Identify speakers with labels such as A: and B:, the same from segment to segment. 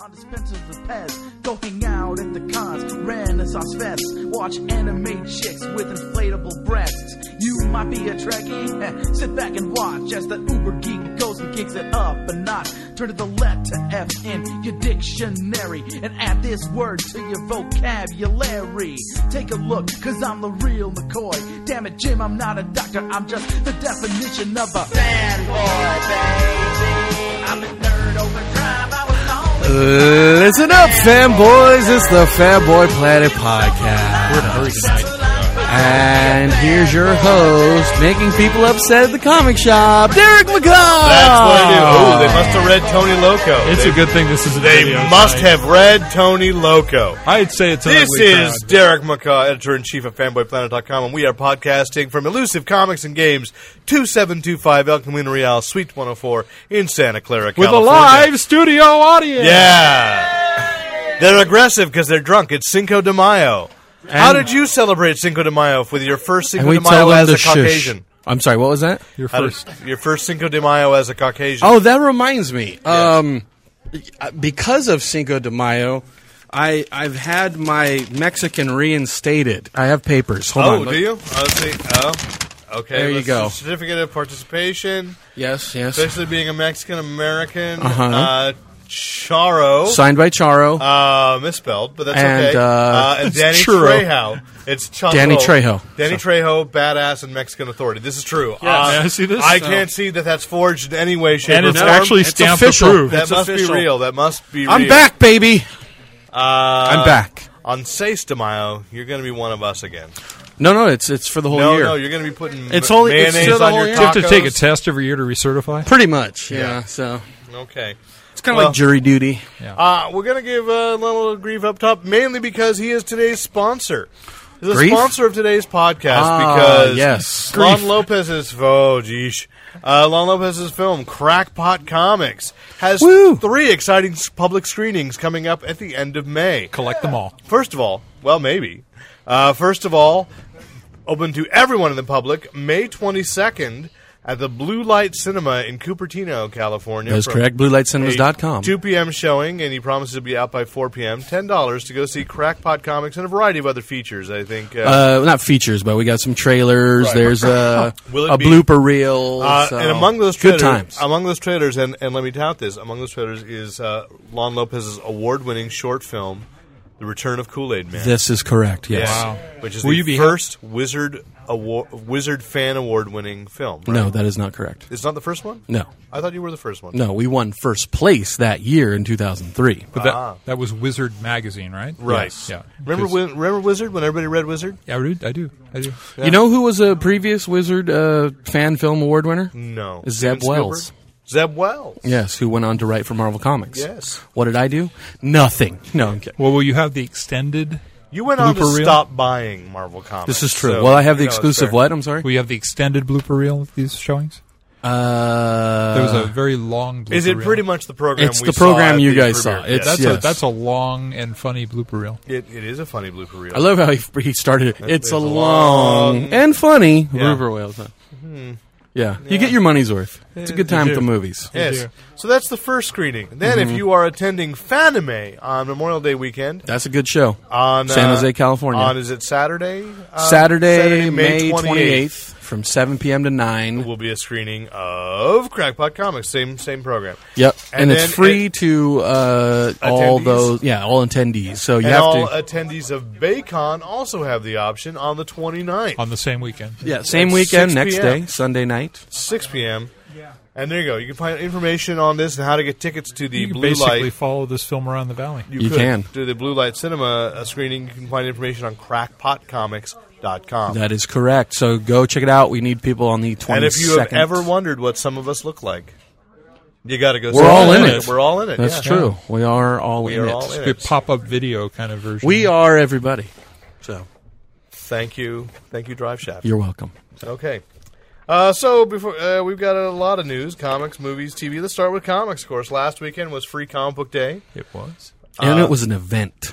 A: On dispensers of Pez, go hang out at the cons, Renaissance fests, watch anime chicks with inflatable breasts. You might be a Trekkie, eh, sit back and watch as the Uber geek goes and kicks it up a notch. Turn to the letter F in your dictionary and add this word to your vocabulary. Take a look, cause I'm the real McCoy. Damn it, Jim, I'm not a doctor, I'm just the definition of a fanboy, baby. I'm a nerd overdrive, I was always.
B: Listen up, fanboys. It's the Fanboy Planet Podcast.
C: We're in a hurry tonight.
B: And here's your host, making people upset at the comic shop, Derek McCall.
D: That's what it is. Ooh, they must have read Tony Loco.
C: It's
D: they
C: a good thing this is a
D: they
C: video.
D: must
C: tonight.
D: have read Tony Loco.
C: I'd say it's an
D: This
C: ugly
D: is
C: crowd.
D: Derek McCaw, editor in chief of FanboyPlanet.com, and we are podcasting from Elusive Comics and Games, 2725 El Camino Real, Suite 104 in Santa Clara,
C: with a
D: California.
C: live studio audience.
D: Yeah. They're aggressive because they're drunk. It's Cinco de Mayo. How
B: And-
D: did you celebrate Cinco de Mayo with your first Cinco
B: And we
D: de Mayo
B: tell them
D: as
B: to
D: a
B: shush.
D: Caucasian?
B: I'm sorry, what was that?
C: Your
D: How did-
C: first.
D: your first Cinco de Mayo as a Caucasian.
B: Oh, that reminds me. Um, because of Cinco de Mayo, I, I've had my Mexican reinstated. I have papers. Hold on.
D: Oh,
B: Look-
D: do you? Oh, let's see. Oh, okay.
B: There you
D: let's
B: go.
D: see. Certificate of participation,
B: Yes, yes.
D: especially being a Mexican American. uh
B: Uh-huh.
D: Charo,
B: Signed by Charo.
D: uh, misspelled, but that's
B: And,
D: okay.
B: uh,
D: and
B: it's
D: Danny
B: churro.
D: Trejo. It's Charo.
B: Danny Trejo.
D: Danny Trejo, badass and Mexican authority. This is true. Uh,
C: I see this?
D: I
C: No.
D: can't see that that's forged in any way, shape,
C: And
D: or
C: it's
D: form.
C: actually
B: It's
C: stamped
B: official.
C: approved.
D: that
B: it's
D: must
B: official.
D: be real. That must be.
B: I'm
D: real.
B: back, baby.
D: Uh,
B: I'm back.
D: on Seis de Mayo. You're going to be one of us again.
B: No, no, it's it's for the whole
D: no,
B: year.
D: no, you're going to be putting
B: It's
D: ma-
B: only- it's
D: mayonnaise
B: still the
D: on
B: whole
D: your
B: year.
D: tacos.
B: You
C: have to take a test every year to recertify.
B: Pretty much, yeah.
D: Yeah.
B: So
D: Okay.
B: it's kind of
D: Well-
B: like jury duty.
D: Uh, we're going to give uh, Lionel Grieve up top, mainly because he is today's sponsor. He's The
B: Grief?
D: sponsor of today's podcast
B: Ah,
D: because
B: yes.
D: Lon
B: Grief.
D: Lopez's oh geez, uh, Lon Lopez's film Crackpot Comics has
B: Woo.
D: three exciting s- public screenings coming up at the end of May.
C: Collect them all.
D: First of all, well, maybe. Uh, first of all, open to everyone in the public, May 22nd at the Blue Light Cinema in Cupertino, California.
B: That's
D: from
B: correct. BlueLightCinemas.com.
D: 2 p.m. showing, and he promises to be out by 4 p.m. $10 to go see Crackpot Comics and a variety of other features, I think. Uh,
B: Uh, not features, but we got some trailers. There's a
D: Will it
B: a
D: be-
B: blooper reel.
D: uh,
B: so-
D: and among those
B: good
D: trailers,
B: times.
D: among those trailers, and, and let me tout this, among those trailers is uh, Lon Lopez's award-winning short film, The Return of Kool-Aid Man.
B: this is correct. Yes.
C: Wow.
D: Which is
C: Will
D: the
C: you be-
D: first Wizard award, Wizard fan award winning film. right?
B: No, that is not correct.
D: It's not the first one?
B: No,
D: I thought you were the first one.
B: no, we won first place that year in 2003.
C: But that, that was Wizard magazine, right?
D: Uh-huh. Right.
C: Yes. Yeah.
D: Remember,
C: 'Cause-
D: when, remember Wizard when everybody read Wizard?
C: Yeah, I do. I do. I do.
B: You know who was a previous Wizard uh, fan film award winner?
D: No.
B: Zeb
D: Steven Spielberg?
B: Wells.
D: Zeb Wells.
B: Yes, who went on to write for Marvel Comics.
D: Yes.
B: What did I do? Nothing. No, I'm kidding.
C: Well, will you have the extended?
D: You went on to
C: Blooper reel?
D: stop buying Marvel comics.
B: This is true.
D: so,
B: well, I have the
D: you know, it's
B: exclusive
D: fair.
B: what? I'm sorry.
C: Will you have the extended blooper reel of these showings?
B: Uh,
C: There was a very long. Blooper
D: Uh, Is it
C: reel.
D: pretty much the program?
B: It's
D: we
B: the
D: saw
B: program
D: at
B: you
D: the
B: guys saw.
D: premiere?
B: It's-
C: That's
B: Yes.
C: a that's a long and funny blooper reel.
D: Yeah. it, it is a funny blooper reel.
B: I love how he, he started it. It's a
D: a
B: long,
D: long-
B: and funny
D: Yeah. Mm-hmm.
B: River Whales. Huh? Yeah. you get your money's worth. It's a good time at the movies.
D: Yes. So that's the first screening. Then,
B: Mm-hmm.
D: if you are attending Fanime on Memorial Day weekend,
B: That's a good show.
D: on
B: San
D: uh,
B: Jose, California.
D: On is it Saturday? Uh,
B: Saturday, May
D: 28th,
B: 28th from 7 p.m. to 9.
D: will be a screening of Crackpot Comics. Same same program.
B: Yep, and,
D: And
B: it's
D: then
B: free to uh, all
D: Attendees?
B: those, yeah, all attendees. So you
D: and
B: have
D: all
B: to,
D: attendees of BayCon also have the option on the 29th,
C: on the same weekend.
B: yeah, same
D: at
B: weekend,
D: 6
B: next
D: p.m.
B: day, Sunday night.
D: 6 p.m. And there you go. You can find information on this and how to get tickets to the
C: You can
D: Blue
C: basically
D: Light.
C: follow this film around the valley.
B: You
D: could
B: can.
D: do the Blue Light Cinema uh, screening. You can find information on crackpotcomics.com.
B: That is correct. So go check it out. We need people on the 22nd.
D: and if you have ever wondered what some of us look like, you got to go.
B: We're
D: see
B: all in it.
D: We're all in it.
B: that's
D: yeah.
B: true. We are all
D: We
B: in
D: are
B: it.
D: all in
C: The
D: it.
C: pop up video kind of version.
B: We are everybody. So
D: Thank you, thank you, Drive Shaft.
B: you're welcome.
D: Okay. Uh, so before uh, we've got a lot of news: comics, movies, TV. Let's start with comics. Of course, last weekend was Free Comic Book Day.
C: It was.
B: And it was an event.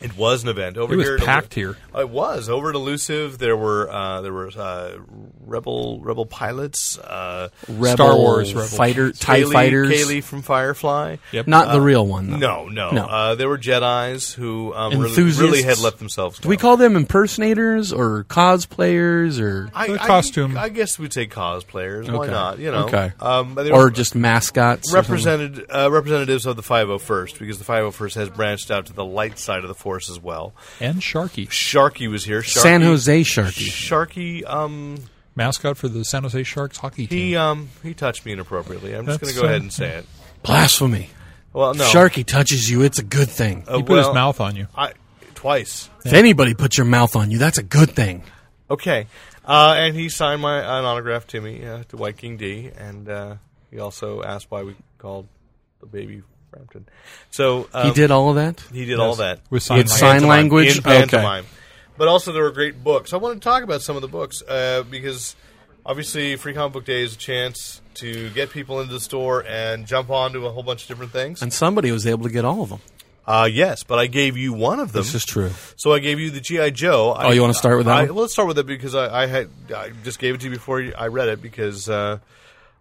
D: It was an event over
C: It was
D: here.
C: packed
D: to,
C: here.
D: It was over at Elusive. There were uh, there were uh, rebel rebel pilots. Uh,
B: Rebel
C: Star Wars Rebels.
B: fighter, Tie
D: Kaylee-
B: fighters,
D: Kaylee from Firefly.
C: Yep.
B: not the real one. Though.
D: No, no.
B: No.
D: Uh, there were Jedi's who um, really,
B: Enthusiasts.
D: really had let themselves.
B: Do we
D: go.
B: call them impersonators or cosplayers or
D: I,
C: The
D: I-
C: costume.
D: I, guess we'd say cosplayers. Why
B: Okay.
D: not? You know.
B: Okay.
D: Um, but they
B: or
D: were
B: just mascots? or
D: represented uh, representatives of the 501st because the 501st has branched out to the light side of the force as well.
C: And Sharky,
D: Sharky was here. Sharky,
B: something? San Jose Sharky.
D: Sharky, um,
C: mascot for the San Jose Sharks hockey team.
D: he um, he touched me inappropriately. I'm just going
C: That's,
D: to go ahead
C: uh,
D: and say it.
B: Blasphemy.
D: Well, no,
B: Sharky touches you, it's a good thing.
D: Uh,
C: he put
D: well,
C: his mouth on you.
D: I, twice.
B: If anybody puts your mouth on you, that's a good thing.
D: Okay, uh, and he signed my an autograph to me uh, to White King D, and uh, he also asked why we called the baby Frampton. So um,
B: he did all of that?
D: He did all that.
C: With sign
B: It's
C: language.
B: sign-
D: pantomime,
B: language?
D: in
B: Okay.
D: pantomime. But also, there were great books. I want to talk about some of the books uh, because obviously, Free Comic Book Day is a chance to get people into the store and jump onto a whole bunch of different things.
B: And somebody was able to get all of them.
D: Uh, yes, but I gave you one of them.
B: This is true.
D: So I gave you the GI Joe.
B: Oh, you wanna start with that
D: I,
B: one?
D: Let's start with it because I, I had I just gave it to you before you- I read it because uh,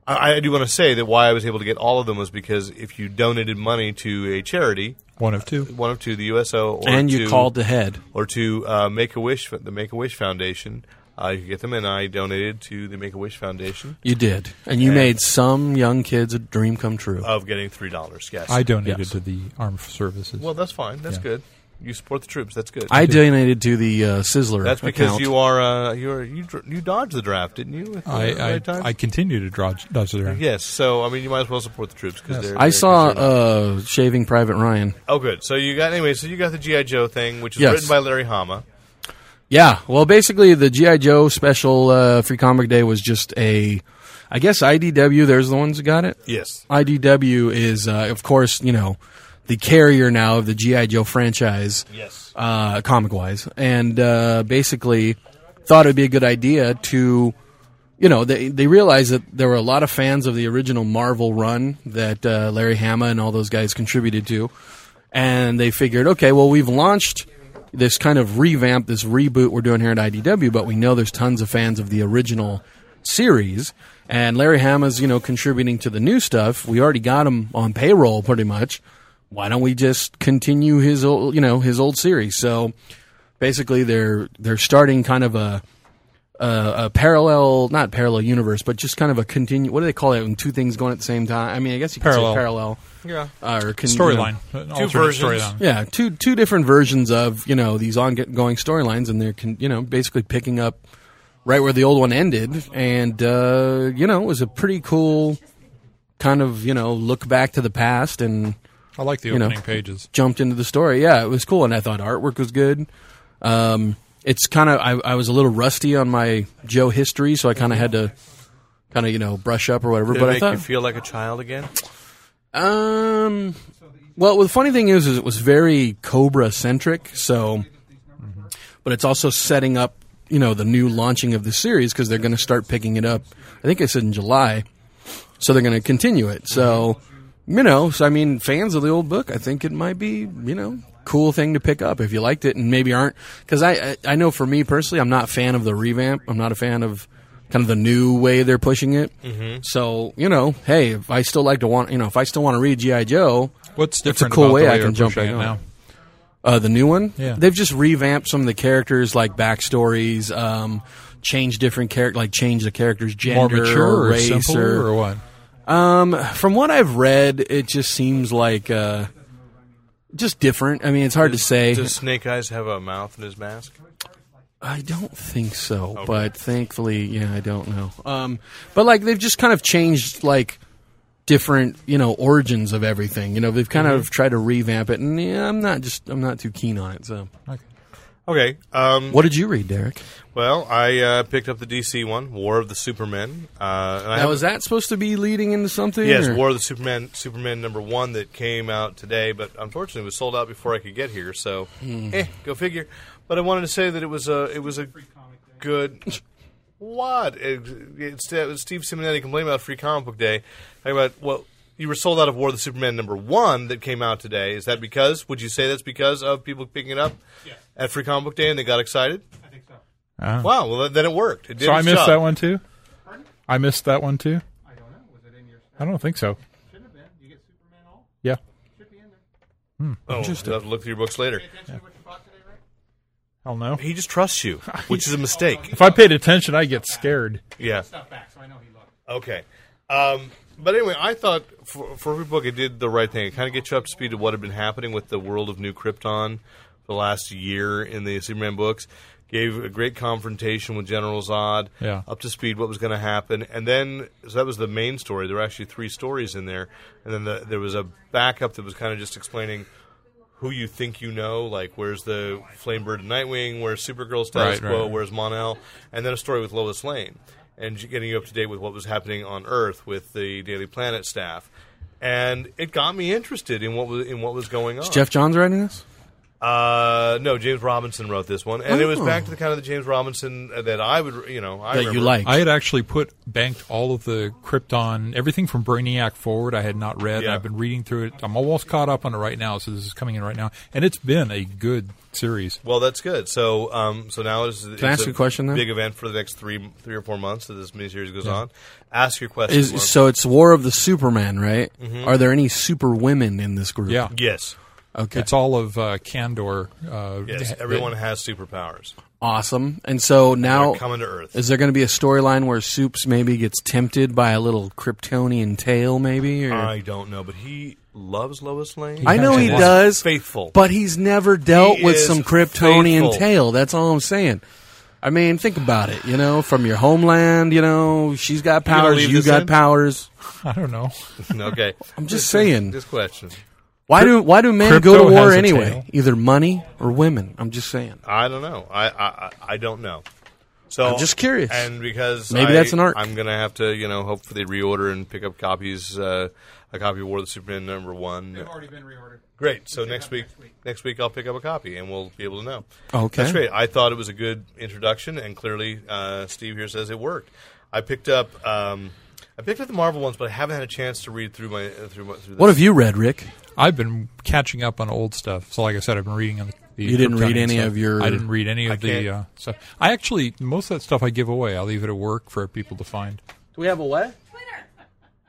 D: I, I do want to say that why I was able to get all of them was because if you donated money to a charity,
C: One of two.
D: one of two, the USO, or
B: and you
D: to-
B: called ahead.
D: or to uh, Make a Wish, the Make a Wish Foundation. Uh, you could get them, and I donated to the Make a Wish Foundation
B: You did. And Uh, you made some young kids a dream come true.
D: of getting three dollars. Yes,
C: I donated
B: Yes.
C: to the armed services.
D: Well, that's fine. That's
C: Yeah.
D: good. You support the troops. That's good.
B: I donated to the uh, Sizzler.
D: That's because
B: account.
D: you are uh, you are you dr- you dodged the draft, didn't you? At the
C: I, I,
D: uh, right time?
C: I continue to draw dodge the draft.
D: yes. So I mean, you might as well support the troops because they're.
B: I
D: they're
B: saw
D: concerned.
B: uh, Shaving Private Ryan.
D: oh, good. So you got anyway. So you got the GI Joe thing, which is
B: Yes.
D: written by Larry Hama.
B: Yeah, well, basically the GI Joe special uh, Free Comic Day was just a, I guess IDW. There's the ones that got it.
D: Yes.
B: IDW is, uh, of course, you know, the carrier now of the GI Joe franchise,
D: Yes.
B: uh, comic wise, and uh, basically thought it'd be a good idea to, you know, they they realized that there were a lot of fans of the original Marvel run that uh, Larry Hama and all those guys contributed to, and they figured, okay, well, we've launched this kind of revamp, this reboot we're doing here at IDW, but we know there's tons of fans of the original series. And Larry Hama's, you know, contributing to the new stuff. We already got him on payroll pretty much. Why don't we just continue his old, you know, his old series? So basically they're they're starting kind of a a, a parallel, not parallel universe, but just kind of a continue. What do they call it when two things going at the same time? I mean, I guess you could
C: Parallel.
B: say parallel
D: Yeah.
B: uh, or con- you know,
C: Storyline. An alternate
D: versions.
C: Storyline.
B: yeah, two two different versions of you know these ongoing storylines, and they're con- you know basically picking up right where the old one ended, and uh, you know it was a pretty cool kind of you know look back to the past and
C: I like the
B: know.
C: opening pages.
B: jumped into the story. Yeah, it was cool, and I thought artwork was good. Um, it's kind of I, I was a little rusty on my Joe history, so I kind of had to kind of you know brush up or whatever.
D: Did
B: but
D: it
B: I
D: make
B: thought
D: you feel like a child again?
B: um, well, the funny thing is, is it was very Cobra centric. So, but it's also setting up, you know, the new launching of the series because they're going to start picking it up. I think I said in July, so they're going to continue it. So, you know, so I mean, fans of the old book, I think it might be, you know, cool thing to pick up if you liked it and maybe aren't because I, I I know for me personally, I'm not a fan of the revamp. I'm not a fan of kind of the new way they're pushing it. So you know, hey, if I still like to want, you know, if I still want to read GI Joe,
C: What's
B: It's a
C: different
B: cool
C: about
B: way
C: the
B: I
C: they're
B: can jump
C: pushing
B: back
C: it
B: on.
C: now?
B: uh, the new one,
C: Yeah.
B: they've just revamped some of the characters, like backstories, um, changed different character, like change the characters' gender,
C: More mature
B: or
C: or
B: race,
C: simpler or what?
B: from what I've read, it just seems like uh, just different. I mean, it's hard to say.
D: Does Snake Eyes have a mouth in his mask?
B: I don't think so, but thankfully, yeah, I don't know. Um, but like they've just kind of changed like different, you know, origins of everything. You know, they've kind of tried to revamp it, and yeah, I'm not just I'm not too keen on it. So,
C: Okay.
D: Okay. Um,
B: what did you read, Derek?
D: well, I uh, picked up the DC one, War of the Supermen. Uh, and I
B: Now,
D: have-
B: was that supposed to be leading into something?
D: Yes,
B: or-
D: War of the Superman, Superman number one that came out today, but unfortunately was sold out before I could get here. So,
C: Hmm.
D: eh, go figure. But I wanted to say that it was a it was a good. What? It, it's- it was Steve Simonetti complaining about Free Comic Book Day, talking about well, you were sold out of War of the Superman number one that came out today. Is that because? Would you say that's because of people picking it up at Free Comic Book Day and they got excited?
C: Ah.
D: Wow. Well, then it worked. It did
C: So I
D: its
C: missed
D: job.
C: that one too. I missed that one too. I don't know. Was it in your? I don't think so. Yeah.
D: Oh, you'll have to look through your books later.
C: Hell no.
D: He just trusts you, which is a mistake.
C: If I paid attention, I get scared.
D: Yeah. Okay. Um, but anyway, I thought for, for every book, it did the right thing. It kind of gets you up to speed to what had been happening with the world of New Krypton the last year in the Superman books. Gave a great confrontation with General Zod.
C: Yeah.
D: Up to speed, what was going to happen, and then so that was the main story. There were actually three stories in there, and then the, there was a backup that was kind of just explaining who you think you know, like where's the Flamebird and Nightwing, where's Supergirl status
C: Right, right,
D: quo,
C: right.
D: where's Monel, and then a story with Lois Lane, and j- getting you up to date with what was happening on Earth with the Daily Planet staff, and it got me interested in what was in what was going on.
B: Is Jeff Johns writing this?
D: Uh, no, James Robinson wrote this one, and it was
B: Oh.
D: back to the kind of the James Robinson uh, that I would, you know, I
B: That you
D: remember.
B: like.
C: I had actually put banked all of the Krypton, everything from Brainiac forward. I had not read.
D: Yeah.
C: I've been reading through it. I'm almost caught up on it right now, so this is coming in right now, and it's been a good series.
D: Well, that's good. So, um, so now is
B: Can I ask you a question, then?
D: Big event for the next three, three or four months that this miniseries goes on. Ask your question. Mark.
B: Is, so it's War of the Superman, right? Are there any super women in this group?
C: Yeah,
D: yes,
B: Okay.
C: it's all of uh, Candor. Uh,
D: yes.
C: that-
D: Everyone has superpowers.
B: awesome. And so now,
D: They're coming to Earth.
B: is there going to be a storyline where Soups maybe gets tempted by a little Kryptonian tale, maybe? Or?
D: I don't know, but he loves Lois Lane.
B: I know he
C: Yeah.
B: does.
D: Faithful.
B: But he's never dealt
D: He
B: with
D: is
B: some Kryptonian
D: faithful.
B: tale. That's all I'm saying. I mean, think about it. You know, from your homeland, you know, she's got
D: gonna
B: powers,
D: leave
B: you
D: this
B: got
D: in?
B: powers.
C: I don't know.
D: okay,
B: I'm just saying.
D: This question,
B: Why do why do men
C: Crypto
B: go to war
C: has a
B: anyway?
C: tail.
B: Either money or women. I'm just saying.
D: I don't know. I, I, I- I don't know. So
B: I'm just curious.
D: and because
B: Maybe
D: I-
B: that's an arc.
D: I'm gonna have to, you know, hope for the reorder and pick up copies. Uh, a copy of War of the Superman number one.
E: been reordered.
D: Great. So next week, next week I'll pick up a copy and we'll be able to know.
B: Okay.
D: That's great. I thought it was a good introduction, and clearly uh, Steve here says it worked. I picked up. Um, I picked up the Marvel ones, but I haven't had a chance to read through my uh, through, my- through.
B: What
D: this.
B: have you read, Rick?
C: I've been catching up on old stuff. So, like I said, I've been reading on the. the
B: You didn't read
C: Kryptonian
B: any
C: stuff.
B: of your-
C: I didn't read any of
D: can't-
C: the uh, stuff. I actually most of that stuff I give away. I leave it at work for people to find.
B: Do we have a what?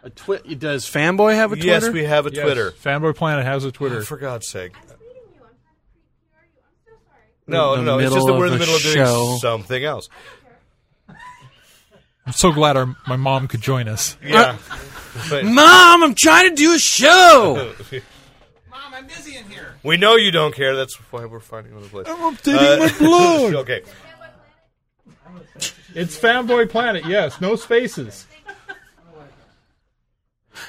B: A twit. Does fanboy have a Twitter?
D: Yes, we have a Twitter.
C: Fanboy Planet has a Twitter.
D: For God's sake.
F: meeting you. I'm trying to prepare you. I'm so
D: No,
F: sorry.
B: In the
D: no, it's just that
B: middle
D: we're in the
B: of a
D: middle of doing
B: show.
D: something else.
C: I'm so glad our, my mom could join us.
B: Uh,
D: Yeah. But
B: Mom, I'm trying to do a show.
E: Mom, I'm busy in here.
D: we know you don't care. That's why we're finding another place.
C: I'm updating
D: Uh,
C: my blog.
D: Okay.
E: It's Fanboy Planet, yes. No spaces.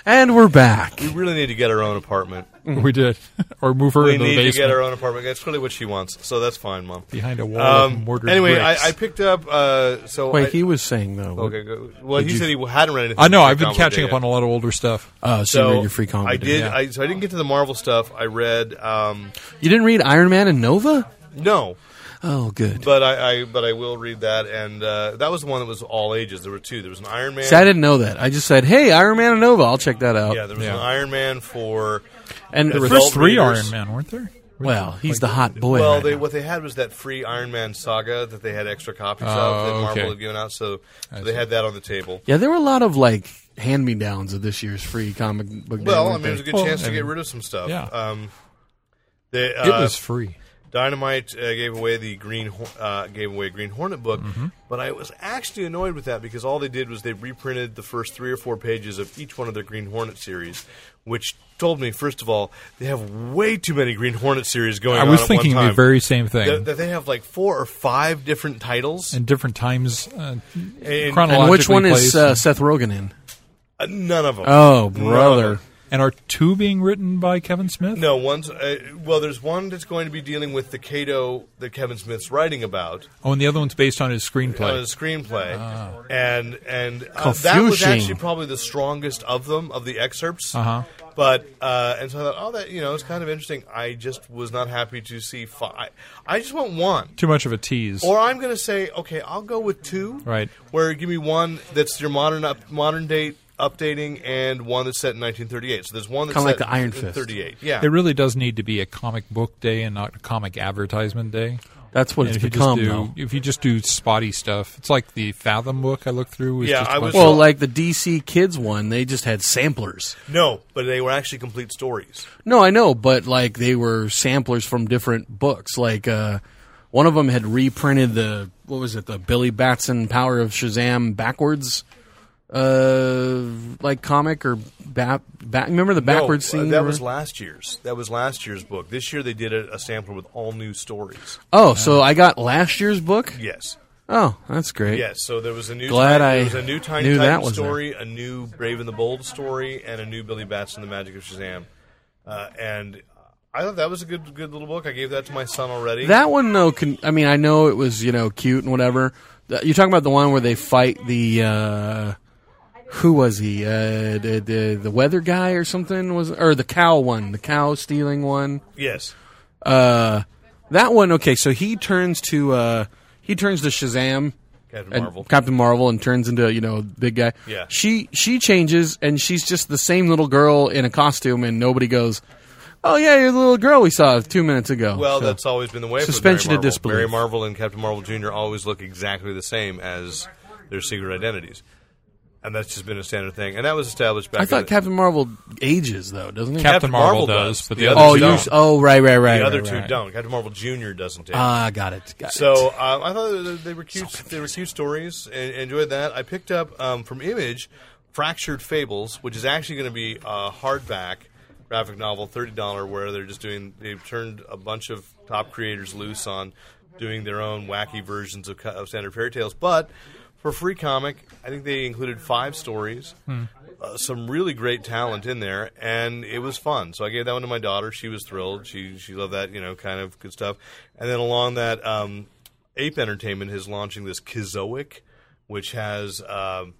B: and we're back.
D: We really need to get our own apartment.
C: We did, or move her
D: We
C: into the
D: need to
C: basement
D: get our own apartment. That's really what she wants. So that's fine, Mom.
C: behind a wall of
D: Um,
C: mortar.
D: anyway,
C: bricks.
D: I, I picked up. Uh, so
B: Wait,
D: I,
B: he was saying though.
D: Okay. Go. Well, he said he hadn't read anything.
C: I know
D: from
C: I've been
D: Comic
C: catching
D: Book
C: up
D: Day
C: on a lot of older stuff.
B: Uh,
D: yet.
B: so, you
D: So
B: read your free comic.
D: I
B: day.
D: did.
C: yeah.
D: I, so I didn't get to the Marvel stuff. I read. Um,
B: You didn't read Iron Man and Nova?
D: no,
B: Oh, good.
D: but I, I but I will read that, and uh, that was the one that was all ages. There were two. There was an Iron Man.
B: See, I didn't know that. I just said, "Hey, Iron Man and Nova, I'll check that out."
D: yeah, there was
C: Yeah.
D: an Iron Man for.
B: and
D: there was
C: There's
D: Adult
C: three
D: readers.
C: Iron Man, weren't there?
D: Uh,
B: well, he's the hot boy.
D: Well,
B: right
D: they,
B: now.
D: what they had was that free Iron Man saga that they had extra copies
C: Oh,
D: of that Marvel
C: okay.
D: had given out, so, so they had that on the table.
B: yeah, there were a lot of like hand me downs of this year's free comic book. Day,
D: Well, I
B: weren't
D: mean, it was a
B: there?
D: good
C: Well,
D: chance
C: I
D: to get
C: mean,
D: rid of some stuff.
C: yeah.
D: Um, they, uh,
C: It was free.
D: Dynamite uh, gave away the Green Hor- uh, gave away a Green Hornet book,
C: Mm-hmm.
D: but I was actually annoyed with that because all they did was they reprinted the first three or four pages of each one of their Green Hornet series, which told me first of all they have way too many Green Hornet series going.
C: I
D: on
C: was
D: at
C: thinking
D: uh, one time.
C: the very same thing.
D: That- that they have like four or five different titles.
C: in different times, uh,
D: And-
C: chronologically
B: and which one is
C: placed.
B: uh, Seth Rogen in?
D: Uh, none of them.
B: Oh, brother.
C: and are two being written by Kevin Smith?
D: No, one's uh, well. There's one that's going to be dealing with the Cato that Kevin Smith's writing about
C: Oh, and the other one's based on his
D: on
C: screenplay.
D: his screenplay, and and uh, that was
B: Ah. Confucian.
D: actually probably the strongest of them of the excerpts.
C: Uh-huh.
D: But uh, and so I thought, oh, that you know, it's kind of interesting. I just was not happy to see five. I just want one.
C: Too much of a tease.
D: Or I'm going to say, okay, I'll go with two.
C: Right.
D: Where give me one that's your modern up, modern date updating and one that's set in 1938. So there's one that's
B: Kinda like
D: set
B: the Iron
D: in
B: Fist.
D: 38. Yeah.
C: It really does need to be a comic book day and not a comic advertisement day.
B: That's what it's
C: And if you
B: become
C: just do,
B: now.
C: if you just do spotty stuff, it's like the Fathom book I looked through. Was
D: Yeah,
C: just
D: I
C: a bunch
D: was-
C: of-
B: Well, like the DC Kids one, they just had samplers.
D: no, but they were actually complete stories.
B: No, I know, but like they were samplers from different books. Like uh, one of them had reprinted the what was it, the Billy Batson Power of Shazam backwards, uh, like comic or bat. bat remember the backwards
D: no, uh,
B: scene?
D: That was last year's. That was last year's book. This year they did a, a sampler with all new stories.
B: oh, so I got last year's book.
D: Yes.
B: Oh, that's great.
D: Yes, so there was a new
B: Glad
D: Teen-
B: I
D: there was a new Tiny
B: knew
D: Titan
B: that was
D: story, a new Brave and the Bold story, and a new Billy Batson the Magic of Shazam. Uh, and I thought that was a good good little book. I gave that to my son already.
B: That one though, can, I mean, I know it was you know cute and whatever. Th- You're talking about the one where they fight the uh, who was he? Uh, the, the the weather guy or something was, or the cow one, the cow stealing one.
D: yes.
B: Uh, that one. Okay, so he turns to uh, he turns to Shazam,
D: Captain
B: and
D: Marvel.
B: Captain Marvel, and turns into you know big guy.
D: Yeah.
B: She she changes and she's just the same little girl in a costume, and nobody goes, "Oh yeah, you're the little girl we saw two minutes ago."
D: well,
B: So-
D: that's always been the way.
B: Suspension
D: for Mary
B: of
D: Marvel.
B: disbelief.
D: Mary Marvel and Captain Marvel Jr. always look exactly the same as their secret identities, and that's just been a standard thing. And that was established back.
B: I
D: in
B: thought
D: the-
B: Captain Marvel ages though, doesn't he?
C: Captain Marvel,
D: Marvel
C: does,
D: does.
C: but
D: The
C: the,
D: other
B: oh,
C: others
B: you.
D: don't.
C: don't.
B: s- Oh, right, right, right.
D: the other
B: right,
D: two
B: right.
D: don't. Captain Marvel Jr. doesn't. Take
B: Ah, got it. Got
D: So
B: it.
D: um, I thought that they were cute. they were cute stories, and enjoyed that. I picked up um, from Image "Fractured Fables," which is actually going to be a hardback graphic novel, thirty dollar, where they're just doing. They've turned a bunch of top creators loose on doing their own wacky versions of, co- of standard fairy tales, but. For free comic, I think they included five stories, uh, some really great talent in there, and it was fun. So I gave that one to my daughter. She was thrilled. She she loved that, you know, kind of good stuff. And then along that, um, Ape Entertainment is launching this Kizoic, which has um,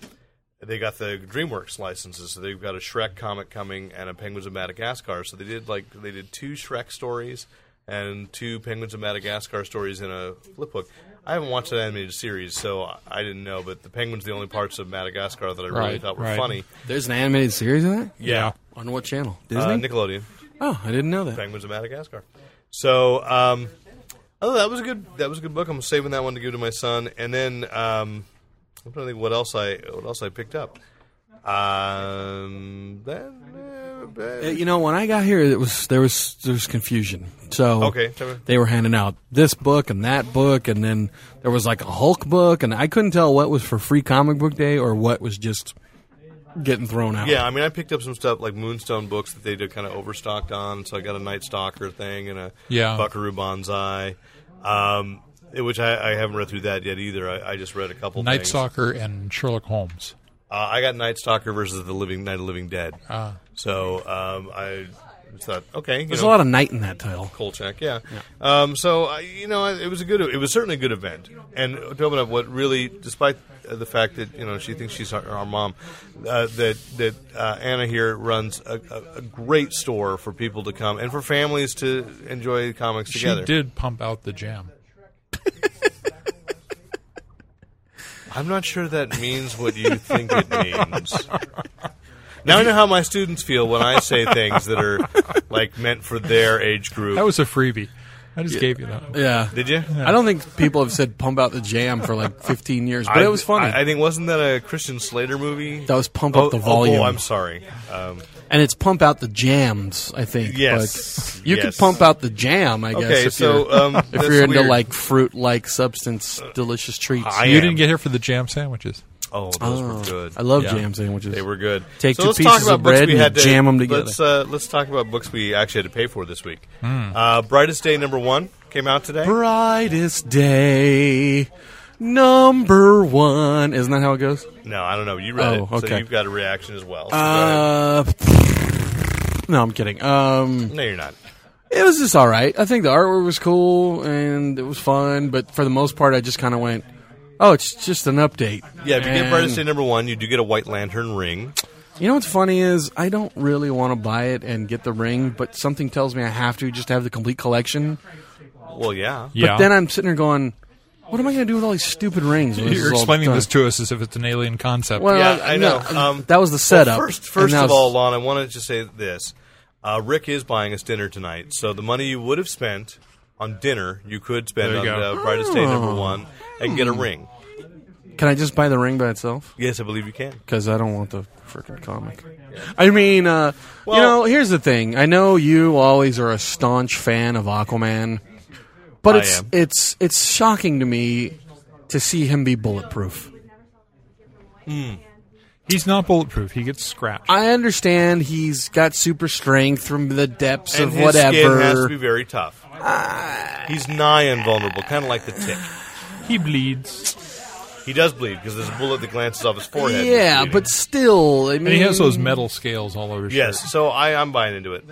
D: they got the DreamWorks licenses, so they've got a Shrek comic coming and a Penguins of Madagascar. So they did like they did two Shrek stories and two Penguins of Madagascar stories in a flip book. I haven't watched that animated series, so I- I didn't know. But the penguins, are the only parts of Madagascar that I really
C: Right,
D: thought were
C: right.
D: funny.
B: There's an animated series of that
C: Yeah.
B: on what channel? uh, Disney.
D: Uh, Nickelodeon,
B: oh, I didn't know that.
D: Penguins of Madagascar. So, um, oh, that was a good that was a good book. I'm saving that one to give to my son. And then um, I'm trying to think what else I what else I picked up. Um, then, uh,
B: Uh, You know, when I got here, it was there was there was confusion. So
D: Okay, tell me.
B: they were handing out this book and that book, and then there was like a Hulk book, and I couldn't tell what was for Free Comic Book Day or what was just getting thrown out.
D: Yeah, I mean, I picked up some stuff like Moonstone books that they did kind of overstocked on. So I got a Night Stalker thing and a
C: Yeah.
D: Buckaroo Banzai, um, which I, I haven't read through that yet either. I, I just read a couple.
C: Night
D: things.
C: Stalker and Sherlock Holmes.
D: Uh, I got Night Stalker versus the Living Night of the Living Dead. So um, I just thought, okay, you
B: Ah. there's
D: know,
B: a lot of night in that title.
D: Kolchak, yeah. Um, so I, you know, it was a good. It was certainly a good event. And to open up, what really, despite uh, the fact that you know she thinks she's our, our mom, uh, that that uh, Anna here runs a, a, a great store for people to come and for families to enjoy comics together.
C: She did pump out the jam.
D: I'm not sure that means what you think it means. Now I know how my students feel when I say things that are like meant for their age group.
C: That was a freebie. I just gave you that.
B: Yeah,
D: Did you?
B: I don't think people have said "pump out the jam" for like 15 years, but
D: I-
B: it was funny.
D: I, I think wasn't that a Christian Slater movie?
B: that was "pump up the volume,"
D: Oh, I'm sorry. Um,
B: and it's "pump out the jams." I think.
D: Yes.
B: but you
D: Yes.
B: could pump out the jam, I guess.
D: okay,
B: if
D: so
B: you're,
D: um, Uh,
B: if you're into like fruit-like substance, delicious treats.
D: I
C: You
D: am.
C: didn't get here for the jam sandwiches.
D: oh, those were good.
B: I love
C: Yeah.
B: jam sandwiches.
D: They were good.
B: Take
D: so
B: two
D: let's talk
B: pieces
D: about
B: of
D: books
B: bread
D: we
B: and
D: had to,
B: jam 'em together.
D: Let's uh, let's talk about books we actually had to pay for this week. Uh, Brightest Day number one came out today.
B: brightest day number one isn't that how it goes
D: No, I don't know. You read
B: Oh,
D: it, so
B: okay.
D: you've got a reaction as well. So go ahead.
B: uh no i'm kidding um
D: no, you're not.
B: it was just all right i think the artwork was cool and it was fun but for the most part i just kind of went oh it's just an update
D: Yeah, if you get
B: And
D: Brightest Day number one, you do get a White Lantern ring.
B: you know what's funny is i don't really want to buy it and get the ring but something tells me i have to just to have the complete collection
D: Well, yeah.
C: Yeah.
B: But then I'm sitting there going, What am I going to do with all these stupid rings? when this
C: You're
B: is all
C: explaining
B: done?
C: this to us as if it's an alien concept.
B: Well,
D: Yeah, I know.
B: Uh, no,
D: Um,
B: that was the setup.
D: Well, first,
B: and
D: first
B: that
D: of
B: was-
D: all, Lon, I wanted to say this: uh, Rick is buying us dinner tonight, so the money you would have spent on dinner, you could spend
C: There
D: on
C: you go.
D: uh, Brightest Day
B: Oh.
D: number one and get a ring.
B: can I just buy the ring by itself?
D: Yes, I believe you can.
B: Because I don't want the freaking comic. I mean, uh, you
D: Well-
B: know, here's the thing. I know you always are a staunch fan of Aquaman, but
D: I
B: it's
D: am.
B: it's it's shocking to me to see him be bulletproof.
C: He's not bulletproof. He gets scratched.
B: I understand he's got super strength from the depths
D: and
B: of
D: his
B: whatever.
D: skin has to be very tough. He's nigh invulnerable, kind of like the tick.
C: he bleeds.
D: He does bleed because there's a bullet that glances off his forehead.
B: yeah,
D: He's bleeding.
B: but still, I mean,
C: And he has those metal scales all over his shirt.
D: Yes, so I, I'm buying into it.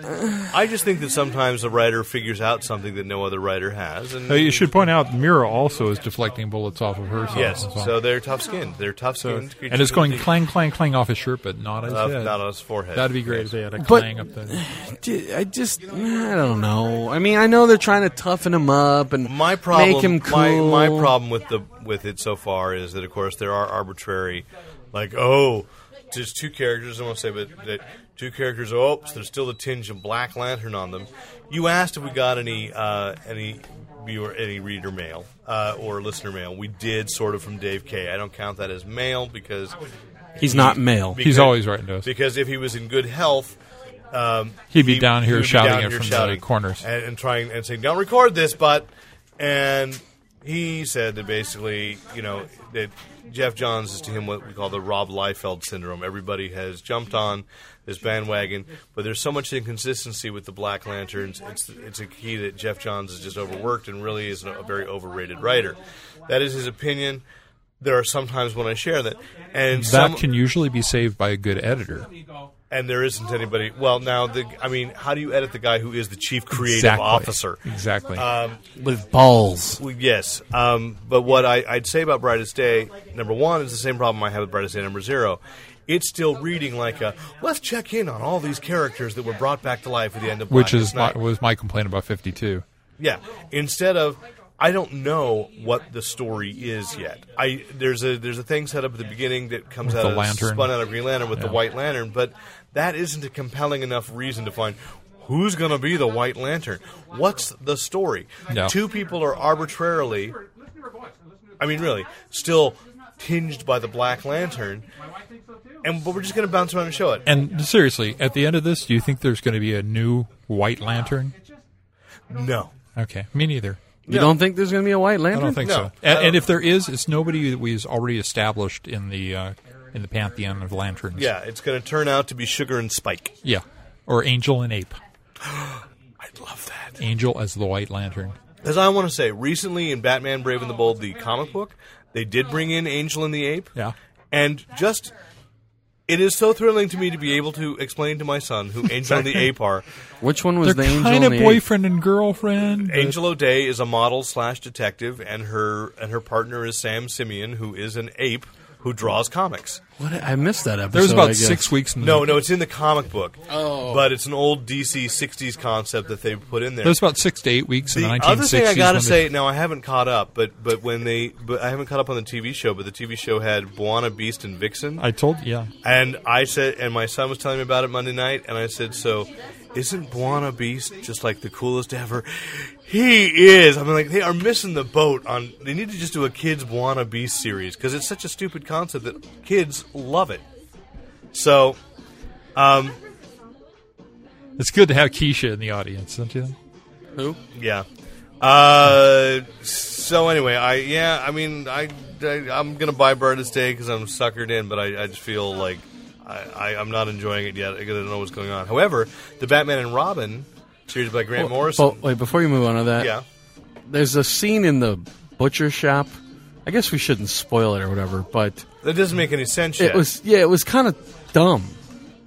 D: I just think that sometimes a writer figures out something that no other writer has. And
C: Uh, you should point out Mira also is deflecting bullets off of her.
D: Yes,
C: as well.
D: so they're tough skinned. They're tough skinned creatures.
C: and it's going
D: with the-
C: clang, clang, clang off his shirt, but not his
D: uh,
C: head.
D: not on his forehead.
C: That'd be great if they had a
B: But-
C: clang up there.
B: Ju- I just, I don't know. I mean, I know they're trying to toughen him up and
D: My problem,
B: make him cool.
D: my, my problem with the with it so far is that of course there are arbitrary, like oh, just two characters. I want to say, but that two characters. Oh, so there's still a tinge of Black Lantern on them. You asked if we got any uh, any viewer, any reader mail uh, or listener mail. We did sort of from Dave K. I don't count that as mail because
B: He's not male.
D: because
C: He's always writing to us.
D: because if he was in good health. Um,
C: He'd be
D: he-
C: down here
D: he would be
C: shouting
D: down
C: it
D: here
C: from the
D: shouting
C: corners.
D: and, and trying and saying, "Don't record this," but and he said that basically, you know, that Jeff Johns is to him what we call the Rob Liefeld syndrome. Everybody has jumped on this bandwagon, but there's so much inconsistency with the Black Lanterns. It's it's a key that Jeff Johns is just overworked and really is a very overrated writer. That is his opinion. There are sometimes when I share that, and some,
C: That can usually be saved by a good editor.
D: and there isn't anybody. Well, now the I mean, how do you edit the guy who is the chief creative
C: Exactly.
D: officer? Uh,
C: Exactly.
B: with balls.
D: Well, yes, um, but what I, I'd say about Brightest Day number one is the same problem I have with Brightest Day number zero. It's still reading like a let's check in on all these characters that were brought back to life at the end of
C: which
D: Blackest
C: is my,
D: Night.
C: was my complaint about 52.
D: Yeah. Instead of I don't know what the story is yet. I there's a there's a thing set up at the beginning that comes
C: With
D: out
C: the
D: of
C: lantern.
D: spun out of Green Lantern with the
C: Yeah.
D: White Lantern, but that isn't a compelling enough reason to find who's going to be the White Lantern. What's the story?
C: No.
D: Two people are arbitrarily I mean really still tinged by the Black Lantern. And but we're just going to bounce around and show it.
C: And seriously, at the end of this, do you think there's going to be a new White Lantern?
D: No.
C: Okay, me neither.
B: You don't think there's going to be a white
C: I
B: lantern?
C: don't think
D: No, Uh,
C: so.
D: I
C: And,
D: don't-
C: and if there is, it's nobody that we've already established in the uh, in the pantheon of lanterns.
D: Yeah, it's going to turn out to be Sugar and Spike.
C: yeah, or Angel and Ape.
D: I love that.
C: Angel as the White Lantern.
D: As I want to say, recently in Batman Brave and the Bold, the comic book, they did bring in Angel and the Ape.
C: Yeah.
D: And just, it is so thrilling to me to be able to explain to my son who Angel and the Ape are.
B: Which one was
C: They're
B: the angel?
C: kind of
B: and the ape?
C: boyfriend and girlfriend. but-
D: Angel O'Day is a model slash detective, and her and her partner is Sam Simeon, who is an ape who draws comics.
B: What? I missed that episode.
C: There was
B: I
C: about
B: guess.
C: six weeks. In the,
D: No, no, it's in the comic book.
B: Oh.
D: But it's an old DC 60s concept that they put in there.
C: There was about six to eight weeks in the
D: The
C: 1960s.
D: other thing I gotta
C: when they-
D: say, now I haven't caught up, but but when they, but I haven't caught up on the TV show, but the TV show had Buana Beast and Vixen,
C: I told yeah.
D: and I said, and my son was telling me about it Monday night, and I said, so isn't Buana Beast just like the coolest ever? He is. I'm like, they are missing the boat on. They need to just do a kids Buana Beast series because it's such a stupid concept that kids love it. So, um,
C: It's good to have Keisha in the audience, don't you? think?
B: Who?
D: Yeah. Uh, so anyway, I yeah, I mean, I, I am gonna buy Brightest Day because I'm suckered in, but I, I just feel like I, I I'm not enjoying it yet. I don't know what's going on. However, the Batman and Robin series by Grant Morrison.
B: Well, wait, before you move on to that,
D: yeah.
B: there's a scene in the butcher shop. I guess we shouldn't spoil it or whatever, but
D: That doesn't make any sense
B: it
D: yet.
B: was yeah, it was kind of dumb.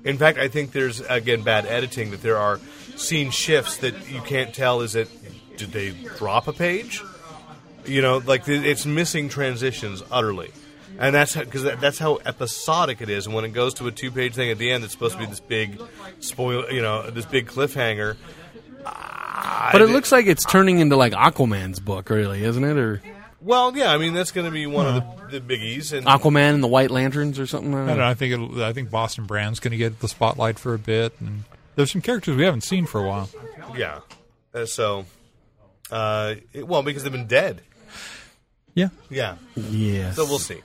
D: In fact, I think there's again bad editing that there are scene shifts that you can't tell. Is it did they drop a page? You know, like th- it's missing transitions utterly, and that's because that, that's how episodic it is. And when it goes to a two-page thing at the end, it's supposed to be this big spoil. You know, this big cliffhanger.
B: But it looks like it's turning into like Aquaman's book, really, isn't it? Or
D: Well, yeah, I mean that's going to be one of the, the biggies, and
B: Aquaman and the White Lanterns or something. I don't
C: I don't
D: Uh-huh.
B: know.
C: know. I think it'll, I think Boston Brand's going to get the spotlight for a bit, and there's some characters we haven't seen for a while.
D: yeah, Uh, so, uh, it- well, because they've been dead.
C: Yeah,
D: Yeah,
B: Yes.
D: so we'll see.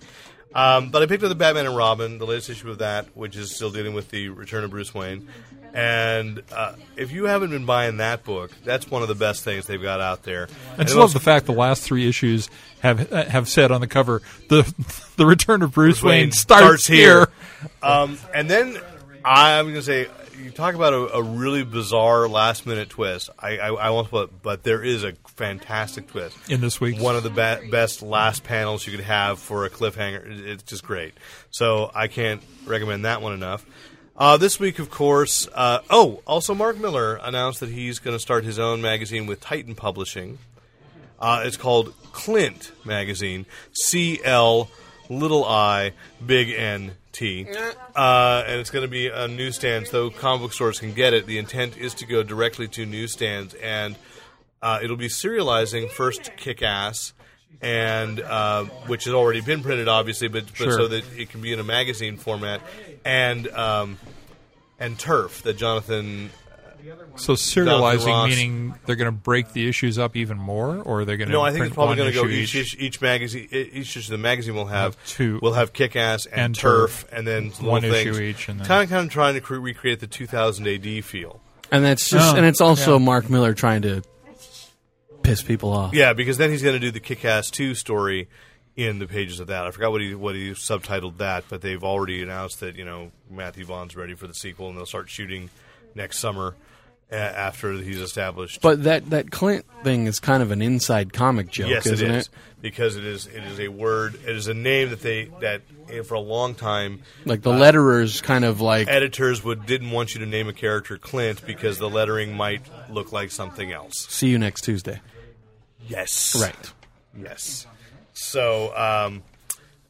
D: Um, but I picked up the Batman and Robin, the latest issue of that, which is still dealing with the return of Bruce Wayne. And uh, if you haven't been buying that book, that's one of the best things they've got out there.
C: I just
D: it
C: love
D: also-
C: the fact the last three issues have uh, have said on the cover the the return of Bruce, Wayne, starts, here.
D: Um, and then I'm going to say, you talk about a, a really bizarre last minute twist. I, I, I won't put, but there is a fantastic twist
C: In this week's-
D: One of the ba- best last panels you could have for a cliffhanger. It- It's just great. So I can't recommend that one enough. Uh, this week, of course. Uh, oh, also Mark Miller announced that he's going to start his own magazine with Titan Publishing. Uh, it's called Clint Magazine. C L little I big N T. Uh, and it's going to be on newsstands, though comic book stores can get it. The intent is to go directly to newsstands, and uh, it'll be serializing first Kick Ass. And uh, which has already been printed, obviously, but, but
C: Sure.
D: so that it can be in a magazine format, and um, and turf that Jonathan
C: So serializing
D: Ross.
C: meaning they're going to break the issues up even more, or they're going to
D: No, I think it's probably
C: going to
D: go each each, each magazine e- each issue of the magazine will have,
C: Have two.
D: will have Kick Ass and,
C: And
D: Turf,
C: Turf.
D: and then
C: One
D: little
C: issue
D: things.
C: each, and then-
D: kind of kind of trying to cre- recreate the 2000 AD feel.
B: and that's just
C: Oh,
B: and it's also
C: yeah.
B: Mark Miller trying to piss people off.
D: Yeah, because then he's going to do the Kick Ass two story in the pages of that. I forgot what he what he subtitled that, but they've already announced that you know Matthew Vaughn's ready for the sequel, and they'll start shooting next summer uh, after he's established.
B: But that that Clint thing is kind of an inside comic joke,
D: Yes,
B: isn't
D: it is because it is it is a word, it is a name that they that eh, for a long time
B: Like
D: Uh,
B: the letterers kind of like
D: editors would didn't want you to name a character Clint because the lettering might look like something else.
B: see you next Tuesday.
D: Yes,
B: Right.
D: Yes. So um,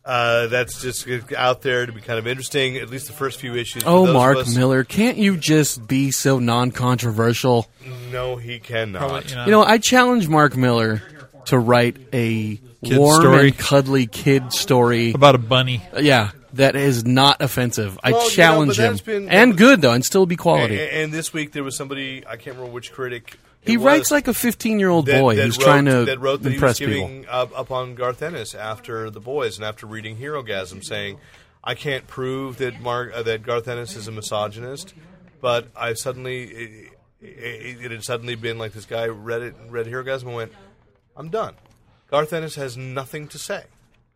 D: uh, that's just out there to be kind of interesting. At least the first few issues. for those
B: Oh,
D: of
B: Mark
D: us-
B: Miller, can't you just be so non-controversial?
D: No, he cannot.
C: Probably, you know,
B: You know, I challenge Mark Miller to write a warm
C: story.
B: and cuddly kid story.
C: about a bunny.
B: yeah, that is not offensive. I
D: Well, you know,
B: challenge
D: but
B: him,
D: that's been-
B: and good though, and still be
D: And,
B: quality.
D: and this week there was somebody I can't remember which critic. it
B: he
D: was
B: writes like a fifteen-year-old
D: that-
B: boy
D: that
B: who's
D: wrote-
B: trying to
D: that wrote that
B: impress
D: he was
B: people.
D: giving up, up on Garth Ennis after the boys and after reading Hero Gasm, saying, "I can't prove that Mark uh, that Garth Ennis is a misogynist, but I suddenly it, it, it had suddenly been like this guy read it read Hero Gasm and went, I'm done. Garth Ennis has nothing to say.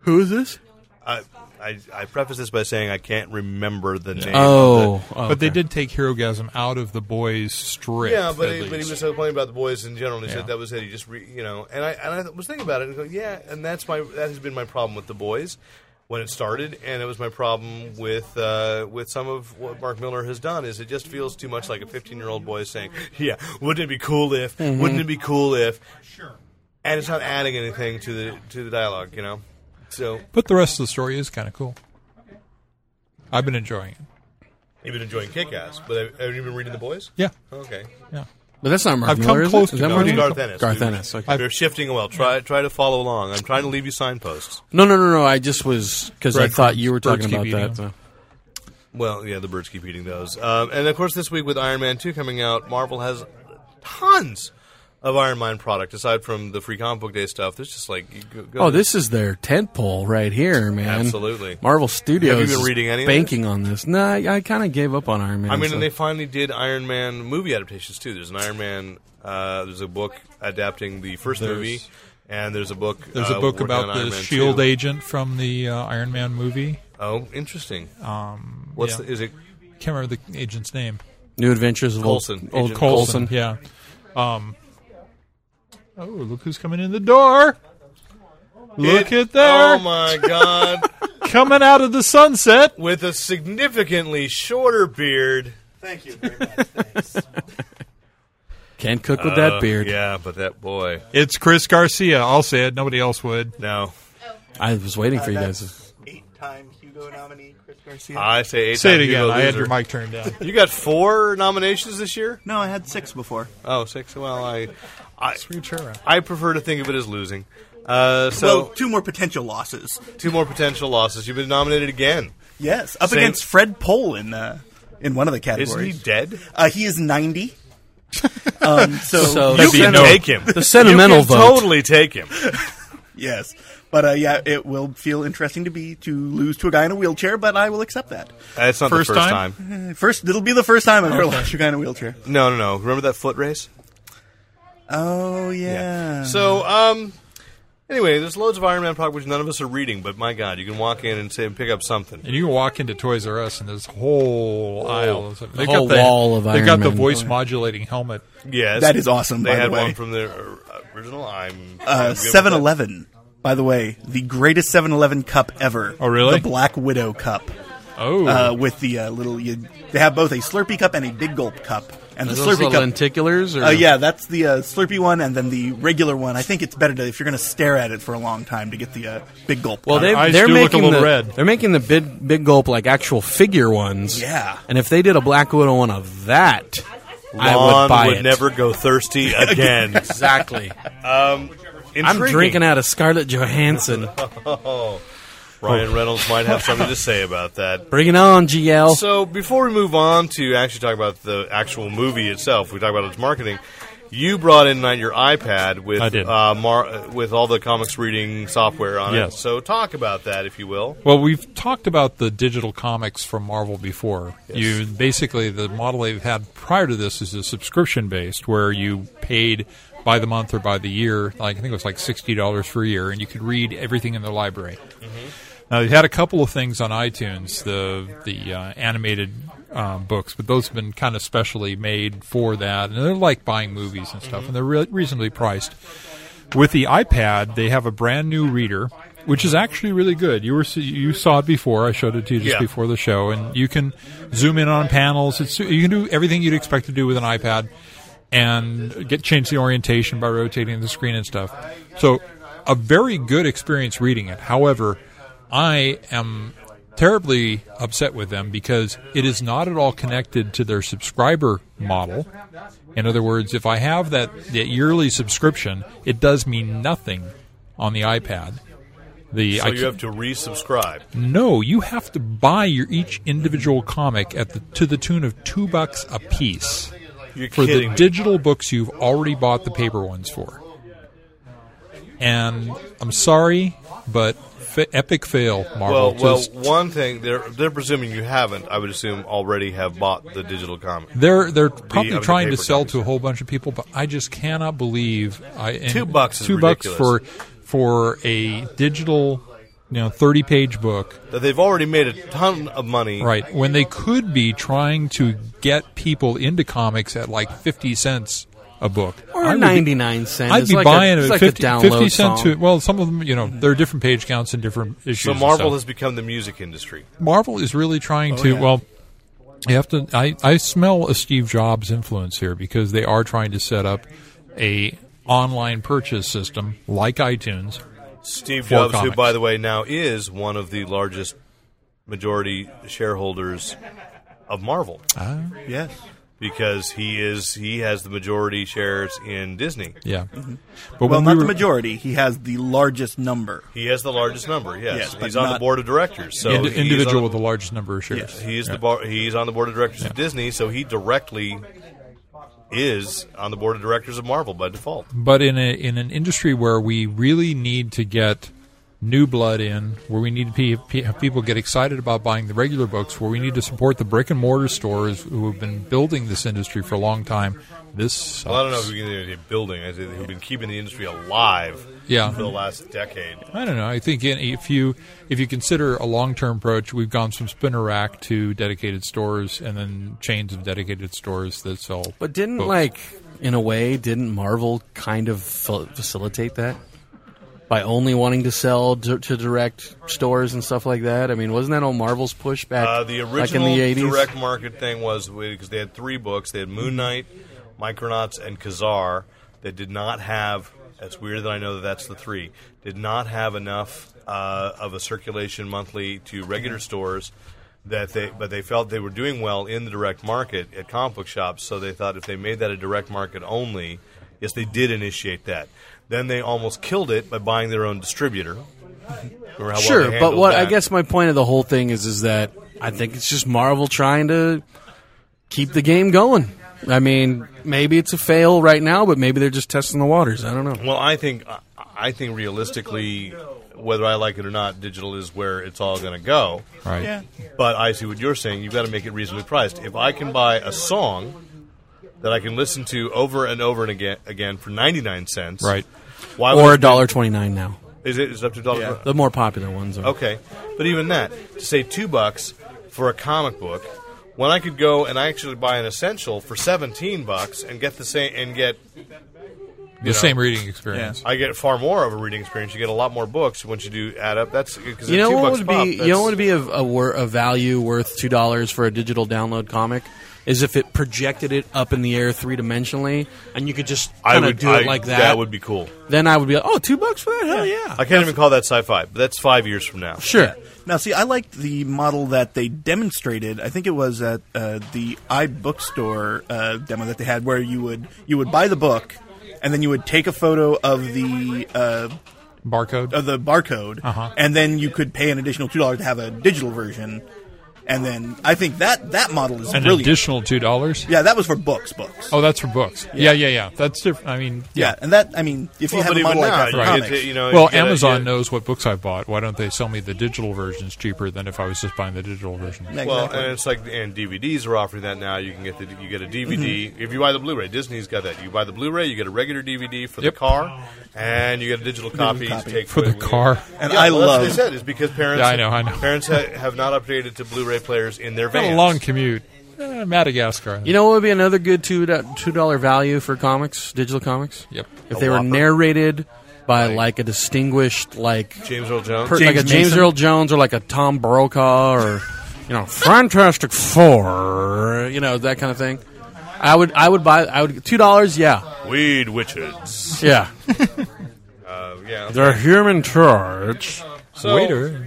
B: Who is this?
D: I, I, I preface this by saying I can't remember the name.
B: Oh, oh,
C: But they
B: okay.
C: did take Herogasm out of the boys' strip.
D: Yeah, but
C: at
D: he, but he
C: least.
D: was complaining about the boys in general. And he
C: Yeah.
D: said that was it. He just re, you know, and I and I was thinking about it and go, yeah, and that's my that has been my problem with the boys when it started, and it was my problem with uh, with some of what Mark Miller has done is it just feels too much like a 15 year old boy saying, yeah, wouldn't it be cool if,
C: Mm-hmm.
D: wouldn't it be cool if,
E: Sure.
D: and it's not adding anything to the to the dialogue, you know. So
C: But the rest of the story is kind of cool. I've been enjoying it.
D: you've been enjoying Kick Ass, but have, have you been reading the boys?
C: Yeah,
D: Okay.
C: yeah.
B: But that's not Mark
C: I've come
B: Miller, is
C: close
B: it? Is that
C: to No,
D: No,
B: Mark
D: it's
B: Miller?
C: Mark
D: Garth Ennis.
B: Garth
D: We-
B: Ennis, okay.
D: We're shifting well. Try try to follow along. I'm trying to leave you signposts.
B: No, no, no, no. I just was because I
C: Breadcrumbs.
B: thought you were
C: Birds
B: talking about
C: keep
B: that.
C: eating
B: so.
D: Well, yeah, the birds keep eating those. Um, and of course, this week with Iron Man 2 coming out, Marvel has tons of Iron Man product. Aside from the free comic book day stuff, there's just like. You go, go
B: Oh, this is their tentpole right here, man.
D: Absolutely.
B: Marvel Studios.
D: Have you been
B: is
D: reading any of
B: banking on this? No, I, I kind of gave up on Iron Man.
D: I mean,
B: so-
D: and they finally did Iron Man movie adaptations too. There's an Iron Man. Uh, there's a book adapting the first
C: There's-
D: movie, and there's a book.
C: There's
D: uh,
C: a book
D: working
C: about
D: on Iron
C: the
D: Man
C: Shield
D: 2.
C: E agent from the uh, Iron Man movie.
D: Oh, interesting.
C: Um,
D: What's
C: yeah.
D: the, is it?
C: Can't remember the agent's name.
B: New Adventures of old-
D: Coulson.
B: Old,
D: Agent
B: Colson.
C: Yeah. Um, oh, look who's coming in the door! Look
D: It-
C: at there,
D: Oh my God!
C: coming out of the sunset.
D: With a significantly shorter beard.
G: Thank you very much. Thanks.
B: Can't cook with that beard.
D: Uh, Yeah, but that boy.
C: It's Chris Garcia. I'll say it. Nobody else would.
D: No,
B: I was waiting for you guys. to-
G: That's Eight-time Hugo nominee Chris Garcia.
D: I say eight.
C: Say it
D: times you
C: again.
D: go
C: I had
D: loser.
C: your mic turned down.
D: You got four nominations this year?
G: no, I had six before.
D: Oh, six. Well, I, I,
C: Sweet Chara.
D: I prefer to think of it as losing. Uh, so
G: well, two more potential losses.
D: two more potential losses. You've been nominated again.
G: Yes, up
D: Same-
G: against Fred Pohl in uh, in one of the categories.
D: Isn't he dead?
G: Uh, he is ninety. um, so,
B: So-
D: You
B: That'd be
D: can
B: no-
D: take him.
B: the sentimental
D: you can
B: vote.
D: Totally take him.
G: yes, but uh, yeah, it will feel interesting to be to lose to a guy in a wheelchair, but I will accept that.
D: That's not
C: First
D: the first
C: time?
D: time?
G: Uh, First, it'll be the first time I've ever lost to a guy in a wheelchair.
D: No, no, no. Remember that foot race?
G: Oh yeah.
D: So, um, anyway, there's loads of Iron Man product which none of us are reading, but my God, you can walk in and say pick up something.
C: And you can walk into Toys R Us and there's whole aisle. They
B: Oh, whole wall of
C: They
B: Iron
C: got the
B: Man.
C: voice modulating helmet.
D: Yes,
G: That is awesome,
D: They
G: by the
D: had
G: way.
D: one from the uh, original. I'm
G: Uh, 7-Eleven, by the way, the greatest 7-Eleven cup ever.
C: Oh, really?
G: The Black Widow cup.
C: Oh,
G: Uh, with the uh, little, you, they have both a Slurpee cup and a Big Gulp cup. And the
B: Are those the
G: Slurpee cup,
B: lenticulars? Or?
G: uh, yeah, that's the uh, Slurpee one, and then the regular one. I think it's better to, if you're going to stare at it for a long time to get the uh, Big Gulp.
B: Well,
G: cup.
B: they,
C: eyes
B: they're
C: do look a
B: making
C: little
B: the
C: red.
B: they're making the big big gulp like actual figure ones.
G: Yeah.
B: and if they did a Black Widow one of that, I
D: Lon
B: would buy it.
D: never go thirsty again.
B: exactly. I'm
D: Intriguing.
B: drinking out of Scarlett Johansson.
D: Ryan Reynolds might have something to say about that.
B: Bring it on, GL.
D: So before we move on to actually talk about the actual movie itself, we talk about its marketing. You brought in tonight your iPad with
C: I did.
D: Uh, mar- uh, with all the comics reading software on it.
C: Yes.
D: So talk about that, if you will.
C: Well, we've talked about the digital comics from Marvel before. You basically the model they've had prior to this is a subscription based, where you paid by the month or by the year. Like I think it was like sixty dollars for a year, and you could read everything in the library. Now they've Uh, had a couple of things on iTunes, the the uh, animated um, books, but those have been kind of specially made for that, and they're like buying movies and stuff, and they're re- reasonably priced. With the iPad, they have a brand new reader, which is actually really good. You were you saw it before. I showed it to you just
D: Yeah.
C: before the show, and you can zoom in on panels. It's you can do everything you'd expect to do with an iPad, and get change the orientation by rotating the screen and stuff. So, a very good experience reading it. However, I am terribly upset with them because it is not at all connected to their subscriber model. In other words, if I have that, that yearly subscription, it does mean nothing on the iPad. The
D: So
C: I
D: you
C: ca-
D: have to resubscribe.
C: no, you have to buy your each individual comic at the to the tune of two bucks a piece
D: You're
C: for the
D: kidding me.
C: digital books you've already bought the paper ones for. And I'm sorry, but fa- epic fail, Marvel.
D: Well, well,
C: Just-
D: one thing they're they're presuming you haven't. I would assume already have bought the digital comic.
C: They're they're
D: I
C: probably
D: mean, the
C: trying to
D: paper
C: sell
D: copies.
C: to a whole bunch of people, but I just cannot believe I and
D: Two bucks is
C: two bucks
D: ridiculous.
C: for for a digital, you know, thirty page book.
D: That they've already made a ton of money.
C: Right. When they could be trying to get people into comics at like 50 cents a book.
B: or
C: I would be-
B: 99 cents.
C: I'd
B: It's
C: be
B: like a-
C: buying
B: it's
C: it at
B: like a
C: 50,
B: download
C: 50 cents
B: song.
C: to well some of them you know there are different page counts and different issues.
D: So
C: and
D: Marvel
C: stuff.
D: has become the music industry.
C: Marvel is really trying to
G: yeah.
C: well you have to I, I smell a Steve Jobs influence here because they are trying to set up a online purchase system like iTunes
D: Steve
C: For
D: Jobs, who
C: comics.
D: by the way now is one of the largest majority shareholders of Marvel
C: Uh,
G: yes.
D: because he is he has the majority shares in Disney.
C: yeah but
G: Mm-hmm. Well,
C: when
G: not
C: we
G: the
C: were-
G: majority. He has the largest number.
D: He has the largest number. Yes,
G: Yes, but
D: he's on the
G: not-
D: board of directors. So
C: indi-
D: he's
G: uh,
D: on
C: individual
D: the-
C: with the largest number of shares
D: He is
C: Yeah.
D: the bar, he's on the board of directors of Disney, so he directly is on the board of directors of Marvel by default.
C: but in a in an industry where we really need to get new blood in, where we need to pe- pe- have people get excited about buying the regular books, where we need to support the brick and mortar stores who have been building this industry for a long time. This sucks.
D: Well, I don't know if we can do any building. I think who've been keeping the industry alive
C: Yeah.
D: for the last decade.
C: I don't know. I think in, if you if you consider a long term approach, we've gone from spinner rack to dedicated stores, and then chains of dedicated stores that sell.
B: But didn't
C: books.
B: like in a way didn't Marvel kind of fa- facilitate that by only wanting to sell d- to direct stores and stuff like that? I mean, wasn't that all Marvel's push back
D: Uh, the original
B: like in the eighties?
D: direct market thing was because they had three books. They had Moon Knight, Micronauts, and Kazar. They did not have. That's weird that I know that that's the three. Did not have enough uh, of a circulation monthly to regular stores. That they, but they felt they were doing well in the direct market at comic book shops. So they thought if they made that a direct market only, Yes, they did initiate that. Then they almost killed it by buying their own distributor. Remember how well
B: sure,
D: they
B: but
D: handled
B: what I
D: that?
B: guess my point of the whole thing is is that I think it's just Marvel trying to keep the game going. I mean, maybe it's a fail right now, but maybe they're just testing the waters. I don't know.
D: Well, I think I- I think realistically, whether I like it or not, digital is where it's all going to go.
C: Right.
G: Yeah.
D: But I see what you're saying. You've got to make it reasonably priced. If I can buy a song that I can listen to over and over and again, again for 99 cents,
C: Right.
D: Why
B: Or
D: would
B: a dollar twenty nine now.
D: Is it is it up to a dollar?
G: Yeah.
B: The more popular ones are.
D: Okay, but even that, to say two bucks for a comic book, when I could go and actually buy an essential for 17 bucks and get the same and get
C: The same reading experience.
D: I get far more of a reading experience. You get a lot more books once you do add up. That's because
B: You know
D: two
B: what
D: bucks
B: would
D: pop,
B: be? You know
D: that's-
B: what would be a, a, wor- a value worth two dollars for a digital download comic is if it projected it up in the air three dimensionally, and you could just
D: I
B: kind of
D: would
B: do
D: I-
B: it like that.
D: That would be cool.
B: then I would be like, oh, two bucks for that? Hell yeah!
D: I can't even call that sci-fi, but that's five years from now.
B: Sure.
G: Now, see, I liked the model that they demonstrated. I think it was at uh, the iBookstore uh, demo that they had, where you would you would buy the book, and then you would take a photo of the uh,
C: Barcode.
G: of the barcode,
C: Uh-huh.
G: and then you could pay an additional two dollars to have a digital version. And then I think that that model is
C: An
G: brilliant.
C: additional two dollars.
G: yeah, that was for books, books.
C: Oh, that's for books. Yeah. yeah, yeah, That's different. I mean,
G: yeah.
C: yeah.
G: and that I mean, if you
D: Well,
G: have
D: but
G: a
D: even
G: model like
D: now,
G: that for
D: you
C: Right.
G: comics,
D: get to, you know,
C: well,
D: Oh, you get a-
C: Amazon
D: you-
C: knows what books I bought. Why don't they sell me the digital versions cheaper than if I was just buying the digital version?
G: Yeah,
D: Well,
G: exactly.
D: and it's like and DVDs are offering that now. You can get the you get a DVD if you buy the Blu-ray. Disney's got that. You buy the Blu-ray, you get a regular DVD for
C: Yep.
D: the car, and you get a digital copy, to
G: copy.
D: take
C: For the
D: with you.
C: car.
G: and
D: Yeah,
G: I
D: well,
G: love
D: That's what they said is because parents.
C: Yeah, I know, I know.
D: Parents ha- have not updated to Blu-ray players in their
C: Got
D: vans.
C: a long commute. Eh, Madagascar.
B: You know what would be another good two two dollar value for comics, digital comics?
C: Yep.
B: If
D: A
B: they
D: Whopper.
B: were narrated by like a distinguished like
D: James Earl Jones.
B: per- like a
G: James
B: James
G: Mason.
B: Earl Jones or like a Tom Brokaw or you know Fantastic Four, you know that kind of thing. I would I would buy I would two dollars yeah
D: Weed witches.
B: yeah
D: Uh, yeah.
B: they're human torch.
D: So,
C: Waiter.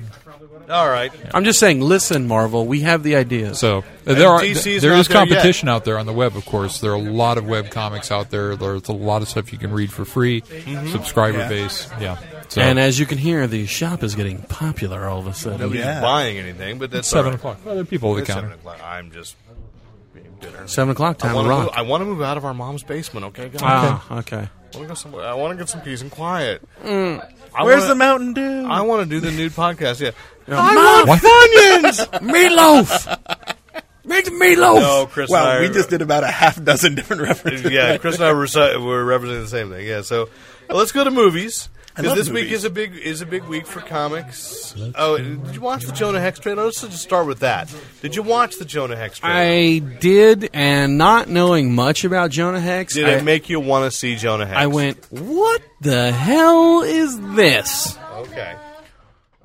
D: All right.
B: I'm just saying, listen, Marvel, we have the ideas.
C: So uh, there are
D: DC's
C: th- there
D: not
C: is
D: there yet.
C: competition out there on the web. Of course, there are a lot of web comics out there. There's a lot of stuff you can read for free,
D: Mm-hmm.
C: subscriber
G: Yeah.
C: base. Yeah, so
B: and as you can hear, the shop is getting popular all of a sudden.
D: Nobody's
G: Yeah.
D: buying anything, but that's all
C: seven
D: right.
C: o'clock. Well, there are people that
D: It's seven
C: count.
D: o'clock. I'm just being bitter.
B: Seven o'clock
D: I
B: time
D: want
B: to
D: to move,
B: rock.
D: I want to move out of our mom's basement. Okay, guys.
B: Ah, okay.
D: I want to go somewhere. I want to get some peace and quiet. I
G: Mm. Where's
D: wanna-
G: the Mountain Dew?
D: I want to do the nude podcast. Yeah.
C: What?
B: meatloaf. Make the meatloaf.
D: No, Chris. and
G: wow,
D: I
G: we
D: are-
G: just did about a half dozen different references.
D: yeah, Chris and I were si- were representing the same thing. Yeah. So well, let's go to movies.
G: I
D: Because
G: love
D: this week
G: movies.
D: is a big is a big week for comics. oh, did you watch the Jonah Hex trailer? Let's just start with that. Did you watch the Jonah Hex trailer?
B: I did, and not knowing much about Jonah Hex,
D: Did
B: I,
D: it make you want to see Jonah Hex?
B: I went, "What the hell is this?"
D: Okay.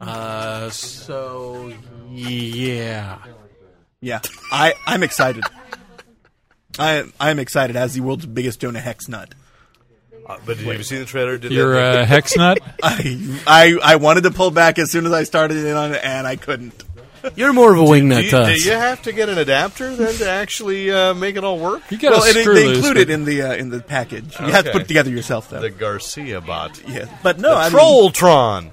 B: Uh, so yeah,
G: Yeah, I I'm excited. I I'm excited as the world's biggest Jonah Hex nut.
D: Uh, but did you see the trailer? Did
C: You're uh,
D: that,
C: a hex nut.
G: I I I wanted to pull back as soon as I started in on it, and I couldn't.
B: you're more of a
D: do,
B: wingnut
D: you,
B: to
D: do
B: us.
D: you have to get an adapter then to actually uh, make it all work?
C: You got
G: well,
C: a
G: it,
C: screw
G: they
C: loose,
G: include it
C: but-
G: in the uh, in the package. You have to put
D: Okay.
G: it together yourself, though.
D: The Garcia bot.
G: yeah, but no, I mean,
D: Trolltron.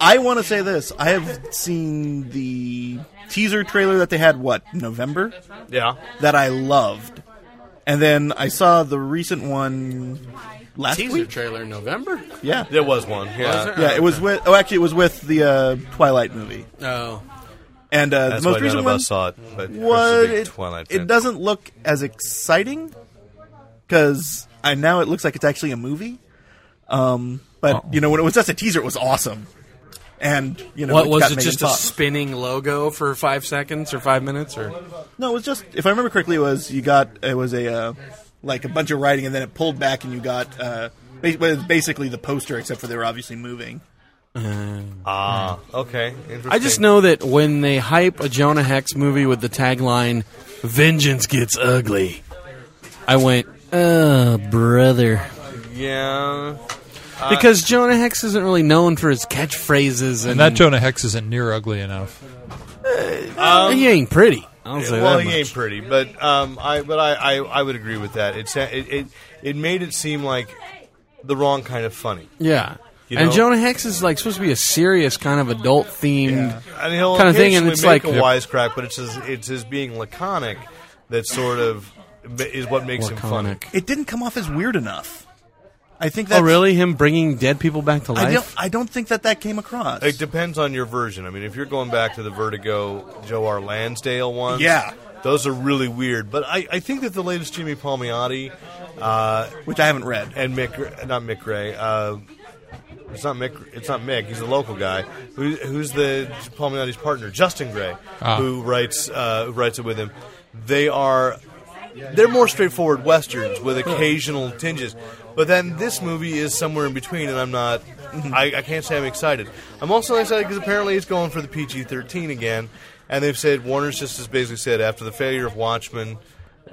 G: I want to say this. I have seen the teaser trailer that they had. What November?
D: Yeah.
G: That I loved, and then I saw the recent one last week.
B: trailer in November.
G: Yeah,
D: There was one. Yeah.
B: there?
G: yeah. It was with. Oh, actually, it was with the uh, Twilight movie.
B: Oh,
G: And uh,
D: That's
G: the most
D: why none
G: recent
D: of
G: one
D: us saw it. But
G: was
D: Chris is a big
G: it,
D: Twilight
G: it
D: fan.
G: doesn't look as exciting because I now it looks like it's actually a movie. Um, but you know when it was just a teaser, it was awesome. And you know
B: what
G: it
B: was
G: got
B: it?
G: made
B: Just
G: in
B: a
G: top.
B: spinning logo for five seconds or five minutes or?
G: no? It was just if I remember correctly, it was you got it was a uh, like a bunch of writing and then it pulled back and you got uh, ba- well, it was basically the poster except for they were obviously moving.
D: Ah, okay. Interesting.
B: I just know that when they hype a Jonah Hex movie with the tagline "Vengeance gets ugly," I went, "Oh, brother,"
D: Yeah.
B: because Jonah Hex isn't really known for his
D: Mm-hmm.
B: catchphrases, and,
C: And that Jonah Hex isn't near ugly enough.
B: he ain't pretty. I'll I'll say
D: well,
B: that
D: he ain't
B: much.
D: pretty, but um, I but I, I, I would agree with that. It's it, it it made it seem like the wrong kind of funny.
B: Yeah.
D: You
B: and
D: know?
B: Jonah Hex is like supposed to be a serious kind of adult themed.
D: I mean, he'll
B: Kind of thing, and
D: occasionally
B: it's
D: make
B: like-
D: a wisecrack, but it's his, it's his being laconic that sort of ma- is what makes him funny.
B: Laconic.
G: It didn't come off as weird enough. I think that's
B: Oh, really? Him bringing dead people back to
G: I don't,
B: life?
G: I don't think that that came across.
D: It depends on your version. I mean, if you're going back to the Vertigo Joe R. Lansdale ones,
G: Yeah.
D: those are really weird. But I, I think that the latest Jimmy Palmiotti uh,
G: which I haven't read.
D: and Mick, not Mick Ray, uh, it's not Mick, it's not Mick. He's a local guy who, who's the Palmiotti's partner, Justin Gray,
C: Ah.
D: who writes uh, who writes it with him. They are they're more straightforward westerns with occasional tinges. But then this movie is somewhere in between, and I'm not. I, I can't say I'm excited. I'm also not excited because apparently it's going for the PG-13 again, and they've said Warner's just as basically said after the failure of Watchmen,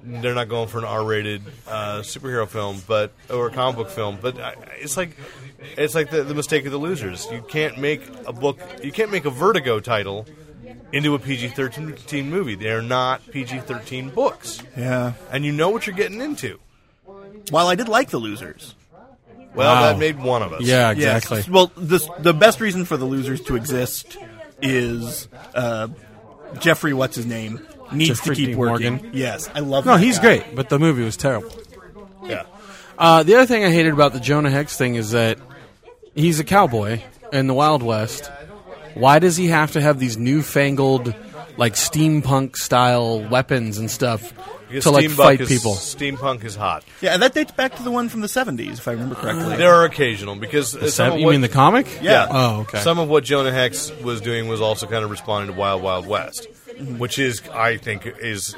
D: they're not going for an R-rated uh, superhero film, but or a comic book film. But I, it's like it's like the, the mistake of the losers. You can't make a book. You can't make a Vertigo title into a PG-13 movie. They are not PG-13 books
G: Yeah.
D: and you know what you're getting into.
G: While I did like The Losers.
D: Well,
B: Wow.
D: that made one of us.
B: yeah, exactly.
G: Yes. Well, this, the best reason for The Losers to exist is uh, Jeffrey, what's his name, needs
B: Jeffrey
G: to keep
B: Dean
G: working.
B: Morgan.
G: Yes, I love
B: No,
G: that
B: he's
G: guy.
B: great, but the movie was terrible.
D: Yeah.
B: Uh, the other thing I hated about the Jonah Hex thing is that he's a cowboy in the Wild West. Why does he have to have these newfangled, like steampunk style weapons and stuff
D: Because
B: to like
D: steampunk
B: fight
D: is-
B: people?
D: Steampunk is hot.
G: Yeah, and that dates back to the one from the 70s, if I remember correctly. Oh,
D: There are occasional because uh, some
B: That-
D: of
B: you
D: what-
B: mean the comic?
D: yeah.
B: Oh, okay.
D: Some of what Jonah Hex was doing was also kind of responding to Wild Wild West,
B: Mm-hmm.
D: which is I think is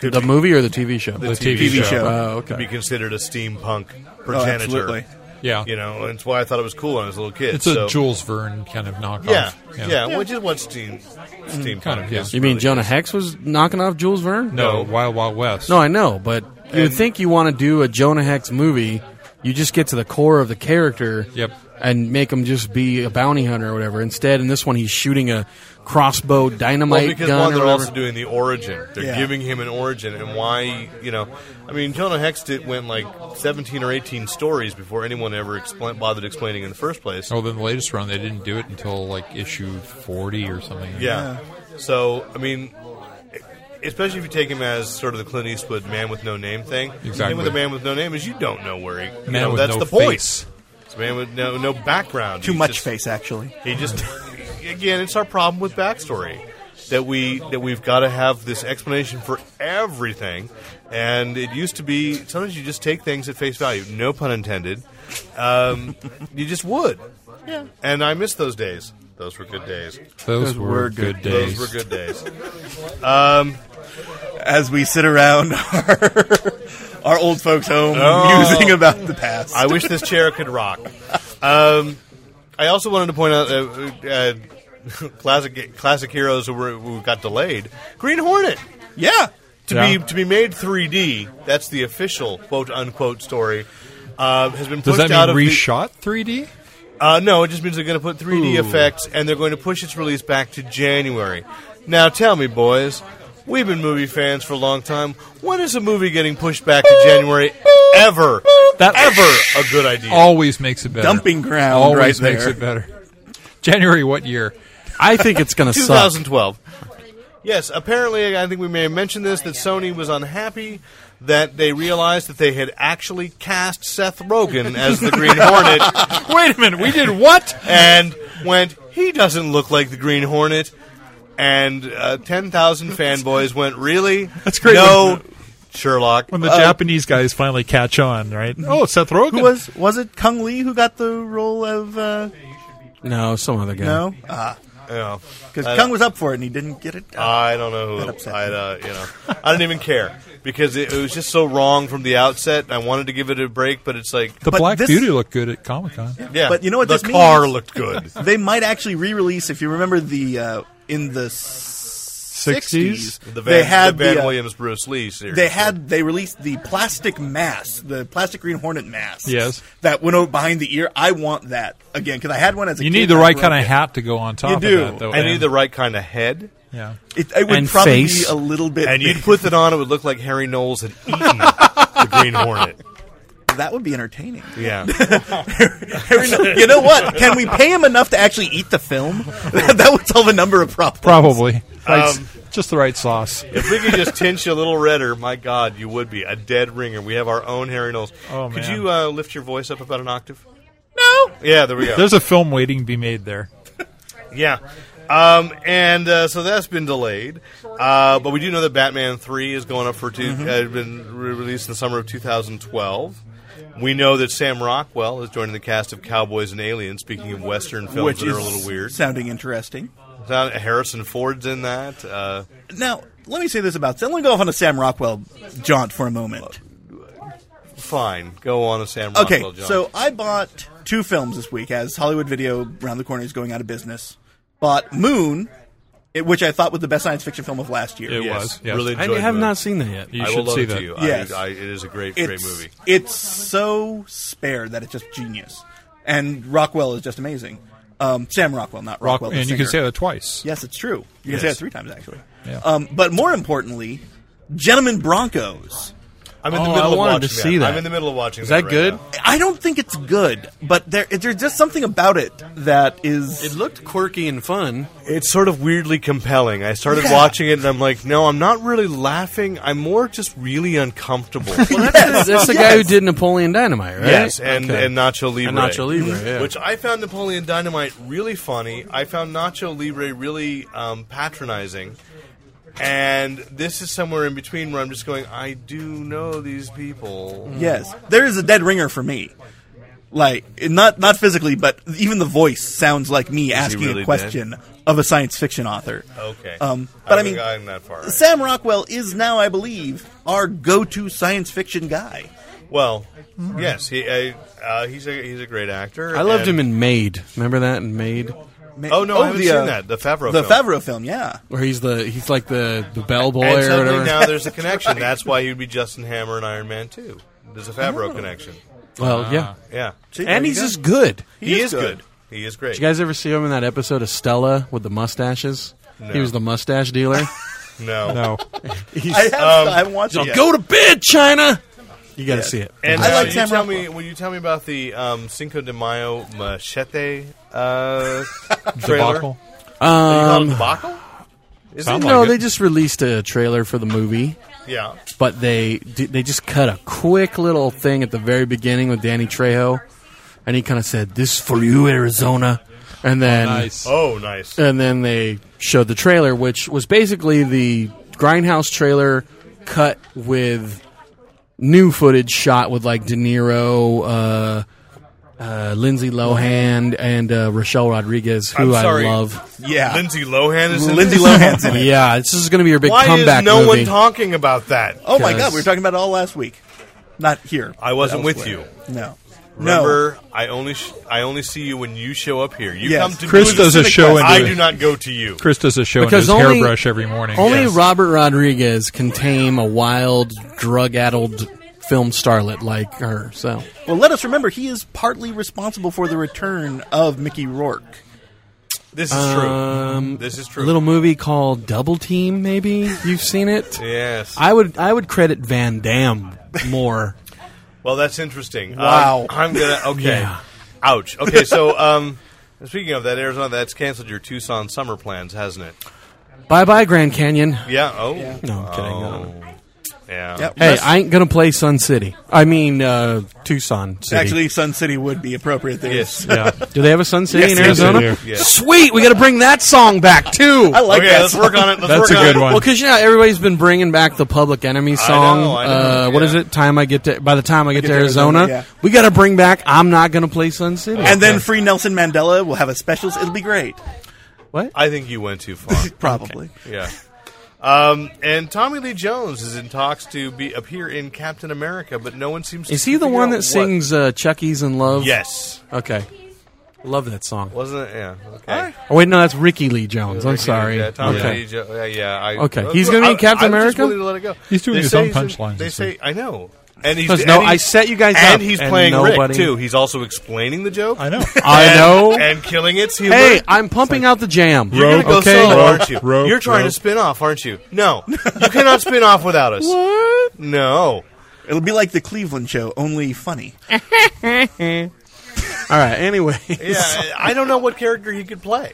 D: could
B: the
D: be,
B: movie or the TV show? The
C: TV
G: TV show.
B: Oh,
D: could be
B: okay.
D: considered a steampunk
G: oh,
D: progenitor.
G: absolutely.
C: Yeah.
D: You know, and it's why I thought it was cool when I was a little kid.
C: It's
D: so-
C: a Jules Verne kind of knockoff.
D: Yeah, yeah, which is what steam steampunk
C: Kind of, yeah.
D: is
B: You mean
D: really.
B: Jonah Hex was knocking off Jules Verne?
D: No.
C: No, Wild Wild West.
B: No, I know, but you would
D: And-
B: think you want to do a Jonah Hex movie. You just get to the core of the character
C: Yep.
B: and make him just be a bounty hunter or whatever. Instead, in this one, he's shooting a crossbow dynamite
D: Well, because
B: gun.
D: one,
B: or
D: they're
B: whatever.
D: also doing the origin. They're
G: Yeah.
D: giving him an origin, and why? You know, I mean, Jonah Hex did, went like seventeen or eighteen stories before anyone ever explain, bothered explaining in the first place.
C: Oh, then the latest run they didn't do it until like issue forty or something.
D: Yeah. So I mean, especially if you take him as sort of the Clint Eastwood man with no name thing. The thing
C: Exactly.
D: with a man with no name is you don't know where he. you
C: Man
D: know,
C: with
D: that's
C: no
D: the point.
C: face.
D: It's a man with no no background.
G: Too
D: He's
G: much
D: just-
G: face, actually.
D: He just again, it's our problem with backstory that we that we've got to have this explanation for everything. And it used to be sometimes you just take things at face value, no pun intended. Um, you just would. Yeah. And I miss those days. Those were good days.
C: Those, were, good, days.
D: Those were good days.
G: As we sit around our, our old folks' home
D: Oh.
G: musing about the past.
D: I wish this chair could rock. Um, I also wanted to point out uh, uh, classic classic heroes who, were, who got delayed. Green Hornet.
G: yeah.
D: to
C: Yeah.
D: be to be made 3D. That's the official quote unquote story. Uh, has been
C: Does
D: pushed
C: that
D: out
C: mean
D: of
C: reshot 3D?
D: The, uh, no, it just means they're going to put 3D
C: Ooh.
D: effects and they're going to push its release back to January. Now tell me, boys, we've been movie fans for a long time. When is a movie getting pushed back to January ever?
C: That-
D: ever a good idea?
C: Always makes it better.
G: Dumping ground
C: Always
G: right
C: makes
G: there.
C: it better. January what year?
B: I think it's going to suck.
D: 2012. Yes, apparently, I think we may have mentioned this that Sony was unhappy that they realized that they had actually cast Seth Rogen as the Green Hornet
C: Wait a minute. We did what?
D: and went, he doesn't look like the Green Hornet. And uh, 10,000 fanboys went, really?
H: That's great
D: No, Sherlock.
H: when the
D: Uh,
H: Japanese guys finally catch on, right? Oh, Seth Rogen.
G: Who was was it? Kung Lee who got the role of uh,
B: No, some other guy.
G: no?
D: yeah.
G: Because
D: I-
G: Kung was up for it and he didn't get it. done.
D: Uh, I don't know
G: That
D: who.
G: upset
D: I uh, you know, I didn't even care because it, it was just so wrong from the outset. I wanted to give it a break, but it's like
C: The
G: But
C: Black
G: this-
C: Beauty looked good at Comic Con.
D: Yeah,
G: But you know what
D: The
G: this
D: car
G: means?
D: looked good.
G: they might actually re-release if you remember the uh, in the sixties.
D: The Van,
G: they had
D: the Van
G: the, uh,
D: Williams Bruce Lee series.
G: They had they released the plastic mask, the plastic green hornet mask.
C: Yes.
G: that went over behind the ear. I want that again because I had one as a.
C: You
G: kid
C: need the
G: and I
C: right
G: broke
C: kind of
G: it.
C: hat to go on top
G: do.
C: of that, though.
D: I
C: and-
D: need the right kind of head.
C: Yeah.
G: It, it would
B: And
G: probably
B: face.
G: be a little bit.
D: And you'd put that on, it would look like Harry Knowles had eaten the Green Hornet.
G: that would be entertaining.
D: Yeah.
G: you know what? Can we pay him enough to actually eat the film? that would solve a number of problems.
C: Probably. Right,
D: Um,
C: just the right sauce.
D: If we could just tint you a little redder, my God, you would be a dead ringer. We have our own Harry Knowles.
C: Oh,
D: could
C: man.
D: you uh, lift your voice up about an octave? No. Yeah, there we go.
C: There's a film waiting to be made there.
D: yeah. Um, and uh, so that's been delayed, uh, but we do know that Batman Three is going up for two.
B: Mm-hmm.
D: Uh, been re- released in the summer of 2012. We know that Sam Rockwell is joining the cast of Cowboys and Aliens. Speaking of Western films
G: Which
D: that
G: is
D: are a little weird,
G: sounding interesting.
D: Harrison Ford's in that. Uh,
G: Now, let me say this about. Let me go off on a Sam Rockwell jaunt for a moment.
D: fine, go on a Sam
G: Okay,
D: Rockwell. John.
G: so I bought two films this week as Hollywood Video around the corner is going out of business. Bought Moon, it- which I thought was the best science fiction film of last year.
C: It
D: Yes,
C: was. Yes.
D: really
B: I
D: enjoyed
B: have
D: that.
B: not seen that yet.
C: You
D: I
C: should
D: will love
C: see
D: it
C: that.
D: to you.
G: Yes.
D: I, I, it is a great, great movie.
G: It's so spare that it's just genius, and Rockwell is just amazing. Um, Sam Rockwell, not
C: Rock,
G: Rockwell. the
C: and you can
G: singer.
C: say that twice.
G: Yes, it's true. You can say that three times actually.
C: Yeah.
G: Um, but more importantly, Gentlemen Broncos.
D: I'm in the
B: Oh,
D: middle
B: I
D: of
B: wanted
D: watching
B: to see that.
D: I'm in the middle of watching.
B: Is
D: that,
B: that
D: right
B: good?
D: now.
G: I don't think it's good, but there there's just something about it that is
B: It looked quirky and fun.
D: It's sort of weirdly compelling. I started
G: Yeah.
D: watching it and I'm like, no, I'm not really laughing. I'm more just really uncomfortable.
B: Well, that's, that's the guy who did Napoleon Dynamite, right?
D: Yes, and,
B: Okay.
D: and Nacho Libre.
B: And Nacho Libre, yeah.
D: Which I found Napoleon Dynamite really funny. I found Nacho Libre really um, patronizing. And this is somewhere in between where I'm just going, I do know these people.
G: Yes, there is a dead ringer for me. Like not not physically, but even the voice sounds like me asking
D: really
G: a question of a science fiction author.
D: Okay.
G: Um, but I,
D: haven't
G: mean,
D: gotten that far. right?
G: Sam Rockwell is now, I believe, our go-to science fiction guy.
D: Well, yes, he uh, uh, he's a he's a great actor.
B: I loved him
D: and-
B: in Maid. Remember that in Maid,
G: Ma-
D: Oh, no, I haven't
G: the,
D: seen
G: uh,
D: that. The Favreau.
G: The
D: film.
G: Favreau film, yeah.
B: where he's the he's like the the bellboy
D: And
B: or
D: suddenly
B: whatever.
D: now there's a connection. That's why he'd be Justin Hammer and Iron Man too. There's a Favreau connection.
B: well, yeah,
D: Yeah,
G: See, there
B: and
G: you
B: he's
G: go.
B: just good.
G: He is good.
D: He is great.
B: You guys ever see him in that episode of Stella with the mustaches? He was the mustache dealer.
D: no,
C: No.
G: I have,
D: um,
G: I haven't watched it. Yet.
B: Go to bed, China. You got to see it.
D: And
G: I
D: uh,
G: like
D: you
G: Sam
D: tell
G: Rockwell.
D: me, will you tell me about the um, Cinco de Mayo machete uh, trailer?
C: Debacle.
D: Um, debacle? Is it?
C: Sound
B: no,
C: like
B: they
C: it.
B: just released a trailer for the movie.
D: Yeah.
B: but they they just cut a quick little thing at the very beginning with Danny Trejo, and he kind of said, "This is for you, Arizona," and then
C: Nice.
D: Oh, nice.
B: and then they showed the trailer, which was basically the Grindhouse trailer cut with new footage shot with like De Niro. Uh, uh, Lindsay Lohan and uh, Rochelle Rodriguez, who
D: I'm sorry.
B: I love.
G: Yeah,
D: Lindsay Lohan is in
G: Lindsay
D: this?
G: Lohan's in it.
B: Yeah, this is going to be your big
D: Why
B: comeback
D: is no
B: movie.
D: one talking about that?
G: Oh my God,
B: Because-
G: we were talking about it all last week. Not here.
D: I wasn't
G: but
D: with
G: elsewhere. No. no.
D: Remember, I only sh- I only see you when you show up here. You
G: Yes.
D: come to
C: Chris
D: me.
C: does a show and
D: I
C: do it.
D: do not go to you.
C: Chris does a show in
B: Because
C: his
B: only-
C: hairbrush every morning.
B: Only
C: Yes.
B: Robert Rodriguez can tame a wild, drug-addled film starlet like her. So
G: Well, let us remember he is partly responsible for the return of Mickey Rourke.
D: This is true. This is
B: a
D: true.
B: little movie called Double Team. Maybe you've seen it.
D: yes.
B: I would I would credit Van Damme more.
D: well, that's interesting.
G: Wow.
D: Um, I'm gonna. Okay.
B: Yeah.
D: Ouch. Okay. So, um, speaking of that, Arizona, that's canceled your Tucson summer plans, hasn't it?
B: bye bye Grand Canyon.
D: Yeah. Oh.
B: No, I'm kidding. no.
D: Yeah.
G: Yep.
B: Hey,
G: Let's-
B: I ain't gonna play Sun City. I mean uh, Tucson City.
G: Actually, Sun City would be appropriate there.
D: Yes.
C: Yeah.
B: do they have a Sun City in
C: they
B: Arizona?
C: do.
D: Yes.
B: Sweet, we got to bring that song back too.
G: I like
D: okay.
G: that.
D: Let's work on it. Let's
C: That's
D: work
C: a
D: on
C: good
D: it.
C: one.
B: Well, because you know everybody's been bringing back the Public Enemy song.
D: know, I know,
B: uh, What
D: yeah.
B: is it? Time I get to. By the time I get, to
G: to
B: Arizona,
G: Arizona, yeah.
B: we got to bring back. I'm not going to play Sun City.
G: And then free Nelson Mandela. We'll have a specials. It'll be great.
D: I think you went too far.
G: Probably.
D: yeah. Um, and Tommy Lee Jones is in talks to be appear in Captain America, but no one seems.
B: is
D: to
B: he the
D: figure
B: one
D: out
B: that
D: what.
B: sings uh, "Chucky's in Love"?
D: Yes.
B: Okay. Love that song.
D: Wasn't it? Yeah. Okay.
B: Oh, wait, no, that's Ricky Lee Jones. I'm
D: Ricky,
B: sorry.
D: Yeah, Tommy
B: okay.
D: Lee Jo- yeah, yeah, I,
B: Okay,
D: uh,
B: he's gonna be
D: I-
B: in Captain
D: I'm just
B: America?
D: willing to let it go.
C: He's doing
D: They
C: his
D: say
C: own
D: he's in-
C: punchlines
D: They
C: this
D: say I know. And he's
I: Because
D: and
I: no,
D: he's-
I: I set you guys up,
D: and he's
I: and
D: playing
I: nobody-
D: Rick too. He's also explaining the joke.
H: I know.
B: I know.
D: and killing its humor.
B: Hey, I'm pumping out the jam.
D: You're gonna go
H: Okay,
D: solo,
H: rogue,
D: aren't you?
H: rogue,
D: You're trying
H: rogue.
D: to spin off, aren't you? No, you cannot spin off without us. What? No.
G: It'll be like the Cleveland show, only funny.
B: All right. Anyway,
D: Yeah, I I don't know what character he could play,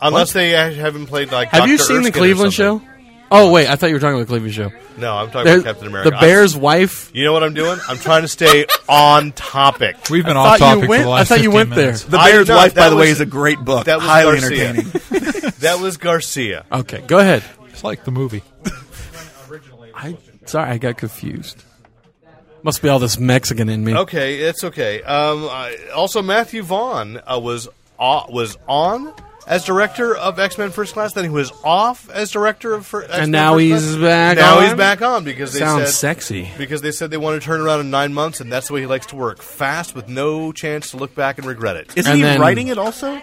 D: unless they haven't played like.
B: have you
D: Dr.
B: seen the
D: Erskine or
B: Cleveland show?
D: something.
B: Oh wait, I thought you were talking about the Cleveland show.
D: No, I'm talking
B: There-
D: about Captain America.
B: The
D: I'm-
B: Bear's wife.
D: you know what I'm doing? I'm trying to stay on topic.
C: We've been
B: I
C: off
B: thought you
C: topic
B: went-
C: for the last
B: I thought you
C: 15
B: went
C: minutes.
B: there.
G: The
D: I-
G: Bear's
D: no,
G: Wife, by
D: that
G: the way,
D: was-
G: is a great book.
D: that was
G: highly
D: Garcia.
G: entertaining.
D: That was Garcia.
B: Okay, go ahead.
C: It's like the movie.
B: I sorry, I got confused. Must be all this Mexican in me.
D: Okay, it's okay. Um, I, also, Matthew Vaughn uh, was uh, was on as director of X Men First Class. Then he was off as director of Fir- X-Men
B: now
D: First
B: he's
D: Class.
B: back
D: Now
B: on?
D: he's back on because they
B: Sounds
D: said
B: sexy.
D: because they said they want to turn around in nine months, and that's the way he likes to work fast with no chance to look back and regret it.
G: Isn't
B: And
G: he
B: then-
G: writing it also?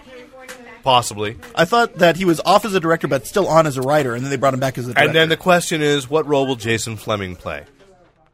D: Possibly.
G: I thought that he was off as a director, but still on as a writer, and then they brought him back as a director.
D: And then the question is, what role will Jason Fleming play?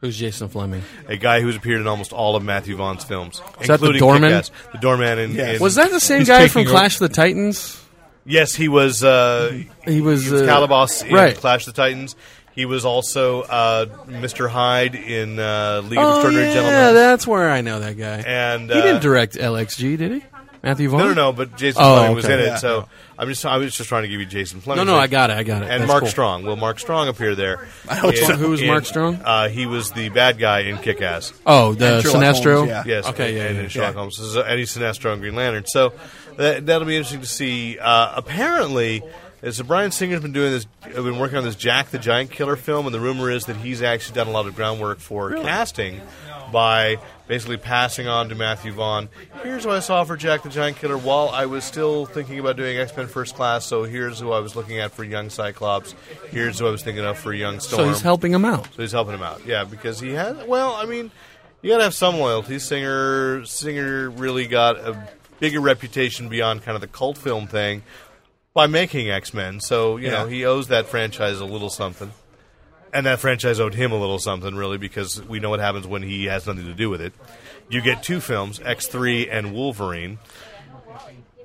B: Who's Jason Fleming?
D: A guy who's appeared in almost all of Matthew Vaughn's films,
B: that the
D: including
B: doorman?
D: Kick-Ass, the doorman. In,
G: Yes.
D: in-
B: Was that the same
C: He's
B: guy
C: taking
B: from
C: over-
B: Clash of the Titans?
D: Yes, he was. Uh,
B: He was,
D: He was
B: uh,
D: Calabas in
B: right.
D: Clash of the Titans. He was also uh, Mr. Hyde in uh, League of
B: Oh
D: Extraordinary
B: yeah,
D: Gentlemen.
B: that's where I know that guy.
D: and uh,
B: he didn't direct LXG, did he? Matthew Vaughn.
D: No, no, no. But Jason
B: Oh,
D: Fleming was
B: okay.
D: in it,
G: Yeah.
D: so I'm just I was just trying to give you Jason
B: No,
D: Fleming.
B: no, I got it. I got it.
D: And
B: That's
D: Mark
B: cool.
D: Strong. Will Mark Strong appear there? I
G: hope so.
B: Who was Mark Strong?
D: Uh, he was the bad guy in Kick Ass.
B: Oh, the
G: Sherlock
B: Sinestro.
G: Holmes, yeah.
D: Yes.
B: Okay,
D: and,
B: yeah,
D: and
B: yeah,
D: in Sherlock
G: yeah.
D: Holmes. This is Eddie Sinestro and Green Lantern. So that, that'll be interesting to see. Uh, apparently, as Brian Singer's been doing this, uh, been working on this Jack the Giant Killer film, and the rumor is that he's actually done a lot of groundwork for casting by basically passing on to Matthew Vaughn. Here's what I saw for Jack the Giant Killer while I was still thinking about doing X Men First Class. So here's who I was looking at for young Cyclops. Here's who I was thinking of for young Storm.
B: So he's helping him out.
D: So he's helping him out. Yeah, because he has. Well, I mean, you gotta have some loyalty. Singer, Singer really got a bigger reputation beyond kind of the cult film thing by making X Men. So you know
G: Yeah.
D: he owes that franchise a little something, and that franchise owed him a little something really because we know what happens when he has nothing to do with it. You get two films, X three and Wolverine.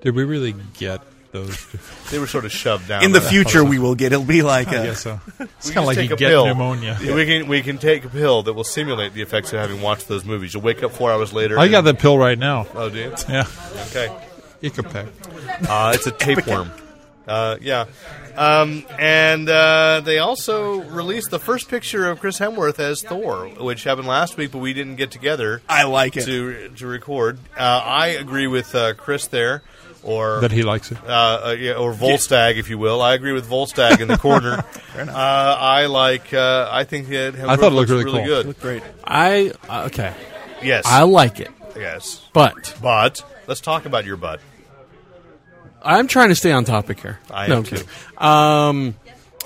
C: Did we really get those?
D: They were sort of shoved down
G: in the
D: by that.
G: future, we will get. It'll be like a,
C: yeah, so it's
D: We just
C: kind of like
D: take
C: you
D: a
C: get
D: pill.
C: pneumonia.
D: Yeah, We can we can take a pill that will simulate the effects of having watched those movies. You'll wake up four hours later.
C: I
D: and-
C: got the pill right now.
D: Oh, do you?
C: Yeah,
D: Okay.
C: Icapec.
D: Uh, it's a tapeworm. Uh, yeah. Um, and uh, they also released the first picture of Chris Hemsworth as Thor, which happened last week, but we didn't get together
G: I like it.
D: to to record. Uh, I agree with uh, Chris there, or
C: That he likes it.
D: uh, uh, yeah, or Volstag, if you will. I agree with Volstag in the corner. uh, I like. Uh, I think that Hemsworth
C: I thought it looked
D: looks
C: really
D: really
C: cool.
D: good.
G: Great.
B: I
D: uh,
B: okay.
D: Yes.
B: I like it,
D: yes.
B: but
D: But let's talk about your butt.
B: I'm trying to stay on topic here.
D: I
B: No,
D: am
B: I'm
D: too.
B: kidding. Um,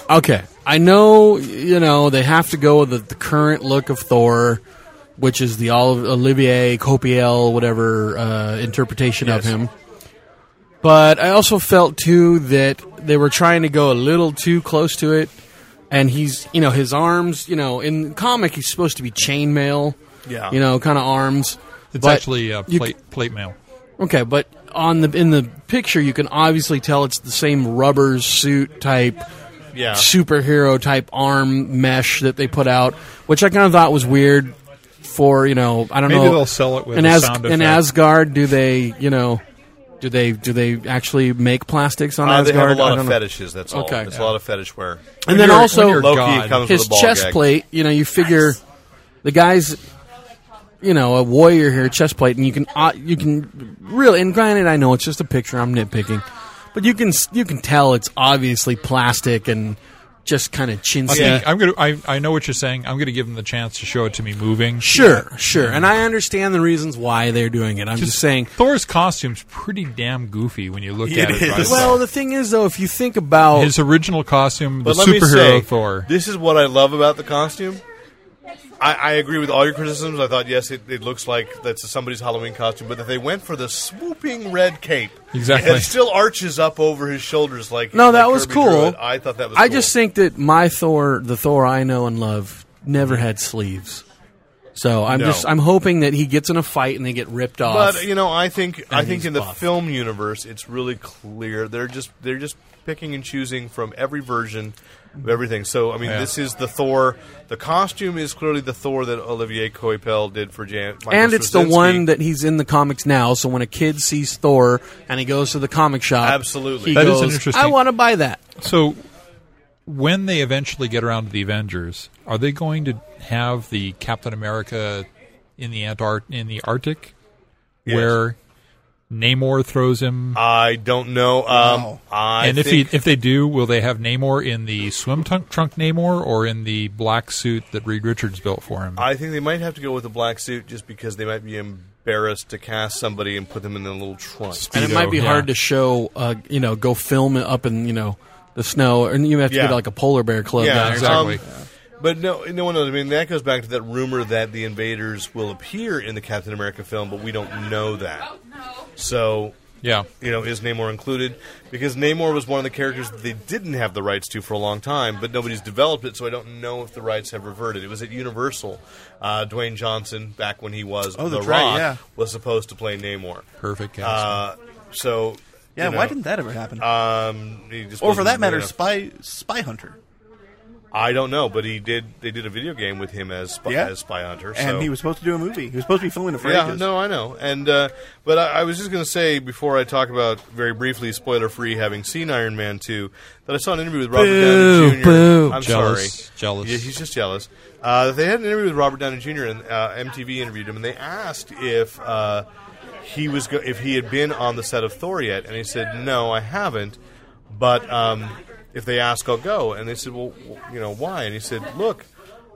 B: okay. I know you know they have to go with the, the current look of Thor, which is the Olive, Olivier Copiel whatever uh, interpretation of
D: Yes.
B: him. But I also felt too that they were trying to go a little too close to it, and he's you know his arms you know in comic he's supposed to be chainmail,
D: Yeah.
B: you know kind of arms.
C: It's
B: But
C: actually uh,
B: you
C: plate plate mail.
B: Okay, but on the in the picture, you can obviously tell it's the same rubber suit type
D: Yeah.
B: superhero type arm mesh that they put out, which I kind of thought was weird. For you know, I don't
C: Maybe
B: know.
C: they'll sell it with
B: in,
C: a
B: As-
C: sound
B: in
C: effect.
B: Asgard. Do they you know? Do they do they actually make plastics on
D: Uh, they
B: Asgard?
D: have a
B: I
D: lot
B: don't
D: of
B: know.
D: fetishes. That's all.
B: Okay.
D: It's a lot of fetish wear.
B: And then
C: you're-
B: also
C: when you're
D: Loki
C: God.
D: comes
B: his
D: with a ball
B: chest
D: gag.
B: plate. You know, you figure the guy's, you know, a warrior here, chest plate, and you can uh, you can really. And granted, I know it's just a picture. I'm nitpicking, but you can s- you can tell it's obviously plastic and just kind of chintzy.
C: I think I'm gonna. I, I know what you're saying. I'm gonna give him the chance to show it to me moving.
B: Sure, sure, and I understand the reasons why they're doing it. I'm just, saying.
C: Thor's costume's pretty damn goofy when you look at it. right
G: is.
C: away.
B: Well, the thing is, though, if you think about
C: his original costume, the
D: But let me
C: superhero
D: say,
C: Thor.
D: This is what I love about the costume. I, I agree with all your criticisms. I thought yes, it, it looks like that's somebody's Halloween costume, but that they went for the swooping red cape.
C: Exactly.
D: It still arches up over his shoulders like
B: No, that
D: like
B: was
D: Kirby
B: cool.
D: drew it. I thought that was.
B: I
D: cool.
B: just think that my Thor, the Thor I know and love, never had sleeves. So I'm
D: No.
B: just I'm hoping that he gets in a fight and they get ripped off.
D: But you know, I think I think
G: he's
D: in the
G: buff.
D: film universe, it's really clear they're just they're just picking and choosing from every version of everything. So I mean,
C: Yeah.
D: this is the Thor. The costume is clearly the Thor that Olivier Coipel did for Jan. Michael
B: and it's the
D: Straczynski.
B: one that he's in the comics now. So when a kid sees Thor and he goes to the comic shop,
D: Absolutely.
B: he
D: That
C: is
B: goes,
C: an interesting-
B: I want to buy that.
C: So, when they eventually get around to the Avengers, are they going to have the Captain America in the Antart in the Arctic,
D: Yes.
C: where Namor throws him?
D: I don't know. Um, I
C: and if
D: think-
C: he, if they do, will they have Namor in the swim trunk, trunk Namor or in the black suit that Reed Richards built for him?
D: I think they might have to go with a black suit just because they might be embarrassed to cast somebody and put them in the little trunk.
B: And it
C: Speedo,
B: might be
C: yeah.
B: hard to show, uh, you know, go film it up in you know the snow, and you have to
D: Yeah.
B: get like a polar bear club.
D: Yeah,
B: down there.
D: exactly.
C: exactly.
D: But no, no one knows. I mean, that goes back to that rumor that the invaders will appear in the Captain America film, but we don't know that. So,
C: yeah.
D: you know, is Namor included? Because Namor was one of the characters that they didn't have the rights to for a long time, but nobody's developed it, so I don't know if the rights have reverted. It was at Universal. Uh, Dwayne Johnson, back when he was
G: Oh,
D: The
G: that's right,
D: Rock,
G: yeah.
D: was supposed to play Namor.
C: Perfect casting.
D: Uh, so,
G: Yeah,
D: you know,
G: why didn't that ever happen?
D: Um, he just
G: or for
D: wasn't
G: that matter,
D: good enough.
G: Spy Spy Hunter,
D: I don't know, but he did. They did a video game with him as spy,
G: Yeah.
D: as spy hunter, so.
G: and he was supposed to do a movie. He was supposed to be filming it for
D: Yeah,
G: ages.
D: no, I know, and uh, but I, I was just going to say before I talk about very briefly, spoiler free, having seen Iron Man two, that I saw an interview with Robert
C: Boo,
D: Downey Jr.
C: boo.
D: I'm
C: Jealous,
D: sorry,
C: jealous.
D: Yeah, he's just jealous. Uh, they had an interview with Robert Downey Jr. and uh, MTV interviewed him, and they asked if uh, he was go- if he had been on the set of Thor yet, and he said, "No, I haven't." But um, if they ask, I'll go. And they said, "Well, wh- you know why?" And he said, "Look,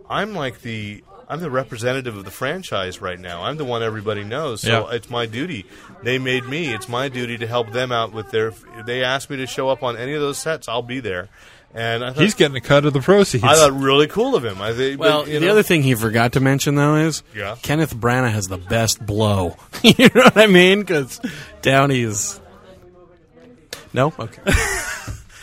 D: I'm like the I'm the representative of the franchise right now. I'm the one everybody knows, so
C: Yeah.
D: it's my duty. They made me. It's my duty to help them out with their. If they ask me to show up on any of those sets, I'll be there." And
B: Uh,
D: I thought,
C: He's getting a cut of the proceeds.
D: I thought really cool of him. I think.
B: Well,
D: but, you
B: the
D: know,
B: other thing he forgot to mention though is
D: Yeah.
B: Kenneth Branagh has the best blow. you know what I mean? Because Downey is no, okay,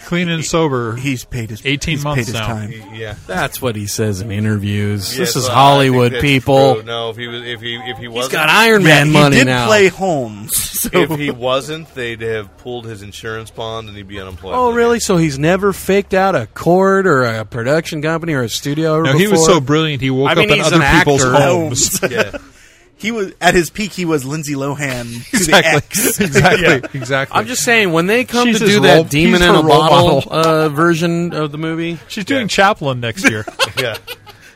C: Clean and sober.
G: he's paid his
C: 18
G: he's
C: months
G: paid his
C: now.
G: time.
D: yeah.
B: that's what he says in interviews.
D: Yeah,
B: this is
D: so I
B: Hollywood,
D: think that's
B: people.
D: true. No, if he was, if he, if he
B: He's
D: wasn't,
B: got Iron Man
G: he
B: money
G: did
B: now.
G: play Holmes. So
D: if he wasn't, they'd have pulled his insurance bond and he'd be unemployed.
B: Oh, really? So he's never faked out a court or a production company or a studio?
C: no,
B: before?
C: he was so brilliant he woke
B: I mean,
C: up in
B: he's
C: other
B: an
C: people's
B: actor.
C: homes.
D: Yeah.
G: he was at his peak. He was Lindsay Lohan to the X.
C: exactly. exactly. Exactly.
B: I'm just saying, when they come
C: She's
B: to
C: his
B: do
C: role-
B: that demon
C: he's
B: in
C: her
B: a
C: role
B: bottle
C: model.
B: uh, version of the movie,
H: She's doing Chaplin next year.
D: yeah.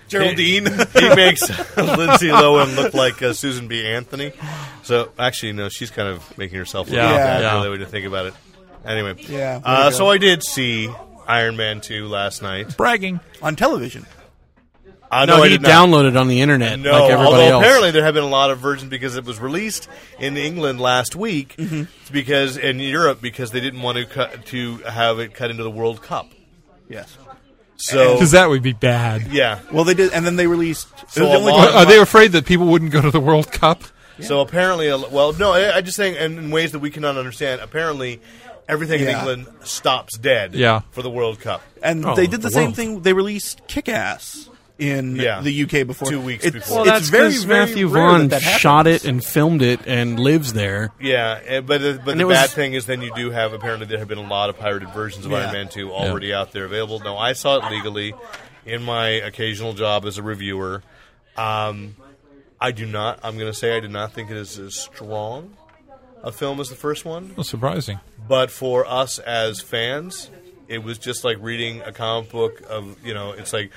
G: Geraldine.
D: He makes Lindsay Lohan look like uh, Susan B. Anthony. So actually, no, she's kind of making herself look
C: Yeah,
D: like that.
C: yeah.
D: Really, when you think about it. Anyway,
G: Yeah,
D: Uh,
G: really
D: so I did see Iron Man two last night.
C: bragging.
G: on television.
D: Uh,
B: no,
D: I
B: he
D: did not.
B: downloaded on the internet
D: No,
B: like everybody
D: although
B: else.
D: apparently there have been a lot of versions because it was released in England last week,
B: Mm-hmm.
D: because in Europe because they didn't want to cut, to have it cut into the World Cup.
G: Yes.
D: So
H: Because that would be bad.
D: yeah,
G: Well, they did, and then they released.
D: So
G: it was the
D: a
G: only
D: lot-
C: Are,
G: time-
D: Uh,
C: are they afraid that people wouldn't go to the World Cup?
D: So apparently, a- well, no, I, I just think and in ways that we cannot understand. Apparently, everything in
G: Yeah.
D: England stops dead.
C: Yeah.
D: for the World Cup.
G: and
B: Oh,
G: they did the,
B: the
G: same
B: world.
G: thing. They released Kick Ass in
D: Yeah.
G: the UK before
D: Two weeks
G: It's,
D: before. Well,
G: it's
B: that's
G: very,
B: 'cause
G: very
B: Matthew
G: rare
B: Vaughn
G: that that
B: shot
G: happens.
B: it and filmed it and lives there.
D: Yeah, and, but the- but
B: And
D: the
B: it was-
D: bad thing is, then you do have apparently there have been a lot of pirated versions of
G: Yeah.
D: Iron Man Two already out there available. No, I saw it legally in my occasional job as a reviewer. Um, I do not. I'm going to say I do not think it is as strong a film as the first one.
C: Well, surprising.
D: but for us as fans, it was just like reading a comic book of you know, it's like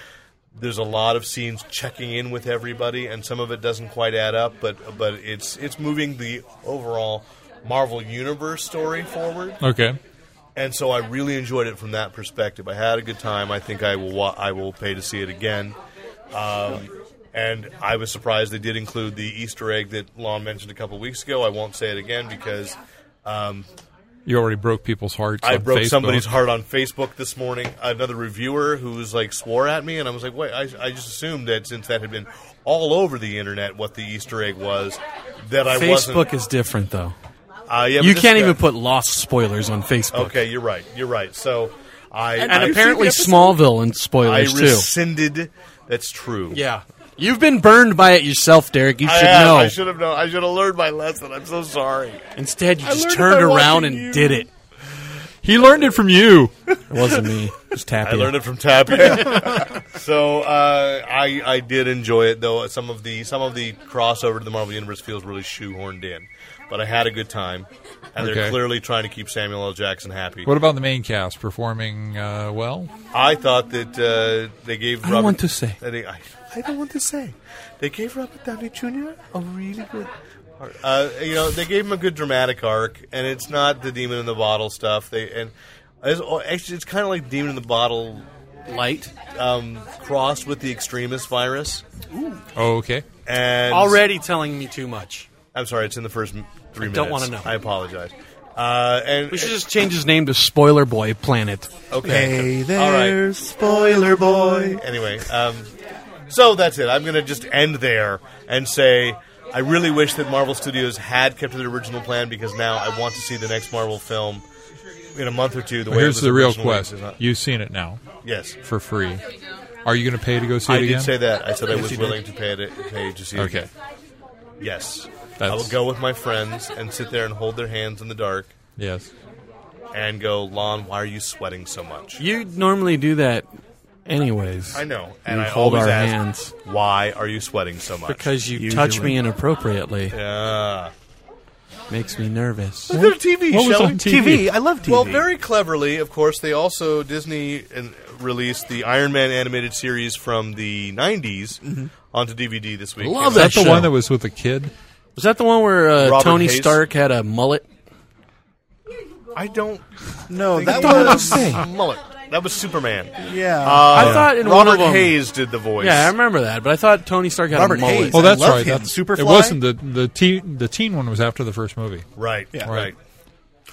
D: there's a lot of scenes checking in with everybody, and some of it doesn't quite add up, but but it's it's moving the overall Marvel universe story forward,
C: Okay.
D: and so I really enjoyed it from that perspective. I had a good time. I think I will wa- I will pay to see it again. Um, and I was surprised they did include the Easter egg that Lon mentioned a couple weeks ago. I won't say it again because um,
C: You already broke people's hearts.
D: I
C: on
D: broke
C: Facebook.
D: somebody's heart on Facebook this morning. Another reviewer who was like swore at me, and I was like, "Wait, I, I just assumed that since that had been all over the internet, what the Easter egg was that I
B: Facebook
D: wasn't."
B: is different, though.
D: Uh, yeah, but
B: You
D: this
B: can't
D: guy-
B: even put lost spoilers on Facebook.
D: Okay, you're right. You're right. So I
B: And
D: I,
B: apparently, Smallville and
D: I
B: spoilers too.
D: rescinded. That's true.
B: Yeah, You've been burned by it yourself, Derek. You
D: I,
B: should
D: have,
B: know.
D: I should have known. I should have learned my lesson. I'm so sorry.
B: Instead, you
D: I
B: just
D: learned it
B: turned
D: by
B: around
D: watching
B: and
D: you.
B: did it.
H: He learned it from you.
B: It wasn't me. It was Tappy.
D: I learned it from Tappy. so uh, I I did enjoy it though. Some of the some of the crossover to the Marvel Universe feels really shoehorned in, but I had a good time, and
C: Okay.
D: they're clearly trying to keep Samuel L. Jackson happy.
C: What about the main cast performing uh, well?
D: I thought that uh, they gave.
B: don't
D: Robert,
B: want to say.
D: that they- I, I don't want to say. They gave Robert Downey Jr. a really good. arc. Uh, you know, they gave him a good dramatic arc, and it's not the demon in the bottle stuff. They and it's, actually, it's kind of like demon in the bottle
B: Light.
D: um, crossed with the extremist virus.
C: Oh, okay.
D: And
B: Already telling me too much.
D: I'm sorry, it's in the first m- three minutes.
B: don't wanna know.
D: I apologize. Uh, and
B: We should just change his name to Spoiler Boy Planet.
D: okay,
G: Hey
D: all
G: there,
D: right.
G: spoiler boy.
D: Anyway, um, so that's it. I'm going to just end there and say I really wish that Marvel Studios had kept to their original plan because now I want to see the next Marvel film in a month or two. The way it
C: Here's
D: was
C: the real
D: originally-
C: quest. You've seen it now
D: Yes.
C: for free. Are you going to pay to go see
D: I
C: it
D: did
C: again?
D: say that. I said I was willing to pay to pay to see. it
C: Okay.
D: again. Yes. I
C: That's-
D: will go with my friends and sit there and hold their hands in the dark
C: Yes.
D: and go, Lon, why are you sweating so much?
B: You normally do that, anyways.
D: I know, and
B: You
D: I
B: hold
D: always
B: our
D: ask,
B: hands.
D: why are you sweating so much?
B: Because you touch me inappropriately
D: yeah.
B: makes me nervous.
D: Let's go to TV.
H: What was
D: shall we?
H: on TV?
G: I love TV.
D: Well, very cleverly, of course, they also Disney and released the Iron Man animated series from the '90s onto DVD this week.
B: Mm-hmm. Love
D: It
B: that
C: Is that the
B: show.
C: one that was with the kid?
B: Was that the one where uh,
D: Robert
B: Tony
D: Hayes?
B: Stark had a mullet?
D: I don't.
G: no,
D: think
G: that
D: it was
G: was
D: Mullet. That was Superman.
G: yeah.
D: I
B: thought in one
D: Robert
B: of them-
D: Hayes did the voice.
B: Yeah, I remember that, but I thought Tony Stark had
G: Robert
B: a mullet.
G: Hayes.
C: Oh,
G: I
C: that's
G: love
C: right.
G: him.
C: That's
G: Superfly?
C: It wasn't the the teen the teen one was after the first movie.
D: right.
G: Yeah.
D: Right.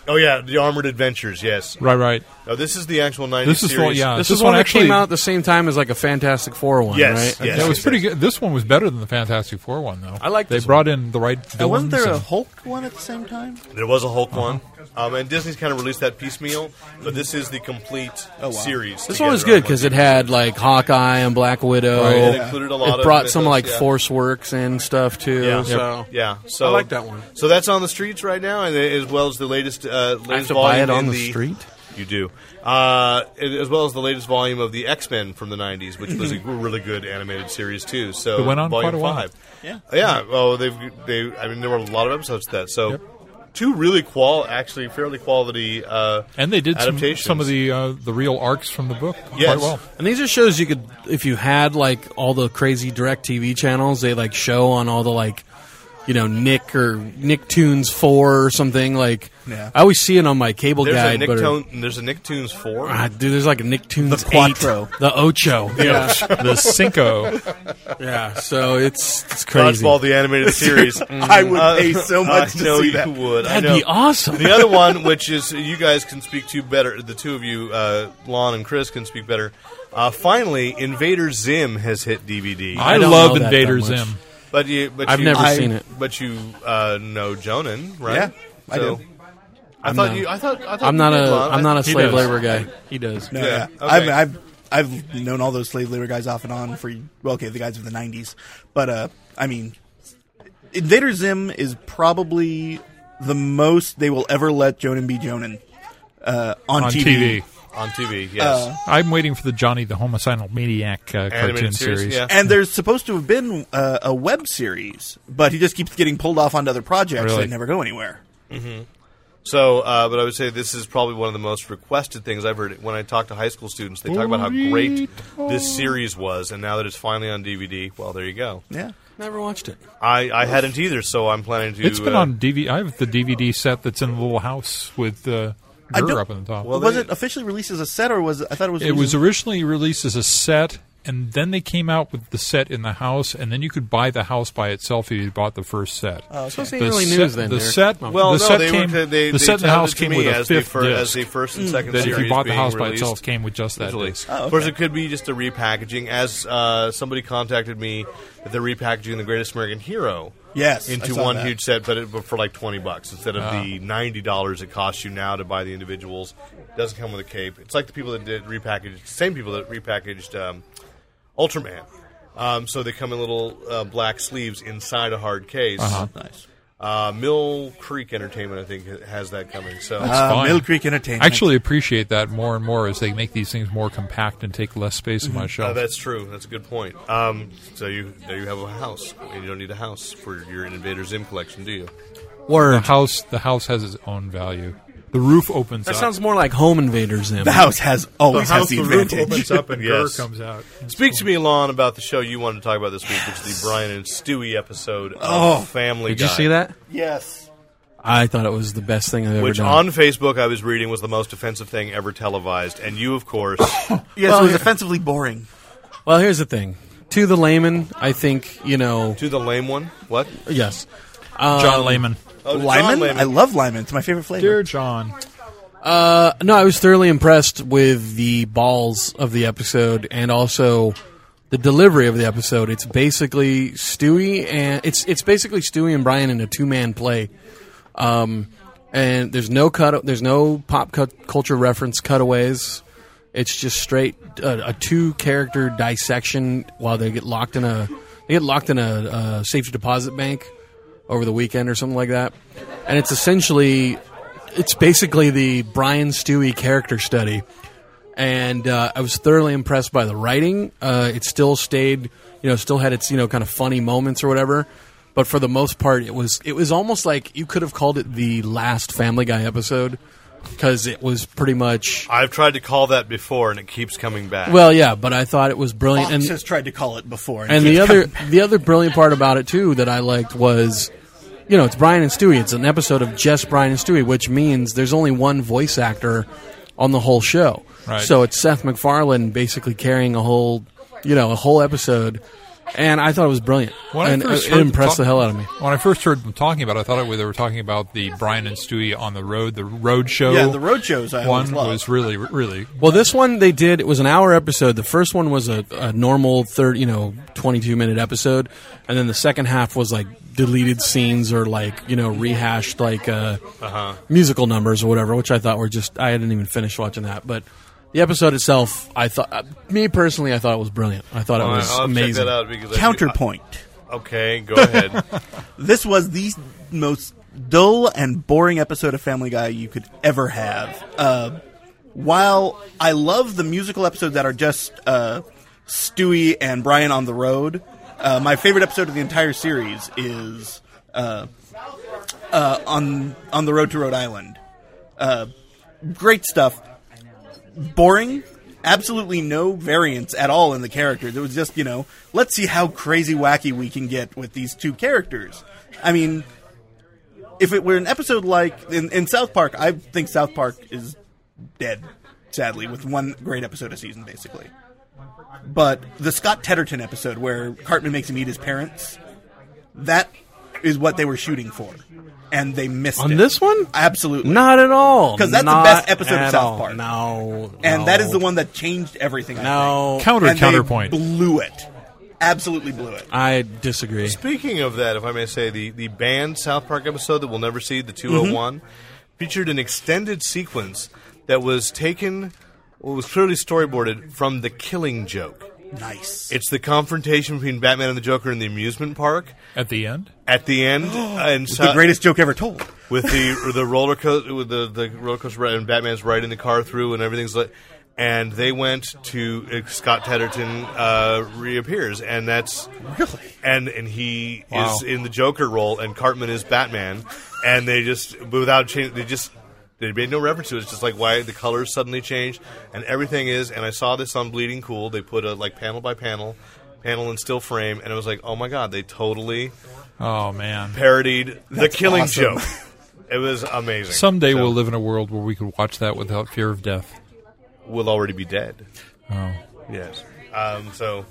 D: Oh yeah, the Armored Adventures. Yes.
C: Right, right.
D: No, this is the actual '90s
C: This is
D: series.
C: the one- yeah.
B: This,
C: This
B: is one
C: one
B: that
C: actually-
B: came out at the same time as like a Fantastic Four one,
D: Yes,
B: right?
D: yes.
C: that was pretty good. This one was better than the Fantastic Four one, though.
B: I like
C: They
B: this
C: brought in the right.
G: Now, wasn't
C: villains
G: there a
C: and-
G: Hulk one at the same time?
D: There was a Hulk one, um, and Disney's kind of released that piecemeal, but this is the complete
G: Oh, wow.
D: series.
B: This one was
D: together on
B: good because it
D: DVD.
B: had like Hawkeye and Black Widow.
C: Right.
D: It included a lot
B: It
D: of
B: brought some
D: mythos,
B: like
D: yeah.
B: Force Works and stuff too.
D: Yeah.
B: So
D: Yeah, so
B: I like that one.
D: So that's on the streets right now, and as well as the latest uh, latest
B: I have to
D: volume
B: buy it on
D: in
B: the, street.
D: You do, uh, and as well as the latest volume of the X Men from the '90s, which was a
B: Mm-hmm.
D: really good animated series too. So
C: It went on
D: volume
C: quite a while.
D: five.
G: Yeah.
D: yeah. Well, they've they. I mean, there were a lot of episodes to that. So. Two really qual, actually fairly quality. Uh,
C: and they did some,
D: adaptations.
C: some of the uh, the real arcs from the book
D: Yes.
C: quite well.
B: And these are shows you could, if you had like all the crazy direct TV channels, they like show on all the like, you know, Nick or Nicktoons 4 or something. Like,
G: Yeah.
B: I always see it on my cable
D: There's
B: guide.
D: a
B: but uh,
D: Nicktoon. There's a Nicktoons four.
B: Ah, dude, there's like a Nicktoons
G: The Quattro.
B: 8, the Ocho. Yeah.
C: the Cinco.
B: yeah. So it's, it's crazy.
D: Dodgeball the animated series. Uh,
G: I would pay so much to
D: I know
G: see
D: you
G: that.
D: would. I
B: That'd
D: know.
B: be awesome.
D: The other one, which is you guys can speak to better, the two of you, uh, Lon and Chris can speak better. Uh, finally, Invader Zim has hit DVD,
C: I,
B: I don't know
C: love
B: that
C: Invader
B: that much.
C: Zim.
D: but you, but
B: I've
D: you-
B: never
G: I-
B: seen it.
D: But you uh, know Jonan, right?
G: Yeah, I
D: So-
G: do.
D: I thought
B: not-
D: you. I thought. I thought
B: I'm
D: you
B: not
D: did,
B: a,
D: Lon.
B: I'm not a
D: I-
B: slave
C: does.
B: labor guy. He does.
G: No,
D: Yeah,
G: yeah.
D: okay.
G: I've, I've, I've known all those slave labor guys off and on for, well, okay, the guys of the 90s. But, uh, I mean, Invader Zim is probably the most they will ever let Jonan be Jonan uh, on,
C: on TV.
D: on TV.
G: Uh,
D: Yes,
C: I'm waiting for the Johnny the Homicidal Maniac uh, cartoon
D: animated series.
C: series.
D: Yeah.
G: And there's supposed to have been uh, a web series, but he just keeps getting pulled off onto other projects
C: Really?
G: that never go anywhere.
D: So, uh, but I would say this is probably one of the most requested things I've heard. When I talk to high school students, they talk about how great this series was, and now that it's finally on DVD, well, there you go.
G: Yeah.
B: Never watched it.
D: I, I hadn't either, so I'm planning to.
C: It's been
D: uh,
C: on DVD. I have the DVD set that's in the little house with uh,
G: I
C: Gurr
G: don't-
C: up in the top.
D: Well,
G: was
D: they-
G: it officially released as a set, or was I thought it was?
C: it was originally released as a set, and then they came out with the set in the house, and then you could buy the house by itself if you bought the first set.
B: Oh, So this
C: the
B: ain't really
C: set,
B: news then.
C: the
B: Derek.
C: set,
D: Well,
C: the
D: no,
C: set
D: they
C: came,
D: were. They,
C: the
D: they
C: set in the
D: touted
C: house
D: to
C: came
D: me
C: with a
D: as the
C: fifth
D: fir- as
C: disc.
D: the first and second
C: that if
D: series
C: you bought the
D: being
C: house by
D: released.
C: itself, came with just that disc.
D: Of course, it could be just a repackaging. As uh, somebody contacted me, that they're repackaging the Greatest American Hero
G: Yes, I
D: into
G: saw
D: one
G: that. Uh-huh.
D: huge set, but, it, but for like twenty bucks instead of the ninety dollars it costs you now to buy the individuals. It doesn't come with a cape. It's like the people that did repackaged, same people that repackaged um, Ultraman. Um, so they come in little uh, black sleeves inside a hard case.
G: Nice.
D: Uh, Mill Creek Entertainment, I think, ha- has that coming. So
G: Uh,
C: fine.
G: Mill Creek Entertainment.
C: I actually appreciate that more and more as they make these things more compact and take less space on my
D: Uh,
C: shelf.
D: that's true. That's a good point. Um, so you there you have a house, and you don't need a house for your Invader Zim collection, do you?
C: the house, the house has its own value. The roof opens
B: That
C: up.
B: sounds more like Home Invaders. Zim.
G: the house has always has the,
C: roof
G: advantage.
C: opens up and
D: Yes.
C: Gurr comes out.
D: Speak to me, Lon, about the show you wanted to talk about this week, which is the Brian and Stewie episode of
G: Oh,
D: Family
B: Did you
D: Guy,
B: see that?
G: yes.
B: I thought it was the best thing I've ever
D: Which
B: done.
D: on Facebook I was reading was the most offensive thing ever televised, and you, of course,
G: Yes, it was offensively boring.
B: well, here's the thing. To the layman, I think you know.
D: to the lame one. What?
B: Yes, Um,
C: John Lehman.
D: Oh, to John
G: Lyman?
D: Lehman.
G: I love Lyman. It's my favorite flavor.
C: Dear John.
B: Uh, no, I was thoroughly impressed with the balls of the episode and also the delivery of the episode. It's basically Stewie and it's it's basically Stewie and Brian in a two man play. Um, and there's no cut, there's no pop cut, culture reference cutaways. It's just straight uh, a two character dissection while they get locked in a they get locked in a uh, safety deposit bank over the weekend or something like that. And it's essentially it's basically the Brian Stewie character study, and uh, I was thoroughly impressed by the writing. Uh, it still stayed, you know, still had its you know kind of funny moments or whatever, but for the most part, it was it was almost like you could have called it the last Family Guy episode because it was pretty much
D: I've tried to call that before, and it keeps coming back.
B: well, yeah. But I thought it was brilliant.
G: Fox
B: and,
G: has tried to call it before.
B: and the
G: keeps
B: other
G: coming back.
B: the other brilliant part about it too that I liked was, you know, it's Brian and Stewie. It's an episode of just Brian and Stewie, which means there's only one voice actor on the whole show.
C: Right.
B: So it's Seth MacFarlane basically carrying a whole, you know, a whole episode. And I thought it was brilliant,
C: When I
B: and uh,
C: first
B: it
C: heard them
B: impressed
C: talk-
B: the hell out of me.
C: When I first heard them talking about it, I thought it, they were talking about the Brian and Stewie on the road, the road show.
G: Yeah, the road shows I always
C: one
G: love.
C: was really, really
B: Well, this one they did. It was an hour episode. The first one was a, a normal third, you know, twenty-two minute episode, and then the second half was like deleted scenes or like you know rehashed like uh,
D: Uh-huh.
B: musical numbers or whatever, which I thought were just I didn't even finish watching that. But the episode itself, I thought, uh, me personally, I thought it was brilliant. I thought it
D: All right,
B: was
D: I'll
B: amazing.
D: check that out because I do-
G: counterpoint.
D: I- okay, go ahead.
G: This was the most dull and boring episode of Family Guy you could ever have. Uh, while I love the musical episodes that are just uh, Stewie and Brian on the road, uh, my favorite episode of the entire series is uh, uh, on on the road to Rhode Island. Uh, great stuff. Boring. Absolutely no variance at all in the characters. It was just, you know, let's see how crazy wacky we can get with these two characters. I mean, if it were an episode like in, in South Park, I think South Park is dead, sadly, with one great episode a season, basically. But the Scott Tedderton episode where Cartman makes him eat his parents, that is what they were shooting for, and they missed
B: On
G: it.
B: this one?
G: Absolutely,
B: Not at all,
G: 'Cause that's the
B: Oh, Not
G: best episode of
B: at
G: South
B: all.
G: Park.
B: No,
G: and
B: no,
G: that is the one that changed everything. I
B: No,
G: think.
C: counter
G: And they
C: counterpoint.
G: blew it. Absolutely blew it.
B: I disagree.
D: Speaking of that, if I may say, the, the banned South Park episode that we'll never see,
G: Mm-hmm.
D: the 201, featured an extended sequence that was taken, well, was clearly storyboarded from the killing joke.
G: Nice.
D: It's the confrontation between Batman and the Joker in the amusement park
C: at the end.
D: at the end, and
G: It's
D: so,
G: the greatest joke ever told.
D: with the the roller coaster with the the roller coaster ride, and Batman's riding the car through and everything's like and they went to uh, Scott Tedderton uh, reappears and that's
G: Really?
D: and and he
C: Wow.
D: is in the Joker role and Cartman is Batman and they just without change they just they made no reference to it. It's just like why the colors suddenly changed and everything is and I saw this on Bleeding Cool they put a like panel by panel panel and still frame and it was like oh my god they totally
C: Oh man!
D: parodied the killing
G: awesome.
D: joke. It was amazing.
C: Someday
D: So,
C: we'll live in a world where we could watch that without fear of death.
D: We'll already be dead.
C: Oh,
D: Yes. Um, so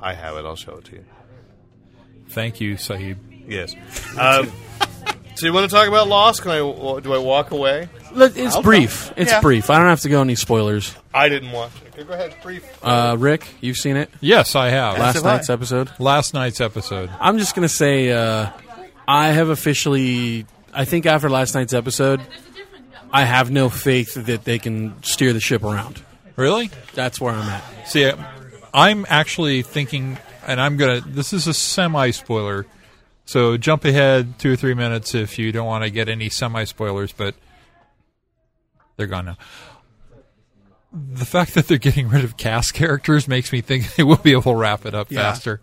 D: I have it. I'll show it to you.
C: thank you, Sahib.
D: Yes. Um, so you want to talk about loss? Can I? wa- Do I walk away?
B: Let- It's brief. It's
G: Yeah.
B: brief. I don't have to go any spoilers.
D: I didn't watch it. Okay, go ahead. Brief.
B: Uh, Rick, you've seen it
C: Yes, I have.
B: last
G: have
B: night's
G: I.
B: episode.
C: last night's episode.
B: I'm just gonna say uh, I have officially. I think after last night's episode, I have no faith that they can steer the ship around.
C: Really?
B: That's where I'm at.
C: See, I'm actually thinking and I'm gonna. This is a semi spoiler, so jump ahead two or three minutes if you don't want to get any semi spoilers. But they're gone now. The fact that they're getting rid of cast characters makes me think they will be able to wrap it up
G: Yeah.
C: faster.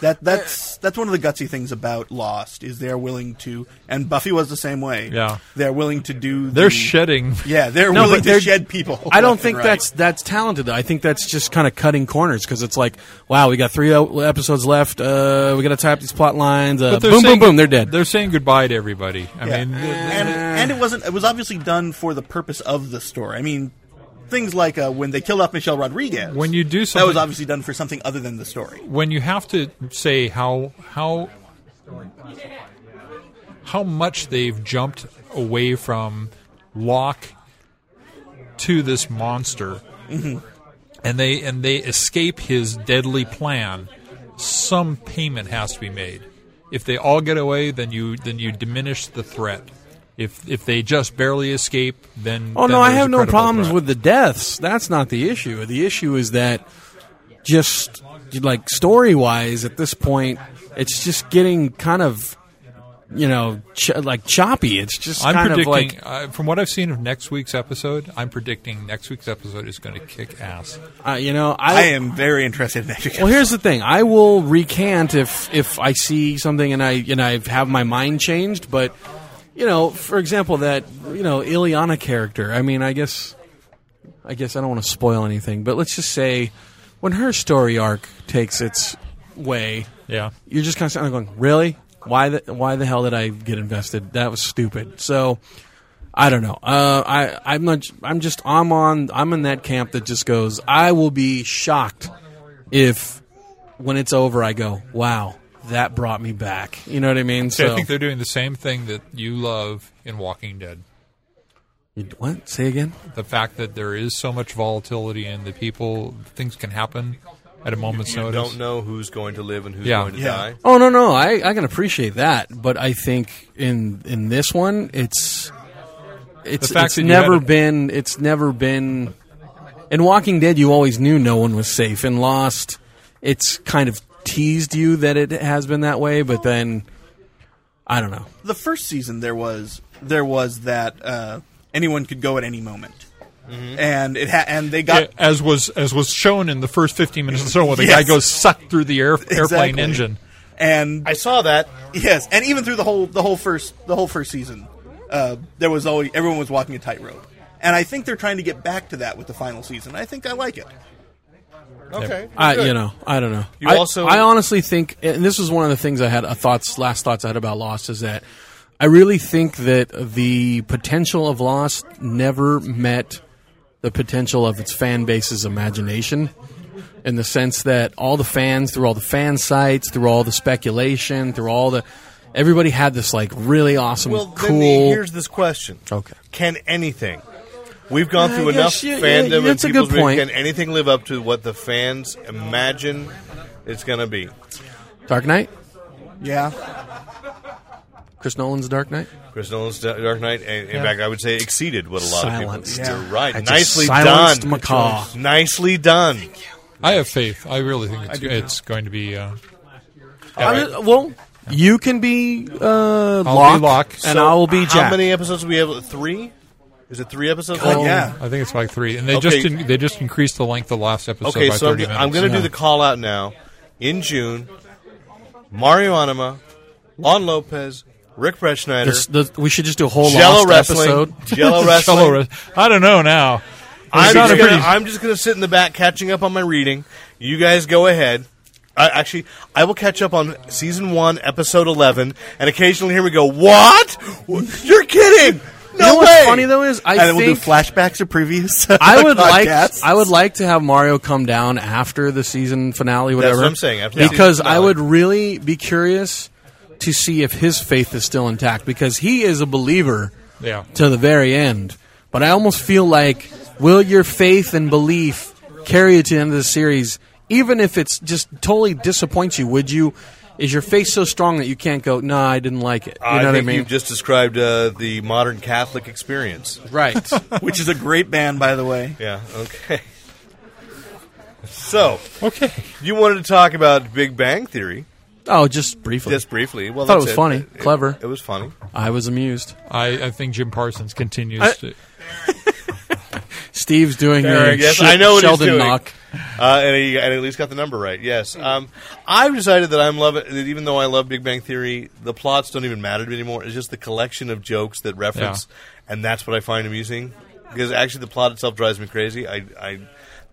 G: That that's that's one of the gutsy things about Lost is they're willing to, and Buffy was the same way.
C: Yeah.
G: they're willing to do.
C: They're
G: the-
C: shedding.
G: Yeah, they're
B: No,
G: willing
B: but
G: to
B: they're-
G: shed people.
B: I don't think
G: Right.
B: that's that's talented. though. I think that's just kind of cutting corners because it's like, wow, we got three o- episodes left. Uh, we got to tie up these plot lines. Uh,
C: But they're
B: boom,
C: saying-
B: boom, boom. They're dead.
C: They're saying goodbye to everybody. I
G: Yeah.
C: mean,
G: and and it wasn't. It was obviously done for the purpose of the story. I mean, things like uh, when they killed off Michelle Rodriguez.
C: When you do
G: that
C: something-
G: was obviously done for something other than the story.
C: when you have to say how how how much they've jumped away from Locke to this monster, and they and they escape his deadly plan, some payment has to be made. If they all get away, then you then you diminish the threat. If if they just barely escape, then
B: Oh
C: then
B: no, I
C: there's a
B: have no
C: credible
B: problems
C: threat.
B: with the deaths. That's not the issue. The issue is that just like story wise, at this point, it's just getting kind of you know ch- like choppy. It's just
C: I'm
B: kind of
C: predicting,
B: like
C: uh, from what I've seen of next week's episode, I'm predicting next week's episode is going to kick ass.
B: uh, you know
G: I am very interested in that.
B: Well, here's the thing. I will recant if if I see something and I and I have my mind changed. But you know, for example, that you know Ileana character. I mean, I guess I guess I don't want to spoil anything, but let's just say when her story arc takes its way,
C: Yeah.
B: you're just kind of sitting there going, "Really? Why the why the hell did I get invested? That was stupid." So I don't know. Uh, I I'm not. I'm just I'm on I'm in that camp that just goes. I will be shocked if when it's over, I go, "Wow, that brought me back." You know what I mean?
C: See, I
B: So
C: think they're doing the same thing that you love in Walking Dead.
B: You- what? Say again?
C: The fact that there is so much volatility and the people, things can happen at a moment's
D: You
C: notice.
D: don't know who's going to live and who's
C: Yeah.
D: going to
G: Yeah.
D: die.
B: Oh no, no, I, I can appreciate that, but I think in in this one, it's it's,
C: The fact
B: it's
C: that you
B: never
C: had a-
B: been it's never been. In Walking Dead, you always knew no one was safe. In Lost, it's kind of teased you that it has been that way, but then I don't know.
G: the first season there was there was that uh, anyone could go at any moment, and it ha- and they got
C: Yeah, as was as was shown in the first 15 minutes of the show, where the guy
G: Yes.
C: goes sucked through the air, airplane
G: Exactly.
C: engine.
G: and
D: I saw that.
G: yes, and even through the whole the whole first the whole first season, uh, there was always everyone was walking a tightrope, and I think they're trying to get back to that with the final season. I think I like it.
D: Okay.
B: I you know I don't know.
D: You
B: I,
D: also-
B: I honestly think, and this is one of the things I had uh thoughts last thoughts I had about Lost is that I really think that the potential of Lost never met the potential of its fan base's imagination. In the sense that all the fans, through all the fan sites, through all the speculation, through all the everybody had this like really awesome,
D: Well,
B: cool.
D: then the, here's this question.
B: Okay.
D: Can anything? We've gone
B: I
D: through
B: guess
D: enough
B: you- yeah,
D: fandom. and
B: that's a good
D: people's re-
B: point.
D: Can anything live up to what the fans imagine it's going to be?
B: Dark Knight,
G: Yeah,
B: Chris Nolan's Dark Knight.
D: Chris Nolan's Da- Dark Knight, and in fact, I would say exceeded what a lot
B: Silenced.
D: of people.
G: Yeah.
D: You're right.
B: I just
D: Nicely
B: silenced
D: done.
B: Macaw.
D: Nicely done.
C: I have faith. I really think it's, it's going to be. Uh,
B: I'm just- Uh, well, you can be uh,
C: be
B: Locke,
C: Locke.
B: and
D: So
B: I will be Jack.
D: How many episodes do we have? Three? Is it three episodes?
B: God,
D: left?
G: yeah.
C: I think it's like three, and they
D: Okay.
C: just in, they just increased the length of last episode
D: Okay,
C: by
D: so
C: 30
D: I'm,
C: minutes.
D: I'm going to do the call out now. In June, Mario Anima, Lon Lopez, Rick
B: This-
D: Bretschneider,
B: the- we should just do a whole
D: Jello
B: Lost
D: Wrestling,
B: episode.
D: Jello
C: Cello
D: Wrestling.
C: rest- I don't know now.
D: I'm
C: It's not a
D: just, gonna,
C: pretty-
D: I'm just gonna sit in the back catching up on my reading. You guys go ahead. I, actually, I will catch up on season one, episode eleven, and occasionally here we go. What? You're kidding? No
B: you know
D: way.
B: what's funny though is I
G: and then
B: think
G: we'll do flashbacks or previews.
B: I would like
G: podcasts.
B: I would like to have Mario come down after the season finale, whatever.
D: what I'm saying, after the season
B: because I
D: finale.
B: would really be curious to see if his faith is still intact because he is a believer
C: Yeah.
B: to the very end. But I almost feel like will your faith and belief carry you to the end of the series, even if it's just totally disappoints you? Would you? Is your faith so strong that you can't go? No, I didn't like it. You
D: I
B: know what I
D: think
B: mean?
D: you've just described uh, the modern Catholic experience.
B: right.
G: which is a great band, by the way.
D: Yeah. Okay. So
C: Okay.
D: you wanted to talk about Big Bang Theory
B: Oh, just briefly.
D: just briefly. Well,
B: Thought it
D: that's
B: was funny,
D: It-
B: clever.
D: It, was funny.
B: I was amused.
C: I, I think Jim Parsons continues
B: I-
C: to.
B: Steve's doing the
D: Derek, yes,
B: Sh-
D: I know what he's
B: Sheldon
D: doing.
B: knock.
D: Uh, and, he, and at least got the number right. Yes. Um, I've decided that I'm loving that even though I love Big Bang Theory, the plots don't even matter to me anymore. It's just the collection of jokes that reference, and that's what I find amusing. Because actually, the plot itself drives me crazy. I, I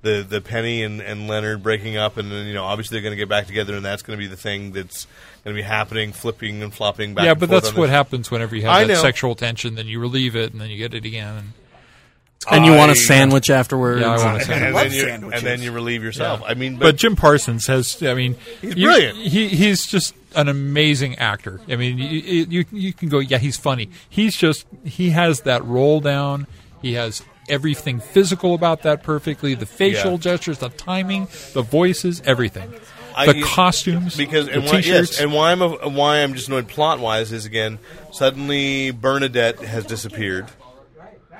D: the the Penny and, and Leonard breaking up, and then, you know, obviously they're going to get back together, and that's going to be the thing that's going to be happening, flipping and flopping back.
C: yeah,
D: and
C: but
D: forth
C: that's
D: on
C: what
D: this.
C: happens whenever you have
D: I
C: that
D: know.
C: sexual tension. Then you relieve it, and then you get it again.
B: And you want a
D: I-
B: sandwich afterwards.
C: Yeah, I want a
D: And
C: sandwich.
D: then,
G: Love
D: you, and
G: sandwiches.
D: then you relieve yourself. I mean,
C: But Jim Parsons has. I mean, he's
D: brilliant.
C: He he's just an amazing actor. I mean, you, you you can go, yeah, he's funny. He's just he has that roll down. He has everything physical about that perfectly. The facial
D: Yeah.
C: gestures, the timing, the voices, everything.
D: I-
C: the costumes,
D: because
C: the
D: and why,
C: t-shirts.
D: yes, and why I'm a, why I'm just annoyed plot wise is again suddenly Bernadette has disappeared,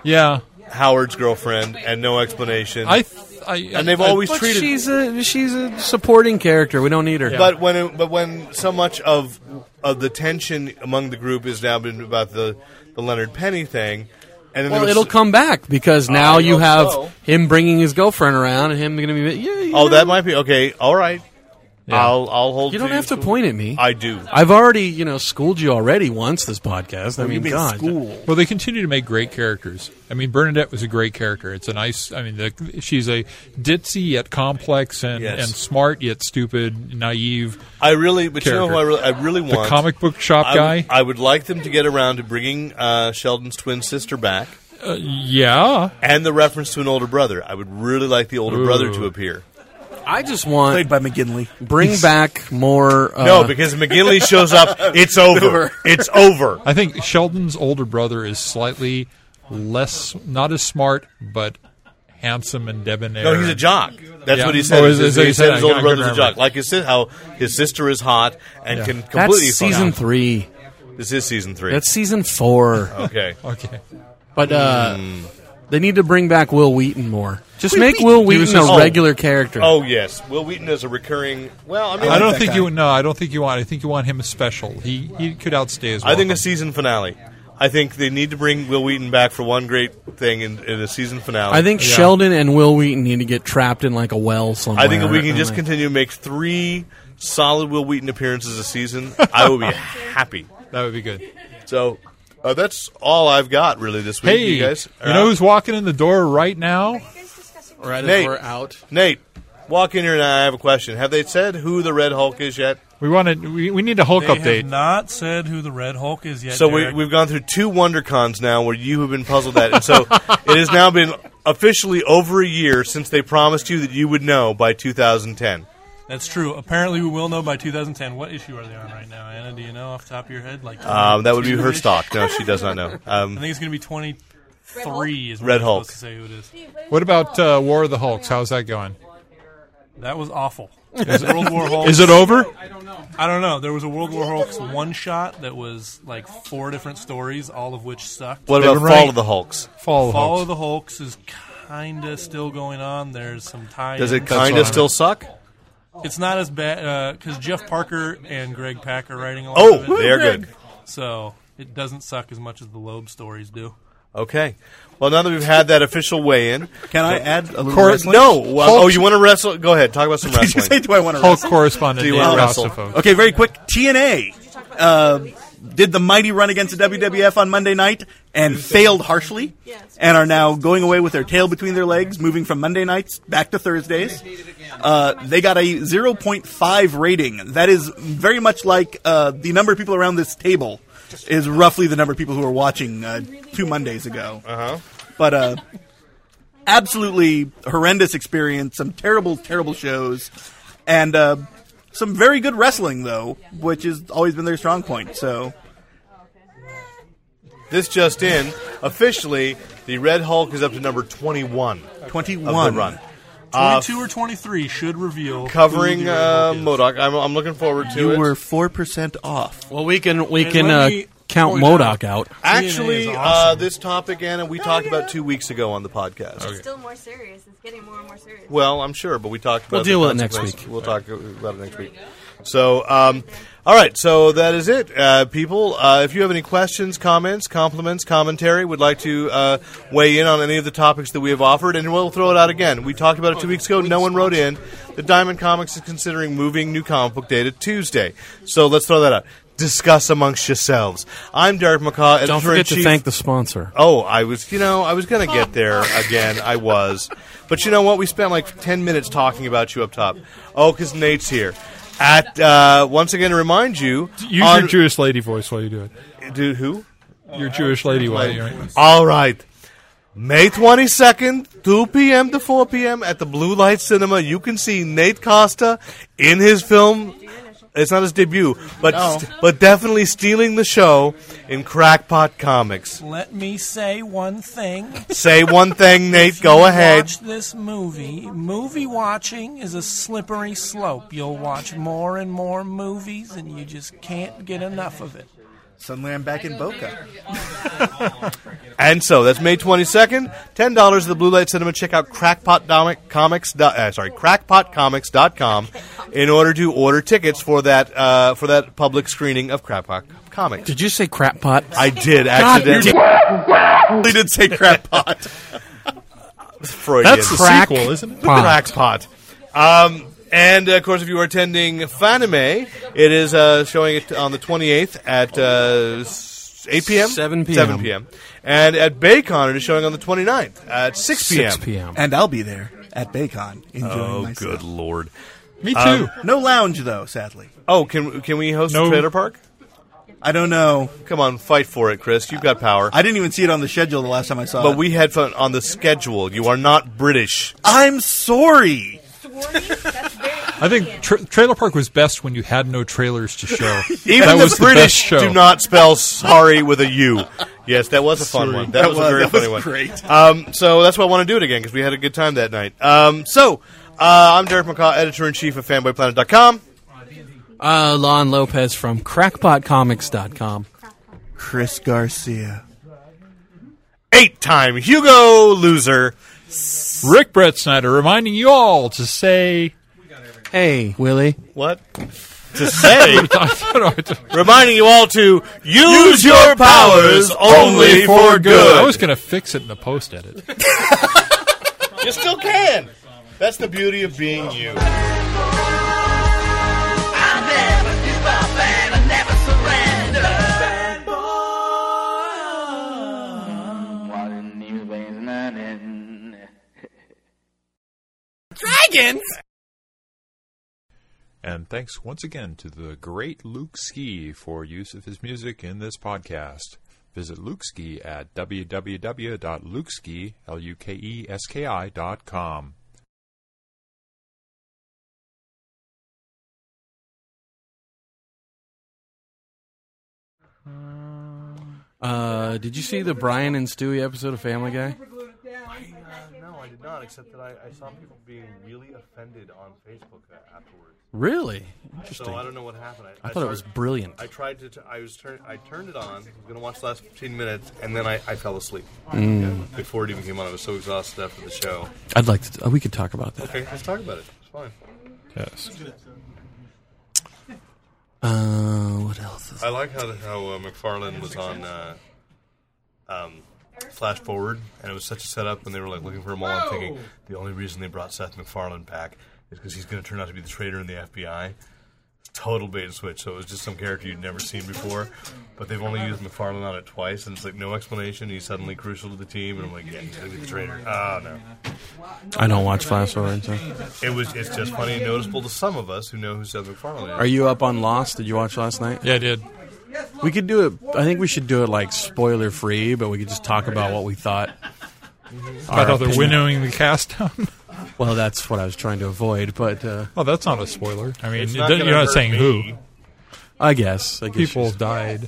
C: yeah,
D: Howard's girlfriend, and no explanation.
C: I, th- I
D: and they've
C: I-
D: always
B: But
D: treated.
B: she's a she's a supporting character. We don't need her.
D: But when it, but when so much of of the tension among the group is now been about the the Leonard Penny thing, and then there
B: well,
D: was-
B: it'll come back because now
D: I
B: you
D: hope
B: have
D: so.
B: him bringing his girlfriend around and him going to be. Yeah, you
D: Oh,
B: know,
D: that might be okay. All right, I'll I'll hold.
B: You don't have to
D: so-
B: point at me.
D: I do.
B: I've already you know schooled you already once this podcast. I mean,
G: mean
B: God,
G: school.
C: Well, they continue to make great characters. I mean, Bernadette was a great character. It's a nice. I mean, the, she's a ditzy yet complex and,
D: Yes.
C: and smart yet stupid, naive.
D: I really, but you know who I
C: Character.
D: really, I really want
C: The comic book shop
D: I,
C: guy.
D: I would like them to get around to bringing uh, Sheldon's twin sister back
C: Uh, yeah,
D: and the reference to an older brother. I would really like the older
C: Ooh.
D: brother to appear.
B: I just want
G: Played by McGinley.
B: bring back more. Uh,
D: no, because if McGinley shows up, it's over. it's over.
C: I think Sheldon's older brother is slightly less, not as smart, but handsome and debonair.
D: No, he's a jock. That's
C: Yeah.
D: what he said.
C: Oh, is-
D: He
C: is-
D: said- he
C: is-
D: said his
C: I
D: older
C: can't
D: brother's a
C: remember.
D: jock. Like his, si- how his sister is hot and
C: Yeah.
D: can
B: that's
D: completely fuck
B: season
D: out.
B: three.
D: This is season three.
B: That's season four.
D: okay.
C: Okay.
B: But uh,
D: Hmm.
B: they need to bring back Will Wheaton more. Just make Will
C: He was
B: Wheaton
C: just-
B: a
D: Oh.
B: regular character.
D: Oh yes, Will Wheaton is a recurring. Well, I mean,
C: I don't
G: that
C: think
G: guy.
C: you. No, I don't think you want. I think you want him as special. He he could outstay his.
D: I think a
C: welcome.
D: season finale. I think they need to bring Will Wheaton back for one great thing in, in a season finale.
B: I think
C: Yeah.
B: Sheldon and Will Wheaton need to get trapped in like a well somewhere.
D: I think if we can
B: and,
D: just
B: like-
D: continue to make three solid Will Wheaton appearances a season, I will be happy.
C: that would be good.
D: So uh, that's all I've got really this week,
C: Hey,
D: you guys.
C: know who's walking in the door right now?
F: Are you guys discussing
B: Right as
D: Nate.
B: we're out.
D: Nate? Walk in here, and I have a question. Have they said who the Red Hulk is yet?
C: We want to. We, we need a Hulk
I: They
C: update.
I: have not said who the Red Hulk is yet.
D: So we,
I: Derek.
D: we've gone through two WonderCons now, where you have been puzzled at, and so it has now been officially over a year since they promised you that you would know by 2010.
I: That's true. Apparently, we will know by 2010. What issue are they on right now, Anna? Do you know off the top of your head? Like,
D: Um, that would be her
I: 22-ish?
D: stock. No, she does not know.
I: I
D: Um,
I: think it's going to be 23. Is when
D: Red
I: we're
D: Hulk.
I: supposed To say who it is.
C: What about uh, War of the Hulks? How's that going?
I: That was awful. There's World War Hulk.
C: Is it over?
I: I don't know. There was a World War Hulk's one shot that was like four different stories, all of which sucked.
D: what
C: They
D: about
C: were
D: Fall
C: right.
D: of the Hulks?
C: Fall of the
I: Follow
C: Hulks.
I: the Hulks is kind of still going on. There's some tie.
D: Does it
C: what
D: kind of
C: I'm-
D: still suck?
I: It's not as bad because Jeff Parker and Greg Pack are writing a lot
D: Oh,
I: of it,
D: they're good.
I: so it doesn't suck as much as the Loeb stories do.
D: Okay. Well, now that we've had that official weigh-in,
G: Can I add a little wrestling?
D: no. Well, oh, you want to wrestle? Go ahead. Talk about some
G: Did you say,
D: wrestling.
G: do I want to
C: Hulk correspondent
D: Do you
C: Dave
D: wanna wrestle? Uh,
C: Rossifo.
G: Okay, very quick. TNA uh, did the mighty run against the WWF on Monday night and failed harshly, and are now going away with their tail between their legs, moving from Monday nights back to Thursdays. Uh, they got a 0.5 rating. That is very much like uh, the number of people around this table is roughly the number of people who were watching uh, two Mondays ago.
D: Uh-huh.
G: But uh, absolutely horrendous experience. Some terrible, terrible shows, and uh, some very good wrestling though, which has always been their strong point. So
D: This just in, officially, the Red Hulk is up to number 21 of
G: twenty-one
D: the run. Uh,
I: 22 or 23 should reveal who
D: Covering
I: the Red
D: uh,
I: Hulk is.
D: Modoc. I'm, I'm looking forward to
G: You
D: it.
G: were four percent off.
B: Well, we can we
I: And
B: can
I: let
B: uh,
I: me-
B: Count Modoc out.
D: Actually,
I: DNA is
D: uh,
I: awesome.
D: this topic, Anna, we talked about two weeks ago on the podcast.
C: Okay.
F: Still more serious. It's getting more and more serious.
D: Well, I'm sure, but we talked.
B: We'll
D: about
B: deal
D: the
B: with it next
D: consequences.
B: week.
D: We'll talk about it next week. So, um, all right. So that is it, uh, people. Uh, if you have any questions, comments, compliments, commentary, would like to uh, weigh in on any of the topics that we have offered, and we'll throw it out again. We talked about it two weeks ago. No one wrote in. The Diamond Comics is considering moving New Comic Book Day to Tuesday. So let's throw that out. Discuss amongst yourselves. I'm Derek McCaw, editor
B: Don't forget to
D: in chief.
B: thank the sponsor.
D: Oh, I was, you know, I was going to get there again. I was. But you know what? We spent like 10 minutes talking about you up top. Oh, because Nate's here. At, uh, once again, to remind you.
C: Use
D: on- Uh,
C: your Jewish lady voice while you do it.
D: Dude, who?
C: Your Jewish lady while you're
D: All right. May 22nd, 2 p.m. to 4 p.m. at the Blue Light Cinema, you can see Nate Costa in his film. It's not his debut, but but definitely stealing the show in Crackpot Comics.
I: Let me say one thing.
D: Say one thing, Nate.
I: If
D: Go
I: you
D: ahead.
I: Watch this movie. Movie watching is a slippery slope. You'll watch more and more movies, and you just can't get enough of it.
G: Suddenly, I'm back in Boca.
D: And so that's May 22nd. Ten dollars at the Blue Light Cinema. Check out Crackpot Domic- Comics. dot- Uh, sorry, CrackpotComics.com in order to order tickets for that uh, for that public screening of Crackpot Comics.
B: Did you say crap pot?
D: I did
B: God,
D: accidentally. I did say crackpot. Freudian.
C: That's the
B: Crack
C: sequel, isn't it?
B: pot.
D: Crackpot. Um, and uh, of course, if you are attending Fanime, it is uh, showing it on the 28th at uh, s- 8 p.m.
B: 7 p.m..
D: 7 p.m. And at Baycon, it is showing on the 29th at 6 p.m.
B: 6 p.m.
G: And I'll be there at Baycon enjoying
D: Oh,
G: myself.
D: good lord!
C: Me too.
D: Um,
G: No lounge though, sadly.
D: Oh, can can we host
C: No.
D: the trailer park?
G: I don't know.
D: Come on, fight for it, Chris. You've got power.
G: I didn't even see it on the schedule the last time I saw it.
D: but we had fun on the schedule. You are not British.
G: I'm sorry.
F: Swarty? That's very.
C: I think tra- Trailer Park was best when you had no trailers to show.
D: Even
C: that
D: the
C: was the best
D: British
C: show.
D: do not spell sorry with a U. Yes, that was a fun one. That, was, a very
G: that
D: funny
G: was
D: one.
G: great.
D: Um, so that's why I want to do it again because we had a good time that night. Um, so uh, I'm Derek McCaw, editor in chief of FanboyPlanet.com.
B: Uh, Lon Lopez from crackpotcomics.com.
G: Chris Garcia.
D: Eight-time Hugo loser.
C: Rick Brett Snyder reminding you all to say.
B: Hey, Willie.
D: What to say? Reminding you all to use your powers only for
C: I was
D: good.
C: going to fix it in the post edit.
D: You still can. That's the beauty of being you.
J: And thanks once again to the great Luke Ski for use of his music in this podcast. Visit Luke Ski at E www.lukeski.com.
B: Uh, did you see the Brian and Stewie episode of Family Guy?
D: No, I did not. Except that I, I saw people being really offended on Facebook afterwards.
B: Really?
D: So I don't know what happened.
B: I thought it was
D: started-
B: brilliant.
D: I tried to. T- I was turn. I turned it on. I was going to watch the last fifteen minutes, and then I, I fell asleep Yeah, before it even came on. I was so exhausted after the show.
B: I'd like to. Uh, we could talk about that.
D: Okay, let's talk about it. It's fine.
C: Yes.
B: Uh, what else? Is
D: I like how how uh, McFarlane was on. Uh, um, Flash forward, and it was such a setup when they were like looking for him all. I'm thinking the only reason they brought Seth MacFarlane back is because he's going to turn out to be the traitor in the FBI. Total bait and switch. So it was just some character you'd never seen before, but they've only used MacFarlane on it twice, and it's like no explanation. He's suddenly crucial to the team, and I'm like, yeah, he's going to be the traitor. Oh no,
B: I don't watch Flash Forward. So.
D: it was. It's just funny and noticeable to some of us who know who Seth MacFarlane is.
B: Are you up on Lost? Did you watch last night?
C: Yeah, I did.
B: We could do it. I think we should do it like spoiler free, but we could just talk about what we thought.
C: I thought they're
B: opinion.
C: winnowing the cast down.
B: Well, that's what I was trying to avoid, but uh,
C: well, that's not a spoiler. I mean,
D: It's
C: it
D: not
C: doesn't-
D: gonna
C: you're not
D: hurt
C: saying
D: me.
C: who.
B: I guess. I guess
C: People
B: you-
C: died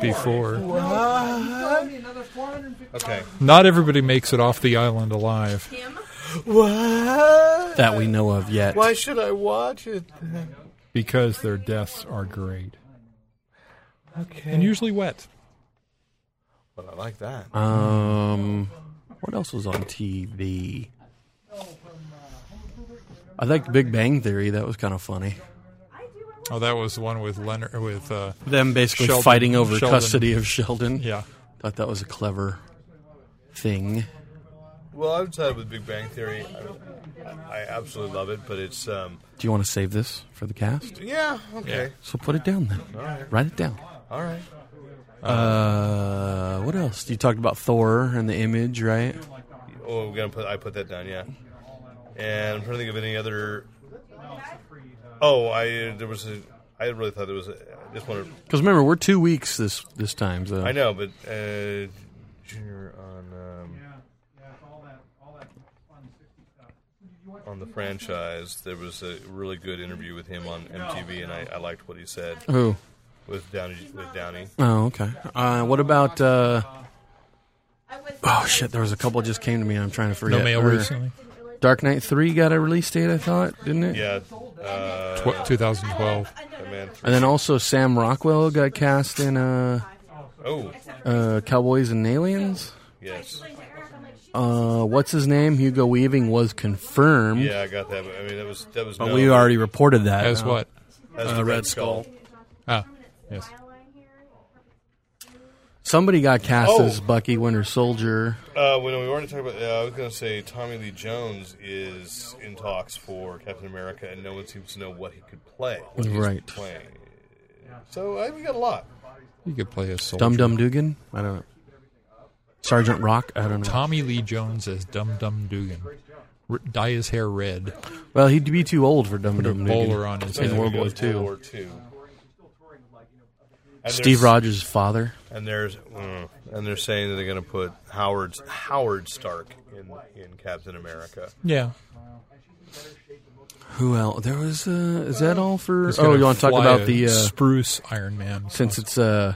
C: before.
D: Okay.
C: Not everybody makes it off the island alive.
F: Him?
D: What?
B: that we know of yet.
D: Why should I watch it?
C: Because their deaths are great.
D: Okay.
C: and usually wet.
D: But I like that.
B: Um, what else was on TV? I liked Big Bang Theory. That was kind of funny.
C: Oh, that was the one with Leonard with uh,
B: Them basically
C: Sheldon-
B: fighting over
C: Sheldon.
B: custody of Sheldon.
C: Yeah.
B: Thought that was a clever thing.
D: Well, I would side with Big Bang Theory. I, I absolutely love it, but it's um,
B: Do you want to save this for the cast?
D: yeah, okay,
B: So put it down then.
D: All right.
B: Write it down.
D: all right.
B: Uh, what else? You talked about Thor and the image, right?
D: Oh, we're gonna put I put that down, yeah. And I'm trying to think of any other. Oh, I there was a. I really thought there was. A, I just want to.
B: Because remember, we're two weeks this this time. So
D: I know, but uh, Junior on um, on the franchise, there was a really good interview with him on MTV, and I, I liked what he said
B: Who?
D: with Downey. With Downey,
B: Oh, okay. Uh, what about? Uh, oh shit! There was a couple just came to me. and I'm trying to forget.
C: No mail
B: Or-
C: recently.
B: Dark Knight Three got a release date, I thought, didn't it?
D: yeah, uh,
C: Tw- 2012.
D: that man.
B: And then also Sam Rockwell got cast in uh,
D: Oh,
B: uh, Cowboys and Aliens.
D: yes,
B: Uh, what's his name? Hugo Weaving was confirmed.
D: yeah, I got that. I mean, that was that was.
B: But
D: no,
B: we already reported that.
C: As
B: Uh,
C: what?
D: that's
B: uh,
D: the
B: Red Skull.
C: Ah, yes.
B: Somebody got cast
D: Oh.
B: as Bucky Winter Soldier.
D: Uh, when we already talked about, uh, I was going to say Tommy Lee Jones is in talks for Captain America, and no one seems to know what he could play. what he's
B: Right.
D: Playing. So I we got a lot.
C: You could play a soldier.
B: Dum Dum Dugan? I don't know. Sergeant Rock? I don't know.
C: Tommy Lee Jones as Dum Dum Dugan. R- dye his hair red.
B: Well, he'd be too old for Dum
C: a
B: Dum
C: bowler on his
B: in
C: head.
B: World War
D: World
B: II.
D: War II. And
B: Steve
D: there's-
B: Rogers' father.
D: and there's mm, and they're saying that they're going to put Howard Howard Stark in in Captain America.
C: Yeah.
B: Who else? There was. Uh, is that all for?
C: He's
B: Oh,
C: gonna
B: you want to talk
C: fly
B: about
C: a
B: the? Uh,
C: spruce Iron Man?
B: since it's uh,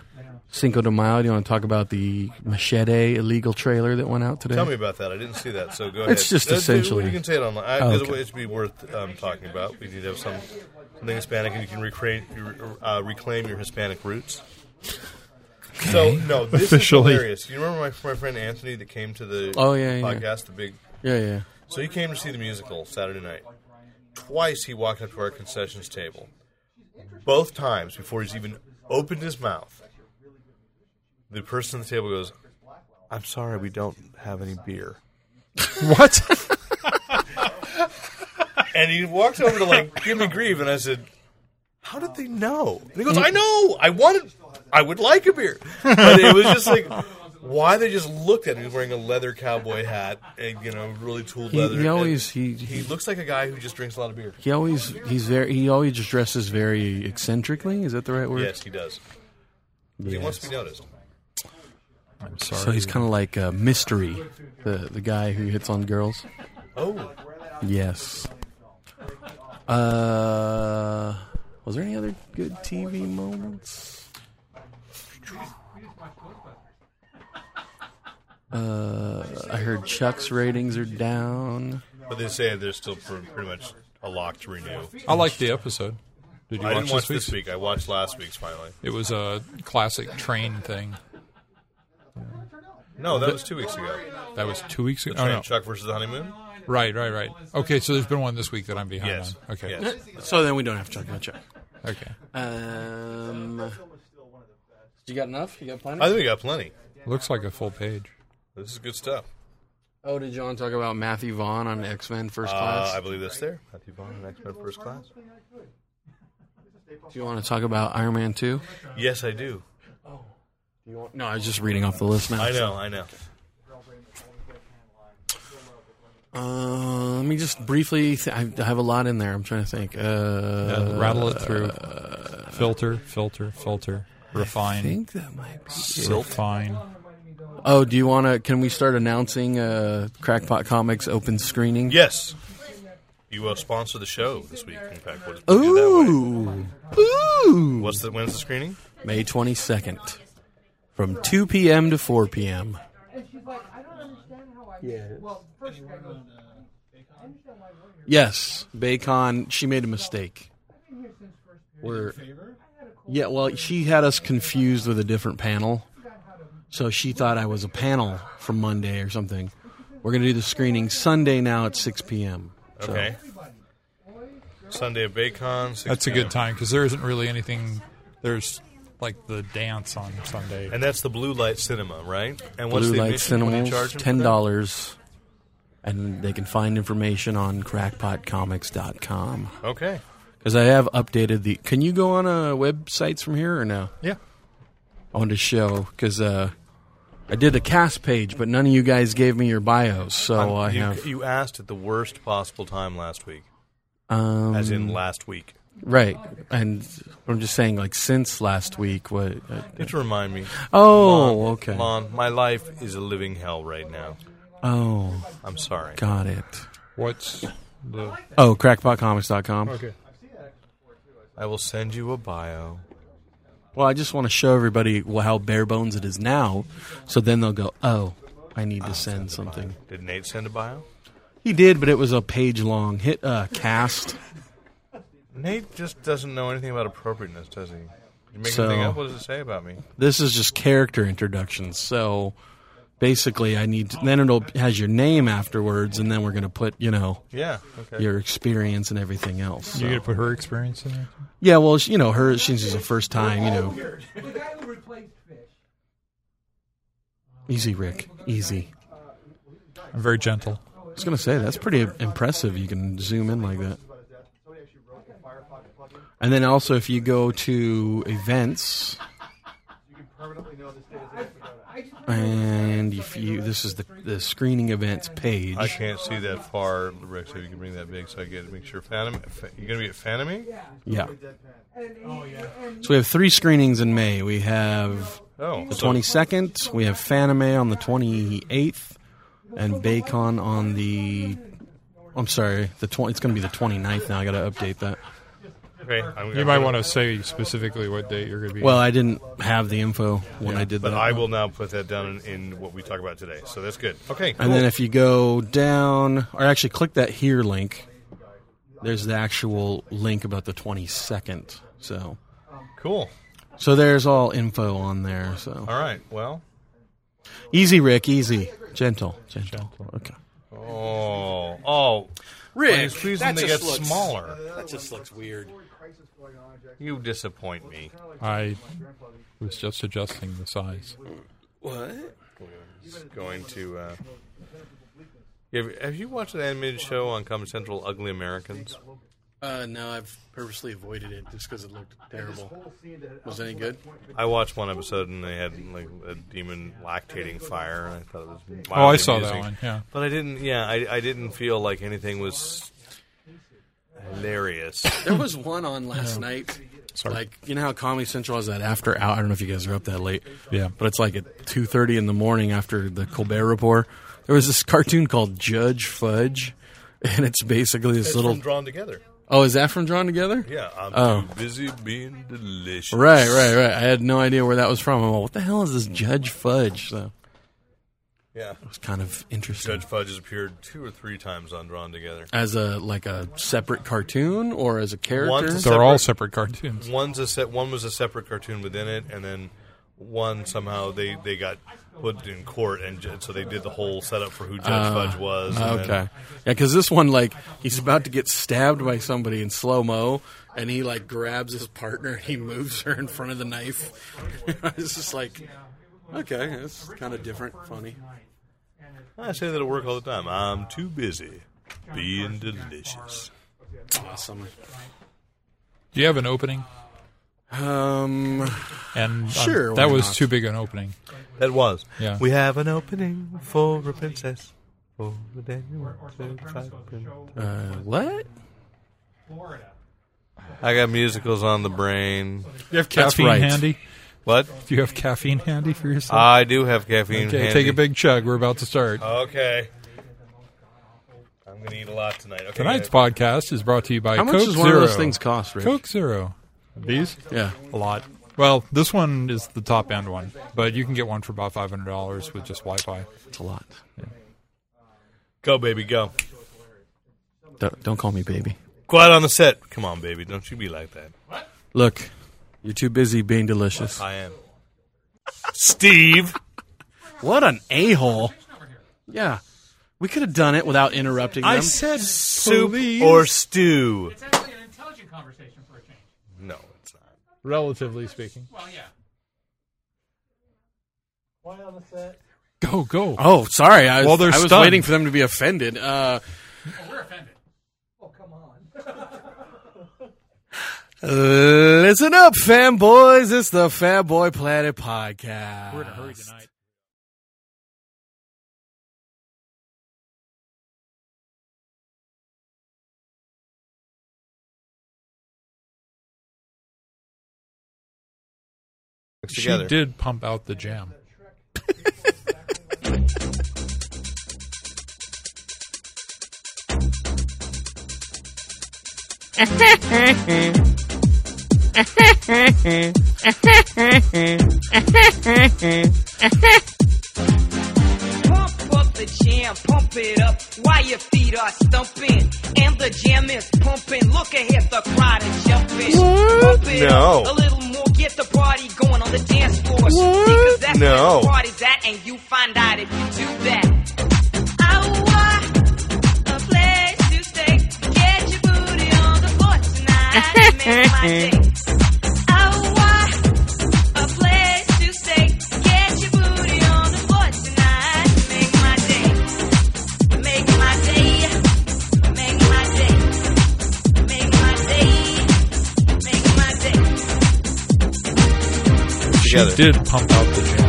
B: Cinco de Mayo, do you want to talk about the machete illegal trailer that went out today?
D: Tell me about that. I didn't see that, so go ahead.
B: It's just
D: Uh,
B: essentially-
D: You can say it online. I,
B: Oh,
D: there's a
B: okay.
D: way It should be worth um, talking about. We need to have some something Hispanic, and you can recreate, uh, reclaim your Hispanic roots. So no, this
C: Officially.
D: is hilarious. You remember my, my friend Anthony that came to the
B: Oh, yeah, yeah.
D: podcast, the big.
B: Yeah, yeah.
D: So he came to see the musical Saturday night. Twice he walked up to our concessions table. Both times before he's even opened his mouth, the person at the table goes, "I'm sorry, we don't have any beer."
C: what?
D: And he walked over to like give me grieve, and I said, "How did they know?" And he goes, "I know. I wanted. I would like a beer." But it was just like why they just looked at him. He was wearing a leather cowboy hat and you know really tooled
B: He-
D: leather.
B: he
D: and
B: always- he-
D: he looks like a guy who just drinks a lot of beer.
B: He always he's very he always just dresses very eccentrically. Is that the right word?
D: Yes, he does. He wants to be noticed.
C: Oh, I'm sorry.
B: So he's kind of like uh, mystery, the the guy who hits on girls.
D: Oh,
B: Yes. Uh, was there any other good TV moments? Uh, I heard Chuck's ratings are down.
D: but they say there's still pr- pretty much a lock to renew.
C: I liked the episode. Did you
D: I
C: watch
D: didn't watch
C: this
D: this week. I watched last week's finally.
C: It was a classic train thing.
D: No, that was two weeks ago.
C: That was two weeks ago.
D: The
C: Oh,
D: train
C: no.
D: Chuck versus the honeymoon.
C: Right, right, right. Okay, so there's been one this week that I'm behind
D: Yes.
C: on. Okay.
D: Yes.
B: So then we don't have to talk about Chuck.
C: Okay.
B: Um, you got enough? You got plenty?
D: I think we got plenty.
C: Looks like a full page.
D: This is good stuff.
B: oh, did you want to talk about Matthew Vaughn on X Men First
D: Uh,
B: Class?
D: I believe that's there. Matthew Vaughn in X Men First Class.
B: Do you want to talk about Iron Man 2?
D: Yes, I do.
B: No, I was just reading off the list now.
D: I know, I know.
B: Uh, let me just briefly. Th- I I have a lot in there. I'm trying to think. Uh,
C: Uh, rattle it through. filter, filter, filter.
B: I
C: Refine.
B: think that might be. it.
C: Refine.
B: Oh, do you want to? Can we start announcing uh, Crackpot Comics open screening?
D: Yes. You will sponsor the show this week. In fact, we'll we'll do that way.
B: Ooh. Ooh.
D: What's the when's the screening?
B: May 22nd, from 2 p.m. to 4 p.m. Yes, Baycon. She made a mistake. We're Yeah, well, she had us confused with a different panel. So she thought I was a panel from Monday or something. We're going to do the screening Sunday now at 6 p.m. So-
D: Okay. Sunday of Bacon. 6
C: That's a
D: p.m.
C: good time because there isn't really anything. There's like the dance on Sunday.
D: And that's the Blue Light Cinema, right? And what's
B: Blue
D: the
B: Light
D: admission? What do you
B: Cinema,
D: charge them for
B: ten
D: that?
B: dollars, and they can find information on crackpotcomics.com.
D: Okay.
B: Because I have updated the. Can you go on uh, websites from here or no?
C: Yeah.
B: I wanted to show because uh, I did the cast page, but none of you guys gave me your bios, so
D: Um,
B: I
D: you,
B: have.
D: You asked at the worst possible time last week,
B: Um,
D: as in last week.
B: Right, and I'm just saying, like since last week, what? uh,
D: Did you remind me?
B: Oh,
D: Lon,
B: okay.
D: Lon, my life is a living hell right now.
B: Oh,
D: I'm sorry.
B: Got it.
C: What's the?
B: Oh, crackpotcomics.com.
D: Oh,
C: Okay.
D: I will send you a bio.
B: Well, I just want to show everybody wh- how bare bones it is now, so then they'll go, "Oh, I need to send something."
D: Did Nate send a bio?
B: He did, but it was a page long. Hit uh, cast.
D: Nate just doesn't know anything about appropriateness, does he? You make
B: So-
D: anything up? What does it say about me?
B: This is just character introductions. So basically, I need then it'll has your name afterwards, and then we're gonna put you know
D: Yeah, okay.
B: your experience and everything else. So.
C: You gonna put her experience in there?
B: yeah, well, she- you know, her since it's the first time, you know,
K: The guy who replaced Fish.
B: easy, Rick, easy.
C: I'm very gentle.
B: I was gonna say that's pretty impressive. You can zoom in like that. And then also, if you go to events, and if you this is the the screening events page.
D: I can't see that far, Rick. So if you can bring that big, so I get to make sure. Fanime, you're gonna be at E? Fanime?
B: Yeah. So we have three screenings in May. We have
D: Oh.
B: the 22nd, we have Fanime on the 28th, and Bacon on the. I'm sorry, the 20, it's going to be the 29th now. I got to update that.
D: Okay, I'm,
C: You might want to say specifically what date you're gonna be.
B: Well, I didn't have the info when I did
D: But
B: that.
D: I will now put that down in, in what we talk about today. So that's good. Okay.
B: And then if you go down, or actually click that here link, there's the actual link about the 22nd. So,
D: cool.
B: so there's all info on there. So,
D: All right. Well.
B: easy, Rick, easy, gentle, gentle. Okay.
D: Oh. Oh.
B: Rick,
D: When you squeeze them,
B: that
D: they get
B: just looks-
D: smaller.
B: That just looks weird.
D: You disappoint me.
C: I was just adjusting the size.
B: What?
D: Going to. Uh, have, have you watched the animated show on Comedy Central, Ugly Americans?
B: Uh, no, I've purposely avoided it just because it looked terrible. Was it any good?
D: I watched one episode and they had like a demon lactating fire, and I thought it was.
C: Oh, I
D: mildly
C: saw that
D: amusing.
C: one, yeah.
D: but I didn't. Yeah, I, I didn't feel like anything was hilarious.
B: There was one on last night.
D: Sorry.
B: Like you know how Comedy Central has that after hour. I don't know if you guys are up that late.
C: Yeah.
B: but it's like at two thirty in the morning after the Colbert Report. There was this cartoon called Judge Fudge, and it's basically this
D: It's
B: little.
D: from drawn together.
B: oh, is that from Drawn Together?
D: Yeah, I'm
B: oh,
D: too busy being delicious.
B: right, right, right. I had no idea where that was from. I'm like, what the hell is this Judge Fudge? So
D: Yeah,
B: it was kind of interesting.
D: Judge Fudge has appeared two or three times on Drawn Together.
B: as a like a separate cartoon or as a character?
D: One's a
C: They're all separate cartoons.
D: One's a set. One was a separate cartoon within it, and then one somehow they they got put in court, and ju- so they did the whole setup for who Judge
B: Uh,
C: Ah,
D: Fudge was. and
B: Okay.
D: then-
B: Yeah, because this one, like, he's about to get stabbed by somebody in slow mo, and he like grabs his partner and he moves her in front of the knife. it's just like, okay, it's kind of different, funny.
D: I say that at work all the time. I'm too busy being delicious.
B: Awesome.
C: Do you have an opening?
B: Um,
C: And um,
B: Sure,
C: that
B: why
C: was
B: not?
C: too big an opening.
D: That was.
C: Yeah.
D: We have an opening for a princess. For a Daniel.
B: uh, what?
D: I got musicals on the brain.
C: You have
B: That's
C: caffeine
B: right.
C: handy.
D: What?
C: Do you have caffeine handy for yourself?
D: I do have caffeine.
C: okay,
D: handy.
C: take a big chug. We're about to start.
D: Okay. I'm gonna eat a lot tonight. Okay,
C: Tonight's
D: guys.
C: podcast is brought to you by
B: How much
C: Coke
B: does
C: Zero.
B: one of those things cost, Rick?
C: Coke Zero. These?
B: Yeah.
C: A lot. Well, this one is the top end one, but you can get one for about five hundred dollars with just Wi-Fi.
B: It's a lot.
D: go, baby, go.
B: Don't, don't call me baby.
D: Quiet on the set. Come on, baby. Don't you be like that.
B: Look, You're too busy being delicious.
D: I am.
B: Steve. what an a hole. Yeah. We could have done it without interrupting
D: I
B: them.
D: said soup or stew.
E: It's actually an intelligent conversation for a change.
D: No, it's not.
E: Relatively speaking. Well, yeah.
C: Go, go.
B: Oh, sorry. I was,
C: Well, they're
B: I was
C: stunned.
B: waiting for them to be offended. Uh, Listen up, fanboys. It's the Fanboy Planet Podcast.
C: We're in a hurry tonight. She
D: Together.
C: did pump out the jam.
L: Pump up the jam, pump it up while your feet are stumping. And the jam is pumping. Look ahead, the crowd is jumping. Pump it
D: No.
L: up a little more, get the party going on the dance floor. Because that's
D: No.
L: where the party's at, and you find out if you do that. I want a place to stay. Get your booty on the floor tonight. Make my day. I want a place to stay. Get your booty on the floor tonight. Make my day. Make my day. Make my day. Make my day. Make my day.
D: Together.
C: She did pump out the jam.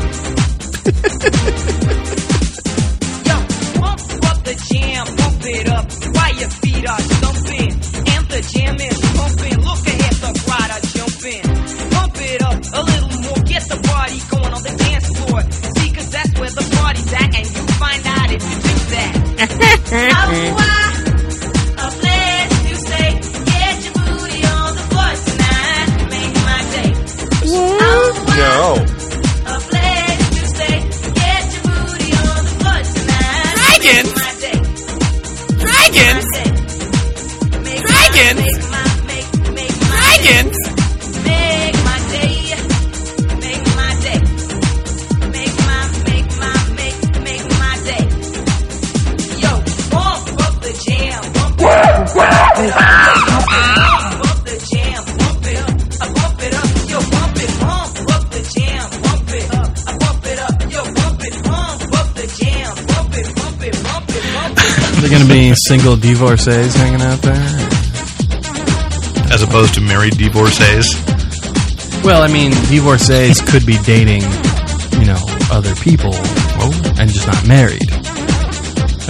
L: Yo, pump up the jam, pump it up while your feet are thumping. And the jam is pumping. Look ahead, the crowd are jumping. Pump it up a little more, get the party going on the dance floor. See, 'cause that's where the party's at, and you find out if you do that. I want a place to stay. Get your booty on the floor tonight. Make my day. I want
D: No.
L: a place to stay. Get your booty on the floor tonight.
I: Dragon?
L: Make my day.
I: Dragon? Dragon?
L: Dragon? Make my day. Make my day. Make my, make my, make, make my day. Yo, pump up the jam. Pump it up. Pump up the jam. Pump it up. I pump it up. Yo, pump it. Pump up the jam. Pump it up. I pump it up. Yo, pump it. Pump up the jam. Pump it. Pump it. Pump it. Pump it.
B: They're going to be single divorcees hanging out there.
M: As opposed to married divorcees.
B: Well, I mean, divorcees could be dating, you know, other people Oh, and just not married.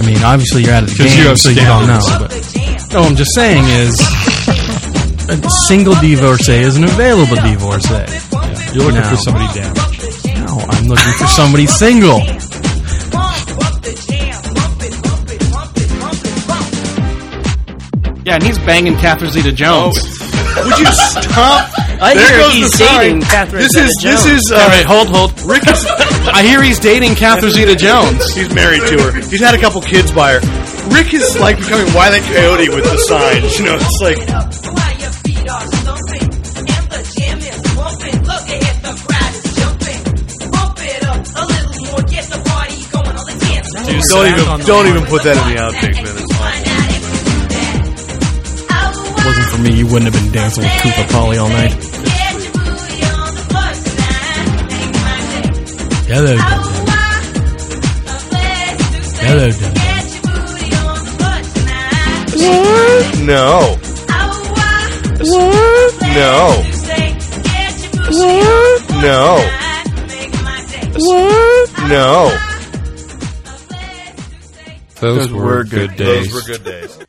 B: I mean, obviously you're out of the
C: 'Cause
B: game,
C: you have
B: so you don't know.
C: standards.
B: But no, I'm just saying is a single divorcee is an available divorcee.
C: You're looking for
B: somebody damaged. No, Oh, I'm looking for somebody single. Yeah, and he's banging Catherine Zeta-Jones.
M: Would you stop?
B: Oh. I
M: there
B: hear
M: goes
B: he's
M: the sign.
B: dating Catherine
M: This is
B: Zeta-Jones.
M: this is. Uh,
B: All right, hold, hold. Rick is. I hear he's dating Catherine Zeta-Jones.
M: He's married to her. He's had a couple kids by her. Rick is like becoming why that coyote with the signs. You know, it's like
D: don't even don't even put that in the outtakes, man. It's
B: wasn't for me, you wouldn't have been dancing with Koopa Polly all night. Hello, hello,
D: awesome. No. No. No. No.
C: Those, were, good days.
D: Those were good days.